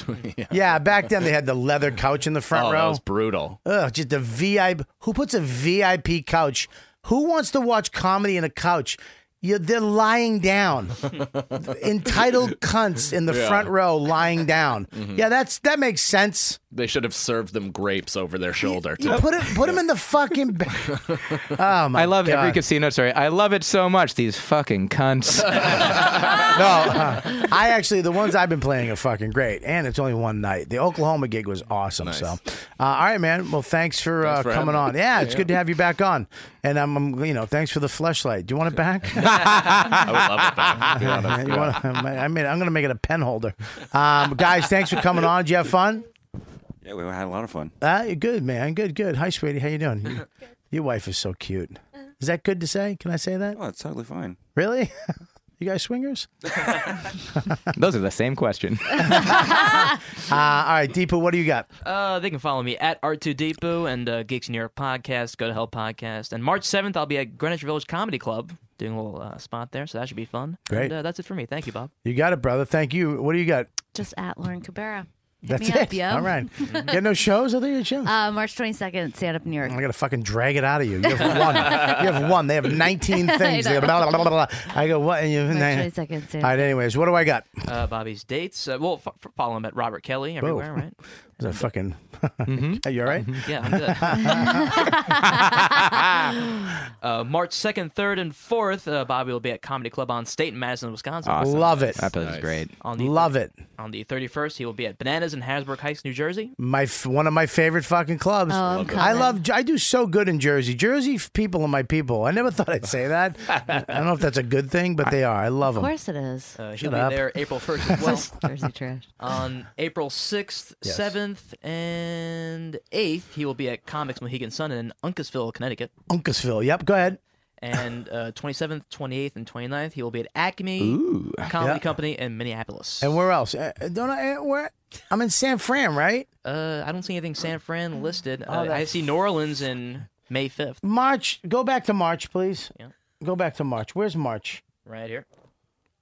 yeah. back then they had the leather couch in the front
oh,
row.
that was brutal.
Ugh, just a VIP. Who puts a VIP couch? Who wants to watch comedy in a couch? You, they're lying down, entitled cunts in the
Yeah.
front row lying down.
Mhm.
Yeah, that's that makes sense.
They should have served them grapes over their shoulder.
You
too.
put it, put them in the fucking. ba- Oh my!
I love every
God.
casino story. I love it so much. These fucking cunts.
No, uh, I actually the ones I've been playing are fucking great, and it's only one night. The Oklahoma gig was awesome. So, uh, all right, man. Well, thanks for, uh,
for
coming
having
on.
me.
Yeah,
Yeah,
it's
yeah.
good to have you back on. And I'm, I'm- you know, thanks for the fleshlight. Do you want it back?
I would love it. back, to be honest.
You wanna- I mean, I'm gonna make it a pen holder. Um, guys, thanks for coming on. Did you have fun?
Yeah, we had a lot of fun.
Uh, you're good, man. Good, good. Hi, sweetie. How you doing? You- Your wife is so cute. Is that good to say? Can I say that?
Oh, it's totally fine.
Really? You guys swingers?
Those are the same question.
Uh, all right, Deepu, what do you got?
Uh, they can follow me at R2Deepu and uh, Geeks in New York podcast, Go to Hell podcast. And March 7th, I'll be at Greenwich Village Comedy Club doing a little uh, spot there, so that should be fun.
Great.
And, uh, that's it for me. Thank you, Bob.
You got it, brother. Thank you. What do you got?
Just at Lauren Cabrera. Hit
That's
me
it.
Up, yo.
All right. you got no shows? I think your shows.
Uh, March 22nd, stand up in New York.
I gotta fucking drag it out of you. You have one. you have one. They have 19 things. They go, blah, blah, blah, blah, blah. I go what? And you,
March 22nd,
All
Saturday.
right. Anyways, what do I got?
Uh, Bobby's dates. Uh, well, f- f- follow him at Robert Kelly everywhere,
Whoa.
right?
Mm-hmm.
Is that fucking? Are you all right?
Yeah, I'm good. uh, March 2nd, 3rd, and 4th, uh, Bobby will be at Comedy Club on State in Madison, Wisconsin.
Love it.
That place is great.
On the
Love it. Mm,
On the 31st, he will be at Bananas in Hasbrook Heights, New Jersey.
My f- one of my favorite fucking clubs.
Oh, I'm Love it.
I love. I do so good in Jersey. Jersey f- people are my people. I never thought I'd say that. I don't know if that's a good thing, but they are. I love
Of
them.
course it is.
Uh,
Shut
he'll
up.
be there April 1st as well.
Jersey trash.
On April 6th,
Yes.
7th, and 8th, he will be at Comics Mohegan Sun in Uncasville, Connecticut.
Uncasville. Yep. Go ahead.
And uh, 27th, 28th, and 29th, he will be at Acme Comedy
Yeah.
Company in Minneapolis.
And where else? Uh, don't I? uh, Where? I'm in San Fran, right?
Uh, I don't see anything San Fran listed.
Oh,
Uh, I
that's-
see New Orleans in May 5th,
March. Go back to March, please. Go back to March. Where's March?
right here.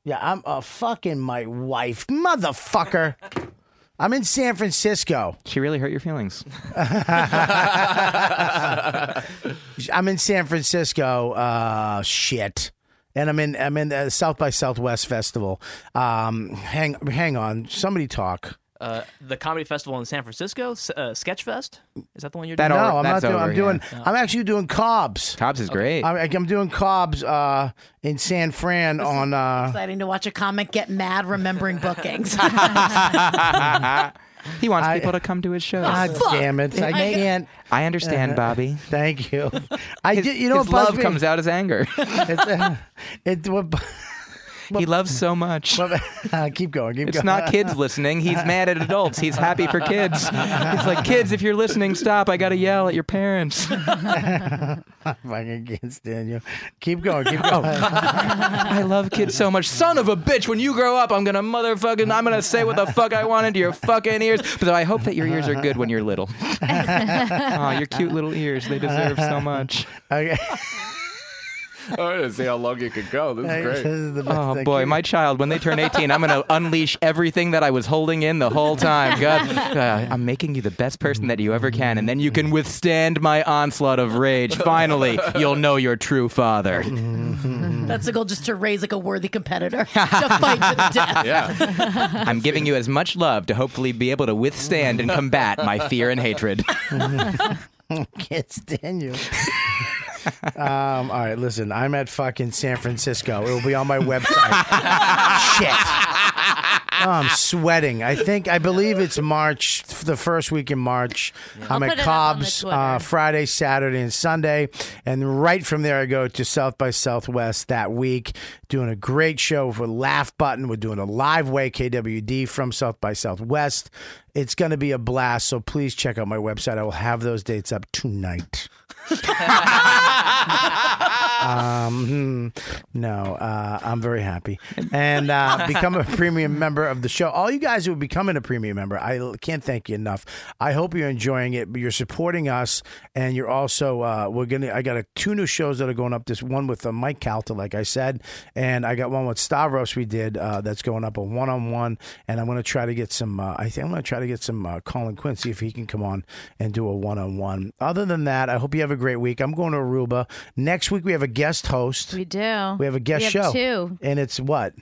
Yeah, I'm a fucking my wife, motherfucker. I'm in San Francisco.
She really hurt your feelings.
I'm in San Francisco. Uh, shit. And I'm in I'm in the South by Southwest Festival. Um, hang hang on, somebody talk.
Uh, the comedy festival in San Francisco, S- uh, Sketchfest. Is that the one you're
no,
doing?
I'm not doing. I'm doing. I'm actually doing Cobb's.
Cobb's is great.
I'm, I'm doing Cobb's uh, in San Fran on. Uh,
Exciting to watch a comic get mad remembering bookings.
Mm-hmm.
he wants people to come to his shows.
God damn it! I can't.
I understand, Bobby.
Thank you. I did. You know
his
what bugs
love
me?
comes out as anger.
It's, uh, it, what,
he loves so much.
uh, keep going. Keep
It's
going.
not kids listening. He's mad at adults. He's happy for kids. He's like, kids, if you're listening, stop. I gotta yell at your parents.
I fucking can't stand you. Keep going. Keep
Oh,
going.
I love kids so much. Son of a bitch, when you grow up, I'm gonna motherfucking, I'm gonna say what the fuck I want into your fucking ears. But I hope that your ears are good when you're little. oh, your cute little ears, they deserve so much.
Okay.
I wanted to see how long it could go. This
Hey,
is
this
great.
is the best
Oh
thing.
boy, my child! When they turn 18, I'm gonna unleash everything that I was holding in the whole time. God, uh, I'm making you the best person that you ever can, and then you can withstand my onslaught of rage. Finally, you'll know your true father.
That's the goal, just to raise like a worthy competitor to fight to the death.
Yeah. I'm giving you as much love to hopefully be able to withstand and combat my fear and hatred.
Can't stand you. um, all right, listen. I'm at fucking San Francisco. It will be on my website. Shit. Oh, I'm sweating. I think I believe it's March, the first week in March. I'm
I'll
at
put it up on the
Cobb's
Twitter.
uh, Friday, Saturday, and Sunday, and right from there I go to South by Southwest that week. Doing a great show for Laugh Button. We're doing a live way KWD from South by Southwest. It's going to be a blast. So please check out my website. I will have those dates up tonight. Um, hmm, no, uh, I'm very happy. And uh, become a premium member of the show. All you guys who are becoming a premium member, I l- can't thank you enough. I hope you're enjoying it, but you're supporting us, and you're also uh, we're gonna. I got a, two new shows that are going up. This one with uh, Mike Calta, like I said, and I got one with Stavros we did uh, that's going up a one on one, and I'm gonna try to get some. Uh, I think I'm gonna try to get some uh, Colin Quinn see if he can come on and do a one on one. Other than that, I hope you have a great week. I'm going to Aruba next week. We have a guest host.
We do.
We have a guest
we have
show.
Two.
And it's what?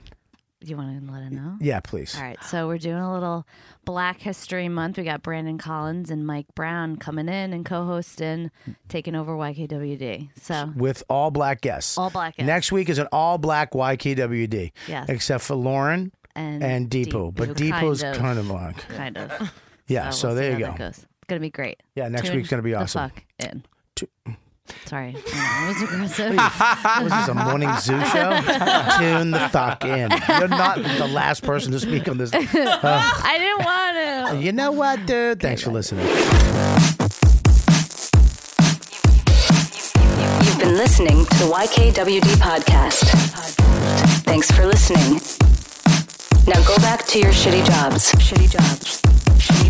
You want to let it know?
Yeah, please.
All right, so we're doing a little Black History Month. We got Brandon Collins and Mike Brown coming in and co-hosting, taking over YKWd. So
With all black guests.
All black guests.
Next week is an all black YKWD.
Yes.
Except for Lauren
and
Deepu. But Deepu's kind of, black.
Kind of.
Yeah, so
Oh, we'll see
there you
how
go.
that goes. It's gonna be great.
Yeah, next
Tune
week's gonna be awesome.
The fuck in. Sorry, I know, it was aggressive.
What is this, a morning zoo show? Tune the fuck in. You're not the last person to speak on this. Ugh.
I didn't want to.
you know what, dude? Thanks for listening.
You've been listening to the YKWD podcast. Thanks for listening. Now go back to your shitty jobs. Shitty jobs. Shitty,